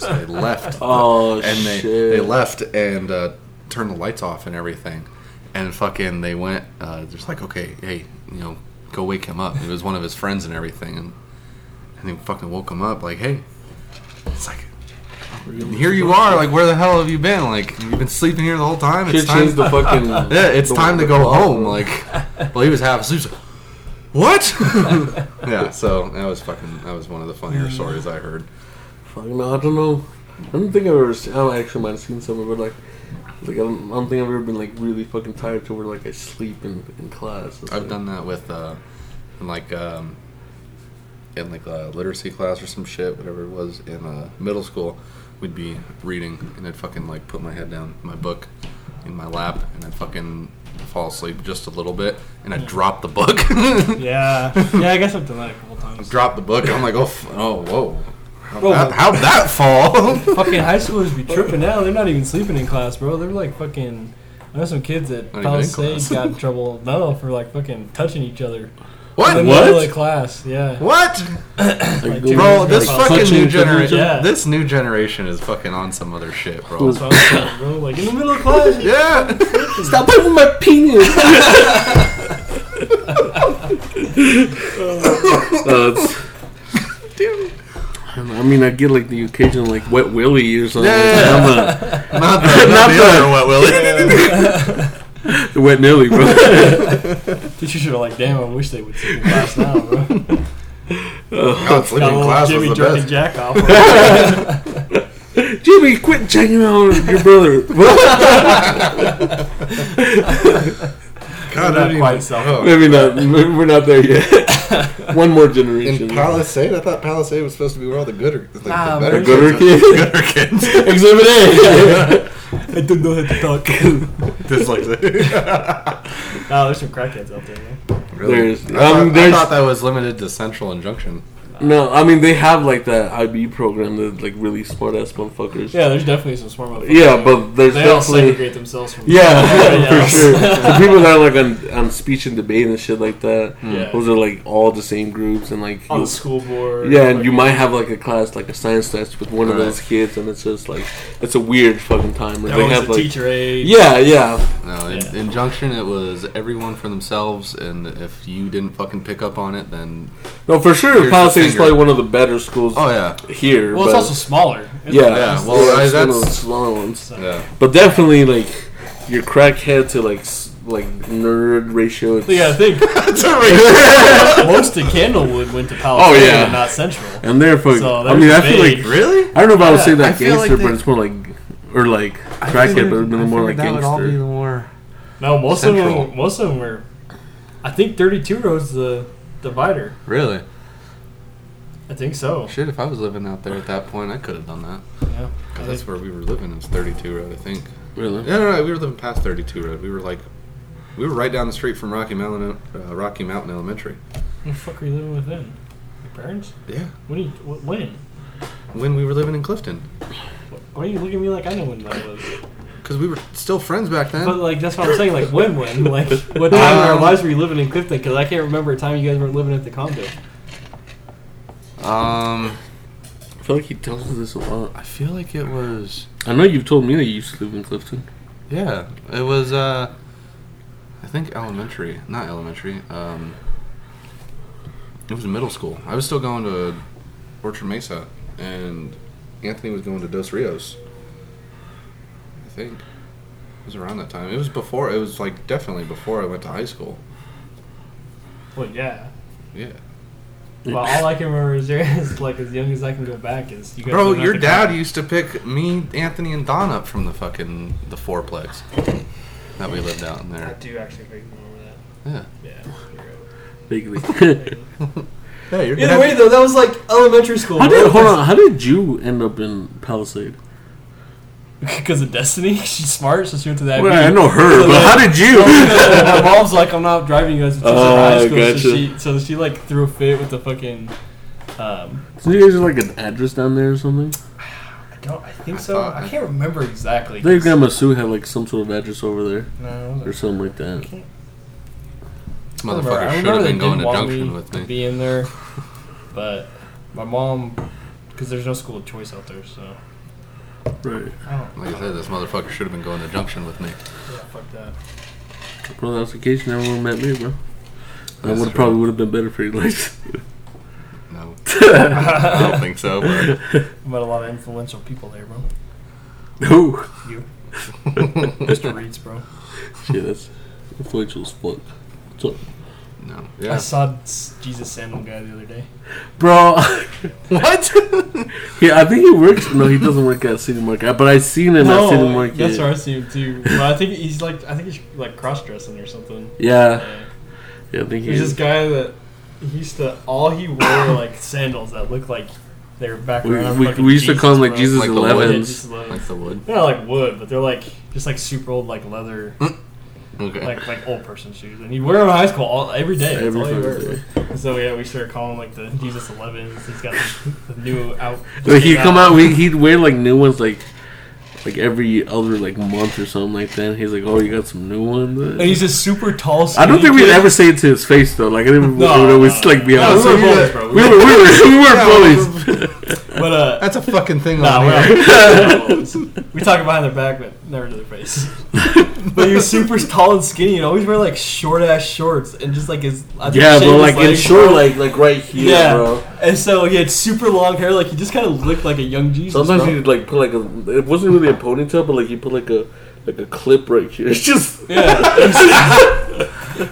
S2: So they left.
S3: Oh,
S2: and they
S3: shit.
S2: they left and uh, turned the lights off and everything, and fucking they went. Uh, just like, okay, hey, you know, go wake him up. It was one of his friends and everything, and and they fucking woke him up. Like, hey, it's like. Here you are, like where the hell have you been? Like you've been sleeping here the whole time. It's
S3: Shit
S2: time.
S3: changed the fucking.
S2: yeah, it's time to go home. Like, well, he was half asleep. he's like, What? yeah, so that was fucking. That was one of the funnier stories I heard.
S3: Fuck no, I don't know. I don't think I've ever. Seen, I don't- actually might have seen someone, but like, like I don't, I don't think I've ever been like really fucking tired to where like I sleep in, in class. It's
S2: I've
S3: like-
S2: done that with uh, in like um, in like a literacy class or some shit, whatever it was in uh, middle school. We'd be reading, and I'd fucking like put my head down, my book in my lap, and I'd fucking fall asleep just a little bit, and I'd drop the book.
S1: Yeah. Yeah, I guess I've done that a couple times.
S2: drop the book. I'm like, oh, f- oh, whoa. How'd
S1: Whoa.
S2: that, how'd that fall?
S1: fucking high schoolers be tripping now. They're not even sleeping in class, bro. They're like fucking. I know some kids at
S2: Not even
S1: Palace
S2: in
S1: State
S2: class.
S1: got in trouble. No, for like fucking touching each other. In the
S2: what?
S1: middle
S2: What?
S1: of class, yeah.
S2: What?
S1: Like,
S3: go-
S1: dude,
S2: Bro,
S1: it's
S2: this
S1: like-
S2: fucking
S3: Touching
S2: new
S3: each other's-
S2: generation.
S1: Yeah.
S2: This new generation is fucking on some other shit, bro.
S1: That's what I'm saying, bro. Like in the middle of class.
S2: Yeah.
S3: Stop playing with my penis. Uh, it's-
S2: Dude.
S3: Uh, I don't know. I mean, I get like the occasional like wet willy or something.
S2: Yeah.
S3: I'm a-
S2: Not the,
S3: Not
S2: not, the
S3: the-
S2: other wet willy.
S3: the wet nilly, bro.
S1: Teachers should have like, damn, I wish they would sit in class now, bro.
S2: God, sleeping
S1: Got a
S2: in
S1: little
S2: class
S1: Jimmy
S2: was the
S1: jerking
S2: best.
S1: Jack off.
S3: Jimmy, quit checking out your brother.
S2: God,
S1: Not
S2: I didn't
S1: quite
S2: even-
S1: self-
S2: oh.
S3: Maybe not. Maybe we're not there yet. One more
S2: In
S3: generation.
S2: Palisade, I thought Palisade was supposed to be where all the gooder, like
S1: Nah,
S2: the better
S3: The
S1: man.
S3: gooder
S2: kids.
S3: kid.
S2: gooder kids.
S3: Exhibit A.
S1: I don't know how to talk.
S2: Dyslexic.
S1: nah, there's some crackheads out there, man.
S2: really?
S3: There's-
S2: I, thought,
S3: um,
S2: I
S3: there's-
S2: thought that was limited to Central and Junction.
S3: no, I mean they have like that IB program that like really smart ass motherfuckers.
S1: Yeah, there's definitely some smart motherfuckers.
S3: Yeah, but there's
S1: they all
S3: definitely.
S1: segregate themselves from
S3: Yeah,
S1: everybody
S3: for
S1: else.
S3: sure. Hmm. The people that are like on, on speech and debate and shit like that,
S1: Yeah.
S3: those are like all the same groups and like
S1: On
S3: you-
S1: the school board.
S3: Yeah, and
S1: like- Uh-huh.
S3: you might have like a class, like a science test with one of
S2: Right.
S3: those kids, and it's just like it's a weird fucking time. Like,
S1: That
S3: they
S1: one's
S3: have
S1: the
S3: like
S1: teacher aide.
S3: yeah, yeah,
S2: No, in,
S1: Yeah.
S2: in Junction, it was everyone for themselves, and if you didn't fucking pick up on it, then
S3: no, for sure.
S2: Here's
S3: Palisades
S2: the
S3: is
S2: finger.
S3: probably one of the better schools
S2: oh yeah,
S3: here.
S1: Well, it's
S3: but-
S1: also smaller. It's
S3: yeah,
S1: like-
S2: Yeah,
S3: it's-
S2: well,
S3: it's
S2: I-
S3: one of
S2: that's-
S3: those smaller ones,
S1: so-
S2: yeah.
S3: but definitely like your crackhead to like s- like nerd ratio. It's,
S1: But yeah, I think
S2: That's a regular.
S1: most of Candlewood went to Palisade
S3: Oh, yeah.
S1: and not Central.
S3: and they're fucking.
S1: So
S3: I mean,
S1: there's
S3: I feel
S1: vague.
S3: like
S2: really?
S3: I don't know if I would
S2: Yeah,
S3: say that
S2: I feel like
S3: gangster, but
S2: they-
S3: it's more like or like crackhead, but it's more like gangster.
S2: more.
S1: No, most
S2: Central.
S1: of them. Most of them were. I think 32 roads the divider.
S2: Really?
S1: I think so.
S2: Shit, if I was living out there at that point, I could have done that.
S1: Yeah. I
S2: Because
S1: think-
S2: that's where we were living. It was 32 Road, I think.
S3: Really?
S2: Yeah, no, no, we were living past 32 Road. We were like, we were right down the street from Rocky Mountain, uh, Rocky Mountain Elementary.
S1: Who the fuck are you living with then? Your parents?
S2: Yeah.
S1: When? Are you, wh- when?
S2: When we were living in Clifton.
S1: Why are you looking at me like I know when that was?
S2: Because we were still friends back then.
S1: But like that's what I'm saying. Like when? When? Like what time in our
S2: Um,
S1: lives were you living in Clifton? Because I can't remember a time you guys were living at the condo.
S2: um,
S3: I feel like he tells us this a lot.
S2: I feel like it was.
S3: I know you've told me that you used to live in Clifton.
S2: Yeah, it was. uh I think elementary, not elementary. Um, it was middle school. I was still going to Orchard Mesa, and Anthony was going to Dos Rios. I think it was around that time. It was before. It was like definitely before I went to high school.
S1: Well, yeah.
S2: Yeah,
S1: Well, all I can remember is there is like as young as I can go back is you guys.
S2: bro,
S1: living at
S2: your
S1: the
S2: dad
S1: condo.
S2: used to pick me, Anthony, and Don up from the fucking the fourplex that we lived out in
S1: I
S2: there.
S1: do actually remember that.
S2: Yeah.
S1: Yeah. you're right.
S3: Vaguely.
S2: Yeah, you're
S1: Either way, though, that was like elementary school.
S3: How did hold on? How did you end up in Palisade?
S1: Because of Destiny, she's smart, so she went to that.
S3: Well, I know her, but how did you?
S1: My mom's like, I'm not driving you guys to
S3: Oh,
S1: high school.
S3: gotcha.
S1: So, she, so she like threw a fit with the fucking. Um,
S3: So you guys have like an address down there or something?
S1: I don't. I think
S2: I
S1: so.
S2: thought-
S1: I can't remember exactly.
S3: I think Grandma Sue had like some sort of address over there
S1: No,
S3: or something like that.
S2: This
S1: I remember,
S2: motherfucker
S1: I
S2: should have
S1: remember they
S2: been going
S1: didn't
S2: to
S1: want
S2: Junction
S1: me
S2: with
S1: to
S2: me.
S1: be in there, but my mom, because there's no school of choice out there, so
S3: Right,
S1: I don't.
S2: Like I said, this motherfucker should have been going to Junction with me.
S1: Yeah, fuck that.
S3: bro. That was the case. Never would have met me, bro. That
S2: That's
S3: would
S2: true.
S3: probably would have been better for you, like.
S2: No, I don't think so. But
S1: Met a lot of influential people there, bro.
S3: No,
S1: You, Mr. Reeds, bro.
S3: shit, that's influential as fuck. So,
S2: no,
S1: I
S2: yeah.
S1: saw s- Jesus Sandal guy the other day.
S3: bro, what? yeah, I think he works. No, he doesn't work at City Market, but I seen him at City Market.
S1: that's where I see him too. But I think he's like, I think he's like cross dressing or something.
S3: Yeah,
S1: Yeah.
S3: yeah, I think he
S1: He's this
S3: is.
S1: guy that he used to all he wore were, like sandals that looked like they were back
S3: We,
S1: around
S3: we,
S1: fucking
S3: we used to
S1: Jesus,
S3: call him like
S1: bro.
S3: Jesus
S2: Like the
S1: Yeah,
S2: legends.
S1: Jesus
S3: Elevens.
S2: like
S1: Elevens.
S2: the wood.
S1: They're not like wood, but they're like just like super old like leather,
S2: Okay.
S1: like like old person shoes. And he wear them in high school all, every day. That's
S3: Every
S1: all he
S3: fucking
S1: wears.
S3: day.
S1: And So yeah, we started calling him like the Jesus Elevens. He's got the, the new out.
S3: Like he'd come out, we, he'd wear like new ones, like like every other like month or something like that. He's like, "Oh, you got some new ones."
S1: And he's just super tall.
S3: I don't think we'd
S1: skinny kid.
S3: ever say it to his face though. Like I think we
S1: No,
S3: would always
S1: no,
S3: like be
S1: no,
S3: honest.
S1: we were
S2: Yeah.
S1: bullies, bro.
S3: we were we were we were
S2: Yeah,
S3: bullies.
S1: But uh,
S2: That's a fucking thing
S1: nah,
S2: on here.
S1: we're not- we talk behind their back, but never to their face. but he was super tall and skinny, and always wear like short ass shorts, and just like his I think
S3: Yeah,
S1: shaved
S3: bro,
S1: his
S3: like, in
S1: legs,
S4: Sure,
S1: bro.
S4: like like right here,
S1: yeah,
S4: bro.
S1: and so he had super long hair, like he just kind of looked like a young Jesus.
S4: Sometimes
S1: bro.
S4: he'd like put like a. It wasn't really a ponytail, but like he put like a like a clip right here. It's just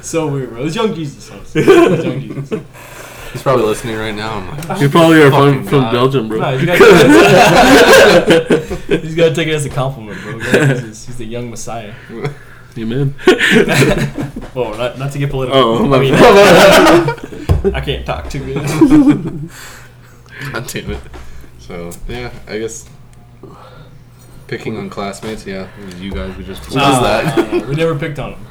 S1: so weird, bro. It was young Jesus. honestly. It was young Jesus.
S2: He's probably listening right now. I'm like,
S3: You probably are
S2: Fucking
S3: from, from
S2: God.
S3: Belgium, bro.
S1: No, he's gotta- he's got to take it as a compliment, bro. He's, he's the young Messiah.
S3: Amen.
S1: Well, not, not to get political.
S3: Oh, my
S1: I mean, I can't talk too good.
S2: God damn it. So yeah, I guess picking on classmates. Yeah, you guys we just
S1: No,
S2: discussed that.
S1: no, no, Uh, we never picked on him.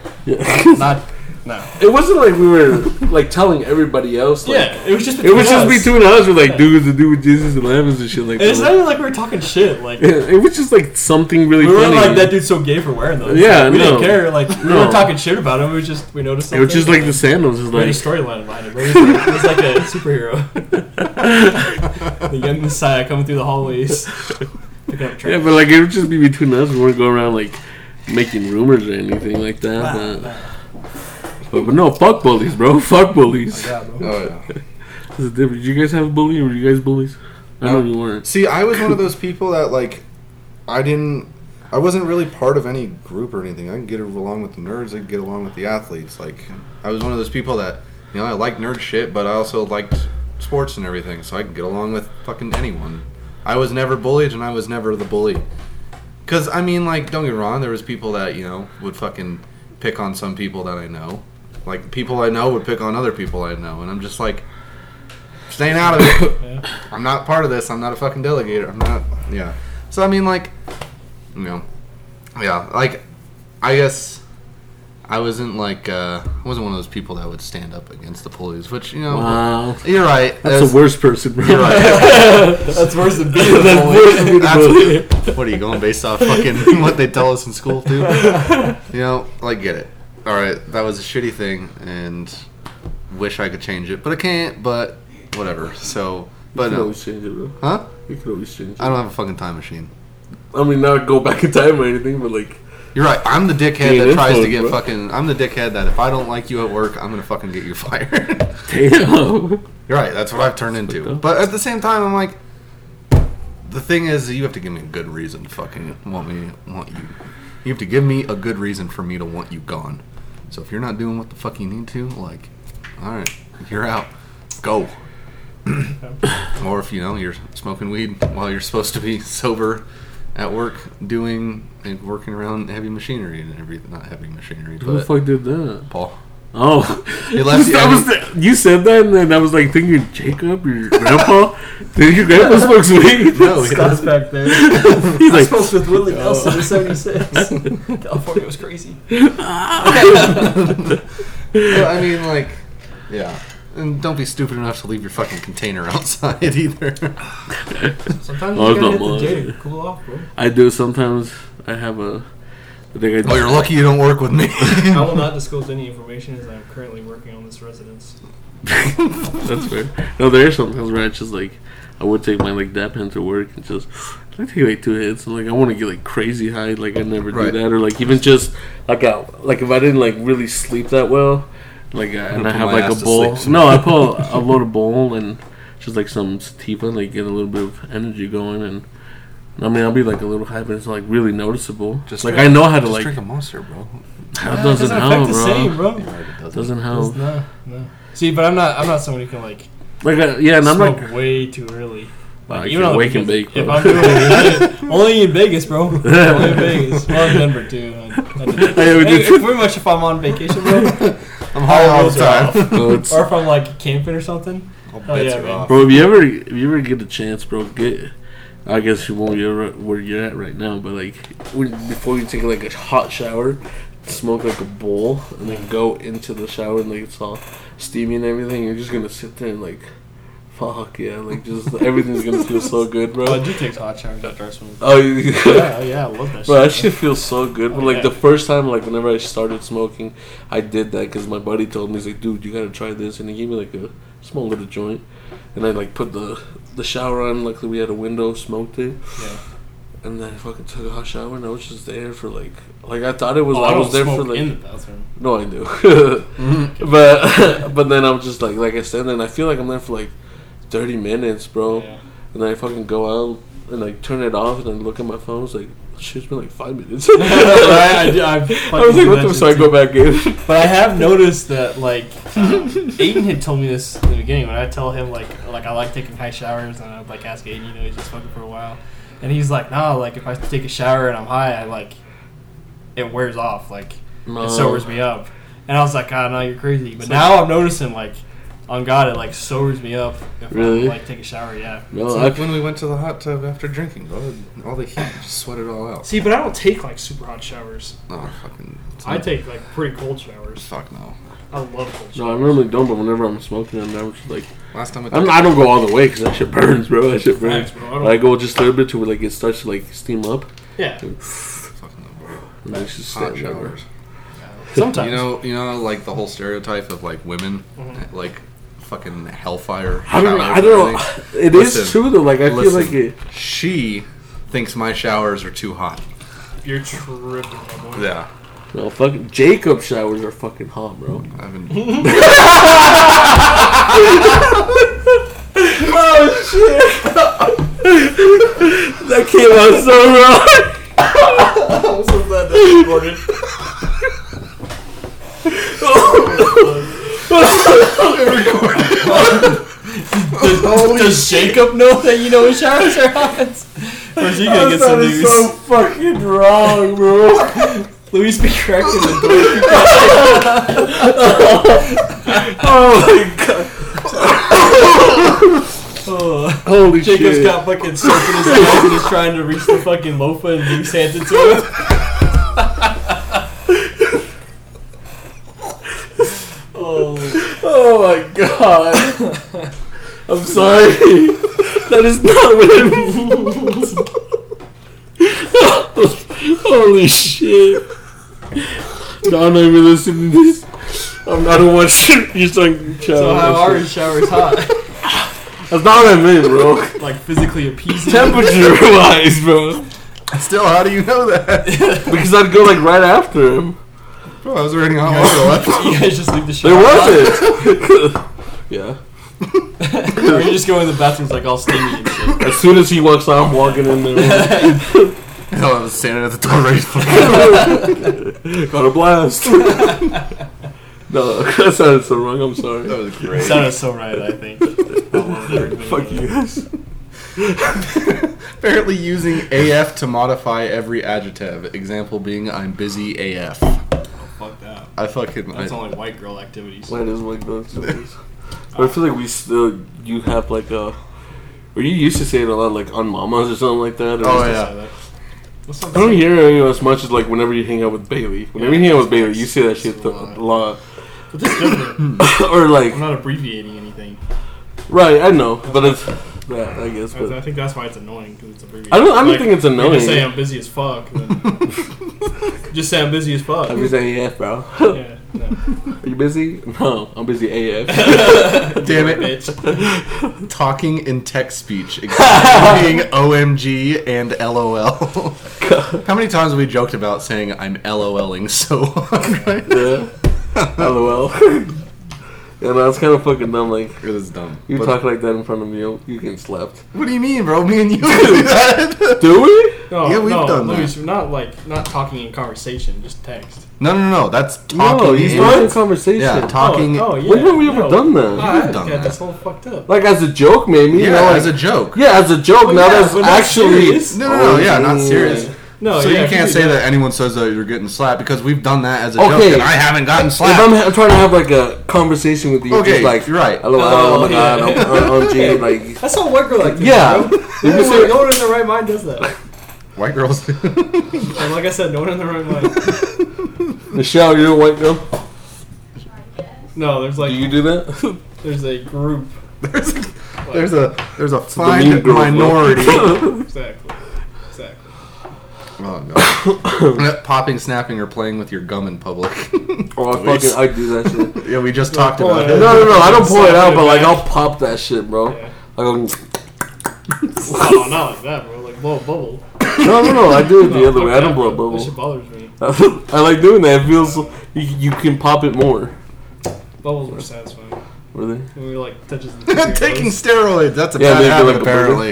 S1: Not, no.
S4: it wasn't like we were like telling everybody else. Like,
S1: Yeah, it was just.
S3: It was just
S1: us.
S3: between us. We're like dudes to do with Jesus and lambs and shit like
S1: And It's not
S3: that.
S1: even like we were talking shit. Like we
S3: It was just like something really
S1: were
S3: funny.
S1: like that dude's so gay for wearing those.
S3: Yeah,
S1: we
S3: no.
S1: didn't care. Like we
S3: No.
S1: weren't talking shit about him. It was just we noticed.
S3: it
S1: Something
S3: was just like the sandals. Is
S1: We had a
S3: like
S1: storyline behind it. Bro. It, was like, it was like a superhero. the young Messiah coming through the hallways. Picking up
S3: yeah,
S1: trash.
S3: but like it would just be between us. We weren't going around like making rumors or anything like that.
S1: Nah,
S3: but-
S1: nah.
S3: But, but no, fuck bullies, bro. Fuck bullies.
S1: Yeah, bro.
S2: Oh yeah.
S3: That's the difference. You guys have a bully, or were you guys bullies? I know
S2: No.
S3: you weren't.
S2: See, I was one of those people that like, I didn't, I wasn't really part of any group or anything. I could get along with the nerds. I could get along with the athletes. Like, I was one of those people that, you know, I liked nerd shit, but I also liked sports and everything, so I could get along with fucking anyone. I was never bullied, and I was never the bully. Cause I mean, like, don't get me wrong. There was people that you know would fucking pick on some people that I know. Like people I know would pick on other people I know, and I'm just like, staying out of it.
S1: Yeah.
S2: I'm not part of this. I'm not a fucking delegator. I'm not. Yeah. So I mean, like, you know, yeah, like, I guess I wasn't like uh, I wasn't one of those people that would stand up against the police, which you know,
S3: Wow,
S2: you're right.
S3: that's the worst person, bro.
S2: You're right.
S1: That's worse than being a
S3: That's
S1: bully.
S3: worse than being a bully.
S2: That's- what are you going based off fucking what they tell us in school, dude? You know, like, get it. All right, that was a shitty thing, and wish I could change it, but I can't. But whatever. So,
S4: You
S2: but
S4: can
S2: no,
S4: always change it, bro.
S2: huh?
S4: You can always change it.
S2: I don't have a fucking time machine.
S4: I mean, not go back in time or anything, but like,
S2: You're right. I'm the dickhead
S4: Dude,
S2: that
S4: this
S2: tries to
S4: was
S2: get
S4: rough.
S2: fucking. I'm the dickhead that if I don't like you at work, I'm gonna fucking get you fired.
S3: Damn.
S2: You're right. That's what I've turned into.
S3: up.
S2: But at the same time, I'm like, the thing is, you have to give me a good reason. To fucking want me? Want you? You have to give me a good reason for me to want you gone. So if you're not doing what the fuck you need to, like, all right, you're out. Go. or if you know you're smoking weed while you're supposed to be sober at work, doing and working around heavy machinery and everything. Not heavy machinery,
S3: Who the
S2: but
S3: fuck did that?
S2: Paul.
S3: Oh,
S2: He left
S3: That
S2: you-
S3: was the- you said that, and then I was like thinking, Jacob, your grandpa, did your grandpa smokes weed?
S2: No, he
S1: Scott's back there.
S3: He's
S1: I
S3: like,
S1: spoke with Willie Nelson in '76. California was crazy.
S2: Well, I mean, like, yeah. And don't be stupid enough to leave your fucking container outside either.
S1: Sometimes
S3: Oh,
S1: you
S3: it's
S1: gotta
S3: not
S1: hit the
S3: mine.
S1: J. to Cool off, bro.
S3: I do sometimes. I have a. I think I.
S2: Well, Oh, you're lucky you don't work with me.
S1: I will not disclose any information as I am currently working on this residence.
S3: That's fair. No, there are sometimes where I just like, I would take my like dab pen to work and just. I take like two hits and like I want to get like crazy high like I never
S2: Right.
S3: do that or like even just like I like if I didn't like really sleep that well like I, and I
S2: put
S3: have
S2: my
S3: like
S2: ass
S3: a
S2: to
S3: bowl
S2: sleep.
S3: no I pull I load a bowl and just like some sativa like get a little bit of energy going and I mean I'll be like a little high but it's like really noticeable just like I know how to
S2: Just
S3: like
S2: drink a monster, bro.
S3: how doesn't
S1: affect
S3: help
S1: the
S3: bro
S1: same, bro.
S3: doesn't help
S1: It's- No, no. See, but I'm not. I'm not someone who can like
S3: like I, yeah and I'm
S1: smoke
S3: like
S1: way too early.
S3: Oh,
S1: Like
S3: you
S1: even
S3: can
S1: on the
S3: wake and
S1: weekends,
S3: bake,
S1: If
S3: bro.
S1: I'm doing it, only in Vegas, bro. Only in Vegas. Well, in Denver too. I, I did-
S3: Yeah, we did
S1: Hey,
S3: too.
S1: pretty much if I'm on vacation, bro,
S2: I'm high all
S1: those
S2: the
S1: are
S2: time.
S3: oh, it's-
S1: or if I'm like camping or something.
S2: All bets
S1: Oh, yeah,
S2: are
S1: man.
S2: off.
S3: Bro, if you ever if you ever get a chance, bro, get. I guess you won't. You're at- where you're at right now, but like when, before you take like a hot shower, smoke like a bowl, and then go into the shower and like it's all steamy and everything. You're just gonna sit there and like, fuck yeah, like just everything's gonna feel so good,
S1: Bro, Oh, I
S3: bro.
S1: do take hot showers after I swim.
S3: Oh, you-
S1: Yeah, oh, yeah, I love that.
S3: bro, that
S1: shit,
S3: shit feels so good. But
S1: Oh,
S3: like
S1: yeah.
S3: the first time, like whenever I started smoking, I did that because my buddy told me he's like, dude, you gotta try this, and he gave me like a small little joint, and I like put the
S4: the shower on. Luckily, we had a window, smoked it,
S1: Yeah.
S4: and then I fucking took a hot shower, and I was just there for like, like I thought it was.
S1: Oh,
S4: I,
S1: I,
S4: was
S1: don't
S4: there
S1: smoke
S4: for like.
S1: in the bathroom.
S4: no, I knew, but but then I'm just like, like I said, and I feel like I'm there for like thirty minutes, bro.
S1: Yeah.
S4: And then I fucking go out and like turn it off, and then look at my phone. I was like, shit's been like five minutes. I,
S1: I, I, I've
S4: was like, what the?
S1: fucking
S4: So I go back in.
S1: But I have noticed that, like, um, Aiden had told me this in the beginning when I tell him, like, like I like taking high showers, and I'd like ask Aiden, you know, he's just smoking for a while, and he's like, nah, like if I take a shower and I'm high, I like, it wears off, like
S4: No.
S1: it sobers me up, and I was like, ah, no, you're crazy. But now I'm noticing, like, on God, it like sobers me up if
S3: Really?
S1: I like take a shower, yeah.
S3: No,
S2: It's
S3: I,
S2: like when we went to the hot tub after drinking, all the, all the heat just sweat it all out.
S5: See, but I don't take like super hot showers.
S2: Oh, fucking. it's
S5: I
S2: not-
S5: take like pretty cold showers.
S2: Fuck no.
S5: I love cold showers.
S3: no, I normally don't, but whenever I'm smoking, I'm never just like
S2: Last time I
S3: I'm,
S2: took-
S3: I don't go all the way because that shit burns, bro. That shit
S5: Facts,
S3: burns.
S5: bro. I don't-
S3: But I go just a little bit to where like it starts to like steam up.
S5: Yeah.
S2: fucking no, bro.
S3: And I just
S2: hot
S3: stand there.
S2: showers.
S1: Sometimes
S2: You know, you know, like the whole stereotype of like women,
S1: Mm-hmm.
S2: like fucking hellfire.
S3: I don't. know.
S2: showers
S3: I don't
S2: and
S3: know.
S2: everything.
S3: It is
S2: Listen,
S3: true though. Like I feel
S2: Listen,
S3: like it.
S2: she thinks my showers are too hot.
S5: You're tripping, my boy.
S2: Yeah,
S3: No, fucking Jacob showers are fucking hot, bro.
S2: I've been.
S3: Oh shit! that came out so wrong.
S1: does Jacob know that you know his showers are hot? Or is he gonna get some news?
S3: fucking wrong, bro.
S1: Luis be correcting the door.
S3: Oh my god!
S1: Oh,
S3: Holy
S1: Jacob's
S3: shit!
S1: got fucking soap in his mouth and he's trying to reach the fucking loafa and Luis hands it to him. oh,
S3: oh my god! I'm sorry. that is not what I meant. Holy shit! No, I'm not even listening to this. I'm, I don't want shit. You're talking
S1: so how are his showers hot?
S3: That's not what I meant, bro.
S1: Like physically appeasing?
S3: Temperature wise, bro.
S2: Still, how do you know that?
S3: Because I'd go like right after him.
S2: Bro, I was reading all over the
S1: You guys just leave the shower.
S3: There
S1: hot?
S3: wasn't. yeah.
S1: Or you just go in the bathrooms like all steamy and shit.
S3: As soon as he walks out, I'm walking in there.
S2: Hell, I was standing at the door ready for
S3: Got a blast. no, that sounded so wrong. I'm sorry.
S2: That was great.
S1: Sounded so right, I think. I loved every minute
S3: Fuck
S1: of
S3: you
S1: it.
S3: guys.
S2: Apparently using AF to modify every adjective. Example being, I'm busy AF.
S1: Fuck that.
S2: I fucking.
S1: That's
S2: I,
S1: only white girl activities.
S3: Why does like those things? But I feel like we still you have like a. Or you used to say it a lot, like on mamas or something like that. Or
S2: Oh,
S3: just-
S2: yeah.
S1: What's
S3: I don't hear you as much as like whenever you hang out with Bailey. Whenever you hang out with Bailey, you say that shit a lot.
S1: But this is different.
S3: or like,
S1: I'm not abbreviating anything.
S3: right? I know, but it's that I guess.
S1: I, I
S3: But
S1: think that's why it's annoying because it's abbreviated.
S3: I don't- I don't think it's
S1: if you
S3: annoying.
S1: Just say I'm busy as fuck. Then just say I'm busy as fuck.
S3: I'm just AF, bro.
S1: yeah, no.
S3: Are you busy? No, I'm busy AF.
S2: Damn it.
S1: bitch.
S2: talking in text speech, except being OMG and LOL. How many times have we joked about saying I'm LOLing so hard?
S3: yeah. LOL. yeah, no, it's kind of fucking dumb. Like
S2: it was dumb.
S3: you
S2: But-
S3: talk like that in front of me, you you get slapped.
S2: What do you mean, bro? Me and you do that?
S3: Do we?
S1: No,
S2: Yeah, we've
S1: no,
S2: done that.
S1: Luis, Not like not talking in conversation, just text.
S2: No, no, no. That's talking.
S3: No, he's not in
S2: in-
S3: conversation.
S2: Yeah, talking.
S1: Oh, oh yeah.
S3: When have we ever
S1: no.
S3: done
S1: No,
S3: that?
S1: I
S2: done
S1: got
S2: that.
S1: this whole fucked up.
S3: Like as a joke, maybe.
S2: Yeah,
S3: you know, like,
S2: as a joke.
S3: yeah, as a joke. now
S1: Oh, yeah,
S3: that's
S1: but not
S3: actually. Mm.
S1: serious.
S2: No, no, no. Yeah, not serious.
S1: No,
S2: so
S1: yeah,
S2: you can't
S1: we
S2: say
S1: do
S2: that anyone says that you're getting slapped because we've done that as a
S3: Okay.
S2: joke, and I haven't gotten
S3: If I'm
S2: slapped.
S3: ha- trying to have like a conversation with you,
S2: Okay,
S3: just like
S2: you're right.
S3: LOL, oh, my
S1: Oh,
S3: god,
S1: yeah.
S3: I'm, I'm, I'm G, like
S1: That's all white girl like.
S3: Yeah.
S1: No
S3: You
S1: one,
S3: say-
S1: no one in their right mind does that.
S2: White girls.
S1: And like I said, no one in their right mind.
S3: Michelle, you're a white girl.
S1: No, there's like
S3: Do you do that?
S1: there's a group
S2: there's, a, there's a there's a
S3: mean
S2: fine
S3: girls, bro.
S2: minority.
S1: exactly, exactly.
S2: Oh no! Popping, snapping, or playing with your gum in public.
S3: Or Oh, I fucking I do that shit.
S2: yeah, we just talked
S1: Oh,
S2: about
S1: yeah.
S2: it.
S3: No, no, no. I don't pull it
S1: Slap
S3: out,
S1: it
S3: but like
S1: back.
S3: I'll pop that shit, bro.
S1: Yeah.
S3: Like, I'm-
S1: no, not like that, bro. Like blow a bubble.
S3: No, no, no. I do it the other
S1: fuck
S3: way. I
S1: that,
S3: don't blow a
S1: bro. That shit
S3: bubble.
S1: bothers me.
S3: I like doing that. It feels so, you, you can pop it more.
S1: Bubbles were satisfying.
S3: Really?
S1: When we like touches the
S2: Taking steroids. That's a
S3: Yeah,
S2: bad
S3: they do
S2: habit,
S3: like a booger.
S2: apparently.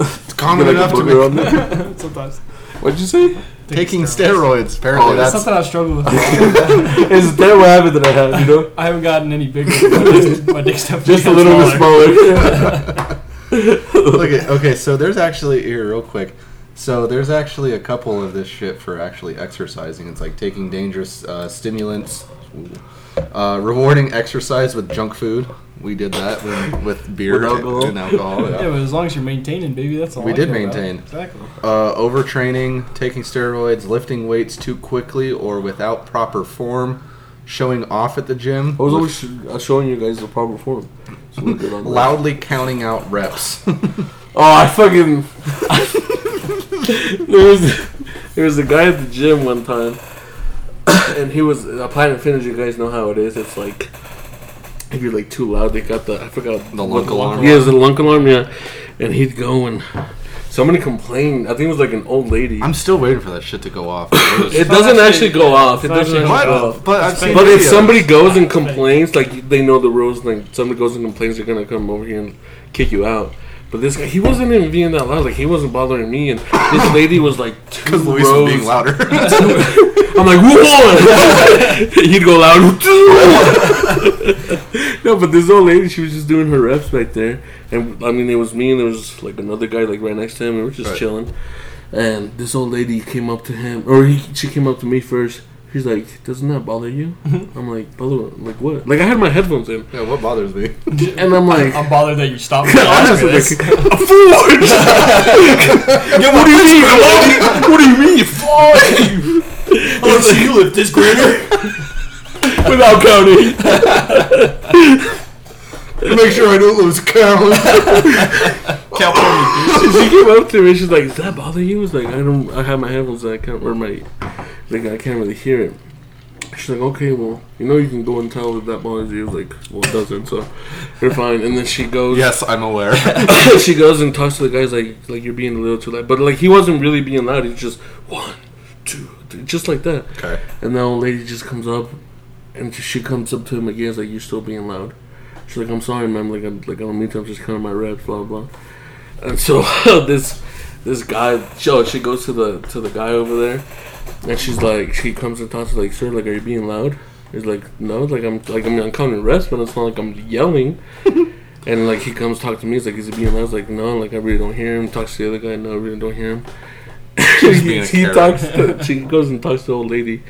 S2: It's common
S3: Get, like,
S2: enough
S3: a
S2: to
S3: booger
S2: be
S3: on there.
S1: sometimes
S3: What'd you say?
S2: taking steroids. Apparently,
S1: That's,
S2: that's
S1: Oh, something I struggle with.
S3: It's a terrible habit that I have, you know?
S1: I haven't gotten any bigger. My dick's- My dick's definitely
S3: Just a little bit smaller.
S2: Look at, okay, so there's actually here real quick. So there's actually a couple of this shit for actually exercising. It's like taking dangerous uh, stimulants, ooh, uh, rewarding exercise with junk food. We did that with, with beer
S3: With alcohol.
S2: and alcohol.
S1: Yeah,
S2: Yeah.
S1: but as long as you're maintaining, baby, that's all.
S2: We
S1: I
S2: did
S1: care about.
S2: maintain.
S1: Exactly.
S2: Uh, overtraining, taking steroids, lifting weights too quickly or without proper form, showing off at the gym,
S3: I was always sh- uh, showing you guys the proper form. So we're good on that.
S2: loudly counting out reps.
S3: Oh, I fucking. there was there was a guy at the gym one time, and he was a Planet Fitness. You guys know how it is. It's like if you're like too loud, they got the I forgot
S2: The
S3: what
S2: lunk alarm.
S3: Yeah, it's the lunk alarm. Yeah, and he'd go and somebody complained. I think it was like an old lady.
S2: I'm still waiting for that shit to go off.
S3: it doesn't actually go off. It
S1: It's not
S3: doesn't
S1: actually going
S3: actually go
S1: off.
S3: off.
S2: But I've seen
S3: But if
S2: videos.
S3: somebody goes and complains, like they know the rules, like somebody goes and complains, they're gonna come over here and kick you out. But this guy, he wasn't even being that loud. Like he wasn't bothering me, and this lady was like two
S2: Because Luis was being
S3: rows.
S2: louder.
S3: I'm like, whoa! He'd go loud. no, but this old lady, she was just doing her reps back there, and I mean, it was me and there was like another guy like right next to him, and we were just
S2: Right.
S3: chilling. And this old lady came up to him, or he, she came up to me first. He's like, "Doesn't that bother you?" I'm like, "Bother? Like what?" Like I had my headphones in,
S2: Yeah, what bothers me?
S3: and I'm like,
S1: I'm bothered that you stopped. Me
S3: Honestly,
S1: Honestly, this.
S3: like, a forge. what do you mean? What? do you mean? Forge?
S1: so you lift this greater?
S3: Without counting.
S2: Make sure I don't lose count.
S1: Count for me, dude.
S3: she came up to me. She's like, "Does that bother you?" I was like, "I don't. I have my headphones. And I can't. Or my, like, I can't really hear it." She's like, "Okay, well, you know, you can go and tell if that bothers you." I was like, "Well, it doesn't. So, you're fine." And then she goes.
S2: yes, I'm aware.
S3: she goes and talks to the guys like like you're being a little too loud, but like he wasn't really being loud. He's just one, two, three, just like that.
S2: Okay.
S3: And the old lady just comes up, and she comes up to him again. It's like you're still being loud. She's like, I'm sorry, ma'am. Like, I'm, like I don't mean to. I'm just counting my reps, blah blah. And so this this guy, Joe, she goes to the to the guy over there, and she's like, she comes and talks to like, sir, like, are you being loud? He's like, no, like I'm like I mean, I'm counting reps, but it's not like I'm yelling. and like he comes talk to me. He's like, is it being loud? I was like, no, like I really don't hear him. Talks to the other guy, no, I really don't hear him.
S2: She's being a
S3: he
S2: carrot.
S3: talks. To, she goes and talks to the old lady,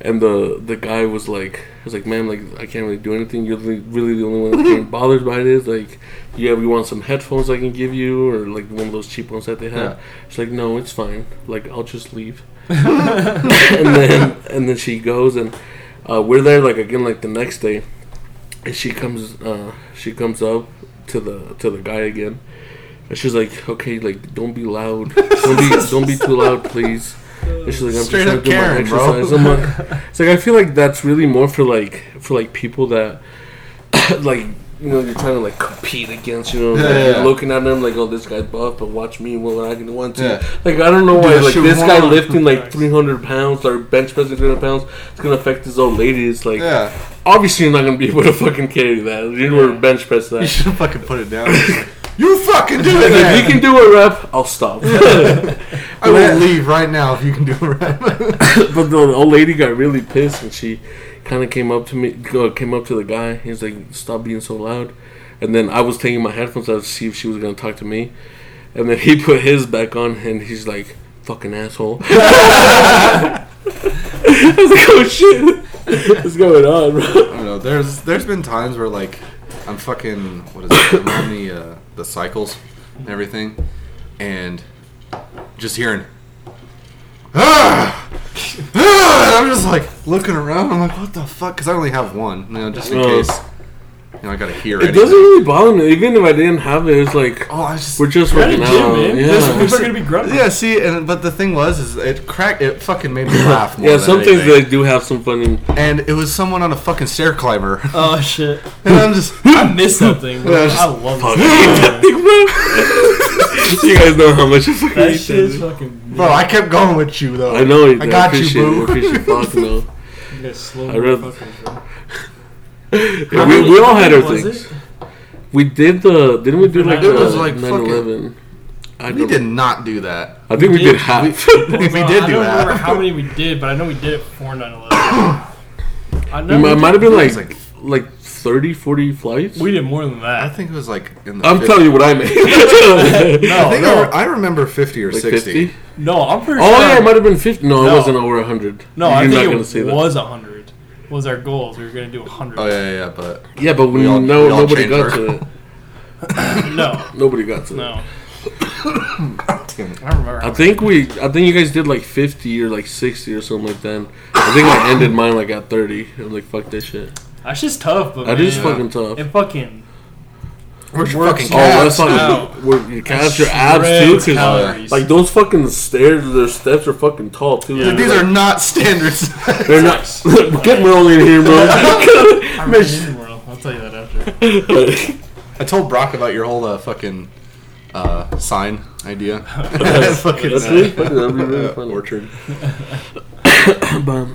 S3: and the the guy was like, I was like, ma'am, like I can't really do anything. You're the- really the only one that's getting bothered by this. Like, you have you want some headphones I can give you, or like one of those cheap ones that they have.
S2: Yeah.
S3: She's like, no, it's fine. Like I'll just leave. and then and then she goes and uh, we're there like again like the next day, and she comes uh, she comes up to the to the guy again, and she's like, okay, like don't be loud, don't be don't be too loud, please. And she's like, I'm
S2: Straight up
S3: just
S2: Karen,
S3: trying to do
S2: bro.
S3: my exercise. I'm like, it's like I feel like that's really more for like for like people that like. You know, you're trying to like compete against. You know,
S2: Yeah,
S3: like,
S2: yeah,
S3: you're
S2: yeah.
S3: looking at them like, "Oh, this guy's buff, but watch me. What I can do, one, two.
S2: Yeah.
S3: Like I don't know
S2: Do
S3: why.
S2: that
S3: Like
S2: shit
S3: this
S2: one
S3: guy
S2: more
S3: lifting like
S1: times.
S3: 300 pounds or bench pressing 300 pounds, it's gonna affect his old lady. It's like
S2: Yeah.
S3: obviously you're not gonna be able to fucking carry that. You were bench press
S2: You
S3: that.
S2: should have fucking put it down. you fucking do
S3: And if you
S2: it.
S3: can do a rep, I'll stop. but
S2: I will leave right now if you can do it right.
S3: the old lady got really pissed and she kind of came up to me, uh, came up to the guy. He's like, "Stop being so loud." And then I was taking my headphones out to see if she was gonna talk to me, and then he put his back on and he's like, "Fucking asshole." I was like, "Oh shit." What's going on, bro?
S2: I don't know. There's there's been times where like I'm fucking what is it? I'm on the uh, the cycles and everything, and just hearing. Ah! Ah! And I'm just like looking around. I'm like, what the fuck? Because I only have one, you know, just in
S3: Oh.
S2: case. You know, I gotta hear
S3: It
S2: anything.
S3: doesn't really bother me. Even if I didn't have it, it's like
S2: Oh, I just
S3: we're just
S1: You're at a
S3: working
S1: gym,
S3: out.
S1: man.
S3: Yeah.
S1: There's- People are gonna be grumpy.
S2: Yeah, see, and but the thing was, is it cracked. It fucking made me laugh. More
S3: Yeah,
S2: than
S3: some things
S2: anything.
S3: they do have some funny.
S2: and it was someone on a fucking stair climber,
S1: Oh shit!
S2: and I'm just
S1: I miss that thing. Bro.
S2: Yeah, just-
S1: I love
S3: Fuck.
S1: this.
S3: Bro, you guys know how much I fucking
S1: That
S3: hate
S1: shit's
S3: that.
S1: fucking.
S2: Bro, I kept going with you though.
S3: I know you.
S2: I
S3: I
S2: got you,
S3: appreciate
S2: boo.
S3: It. I appreciate it. Fuck no.
S1: You guys slow
S3: I read-
S1: motherfuckers, bro.
S3: Yeah, we, we all had our
S1: Was
S3: things.
S1: it?
S3: We did the. Didn't we do like
S1: It
S3: the
S1: was
S2: like
S3: 9/11? I
S2: We
S3: don't- Ah.
S2: did not do that.
S3: I think
S1: We
S3: we, did,
S1: did.
S3: half.
S2: we
S1: Well,
S2: did
S1: I
S2: do
S1: don't remember
S2: that.
S1: how many we did, but I know we did it before 9 11. I know
S3: it
S1: we,
S3: might-
S1: did,
S3: might have been
S2: It
S3: like
S2: was like-
S3: like 30, 40 flights.
S1: we did more than
S2: I
S1: that.
S2: think it was like in the.
S3: I'm
S2: 50s.
S3: telling you what I
S2: I
S3: made.
S2: think I,
S1: no.
S2: re- I remember fifty or
S3: like
S2: sixty.
S3: fifty.
S1: No, I'm pretty
S3: Oh
S1: sure.
S3: yeah, it might have been fifty. No, it
S1: No.
S3: wasn't over hundred.
S1: no,
S3: You're
S1: I
S3: not
S1: think
S3: gonna
S1: it
S3: say that.
S1: was 100. Was our goals. We were going to do 100.
S2: Oh yeah, yeah, yeah, but
S3: Yeah, but we,
S2: We all-
S3: no,
S2: we all
S3: nobody
S2: changed
S3: got
S2: our-
S3: to that.
S1: No,
S3: Nobody got to that.
S1: no.
S2: damn it.
S1: I remember.
S3: I think we, I think you guys did like fifty or like sixty or something like that. I think I ended mine like at thirty. I'm like, fuck this shit.
S1: That's just tough, but
S3: That is
S1: man,
S3: fucking tough.
S1: It fucking.
S2: where's your
S1: Works
S2: fucking
S3: Oh, that's
S2: calves?
S1: out.
S3: fucking. Where your calves, your abs
S1: shreds
S3: too, 'cause, uh,
S1: calories.
S3: like those fucking stairs, their steps are fucking tall too.
S1: Yeah.
S2: These are not standards.
S3: They're not. Get rolling in here, bro.
S1: I'm in world. I'll tell you that after.
S2: I told Brock about your whole uh, fucking uh, sign idea. fucking
S3: That's
S2: uh,
S3: really funny. That'd be really funny.
S2: orchard.
S3: But,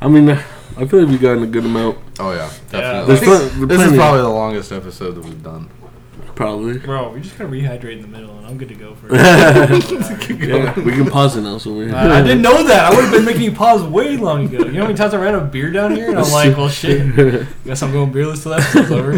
S3: I mean, I feel like we got in a good amount.
S2: Oh yeah,
S3: There's
S2: definitely.
S1: This-
S3: pl-
S2: This is
S3: plenty-
S2: probably the longest episode that we've done.
S3: probably.
S1: Bro, we just gotta rehydrate in the middle, and I'm good to go for. it.
S3: Yeah, we can pause it now. So we're.
S1: I I didn't know that. I would have been making you pause way long ago. You know how many times I ran a beer down here, and I'm like, well, shit. Guess I'm going beerless till that episode's over.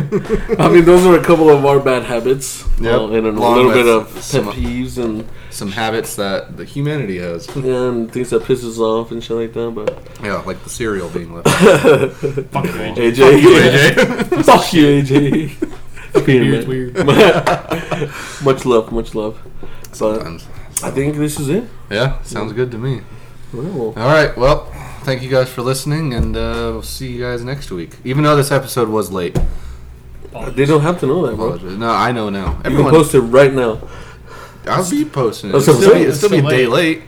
S3: I mean, those are a couple of our bad habits.
S2: Yep.
S3: Well, and a
S2: Along
S3: little bit
S2: with
S3: of pet
S2: some-
S3: peeves and,
S2: Some habits that the humanity has.
S3: yeah, and things that pisses off and shit like that. But
S2: yeah, like the cereal being left.
S1: Fuck you, AJ.
S3: AJ,
S2: AJ.
S3: fuck you, AJ.
S1: Beer's
S3: Peter,
S1: weird.
S3: man. much love, much love. But
S2: Sometimes.
S3: I think this is it.
S2: Yeah, sounds good to me. All
S3: Well,
S2: right, well, thank you guys for listening, and uh, we'll see you guys next week. Even though this episode was late,
S3: they don't have to know that, bro.
S2: apologies. No, I know now.
S3: You can
S2: Everyone,
S3: post it right now.
S2: I'll be posting it.
S3: That's
S2: It'll still
S3: what I'm
S2: be,
S3: saying.
S2: it'll still be a
S1: It's
S2: day
S1: still
S2: late.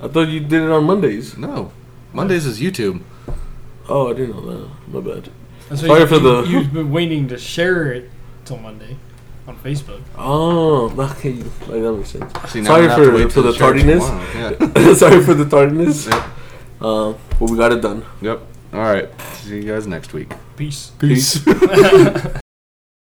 S3: I thought you did it on Mondays.
S2: No, Mondays is YouTube.
S3: Oh, I didn't know that. My bad.
S1: That's why
S3: Sorry
S1: you,
S3: for the-
S1: you, have been waiting to share it till Monday on Facebook.
S3: Oh, okay. Like, that makes sense.
S2: See,
S3: Sorry
S2: we have to
S3: for-
S2: wait
S3: for
S2: till
S3: the
S2: church
S3: tardiness.
S2: tomorrow.
S3: Sorry for the tardiness.
S2: Yeah.
S3: Uh, but we got it done.
S2: yep. All right. See you guys next week.
S1: Peace.
S3: Peace.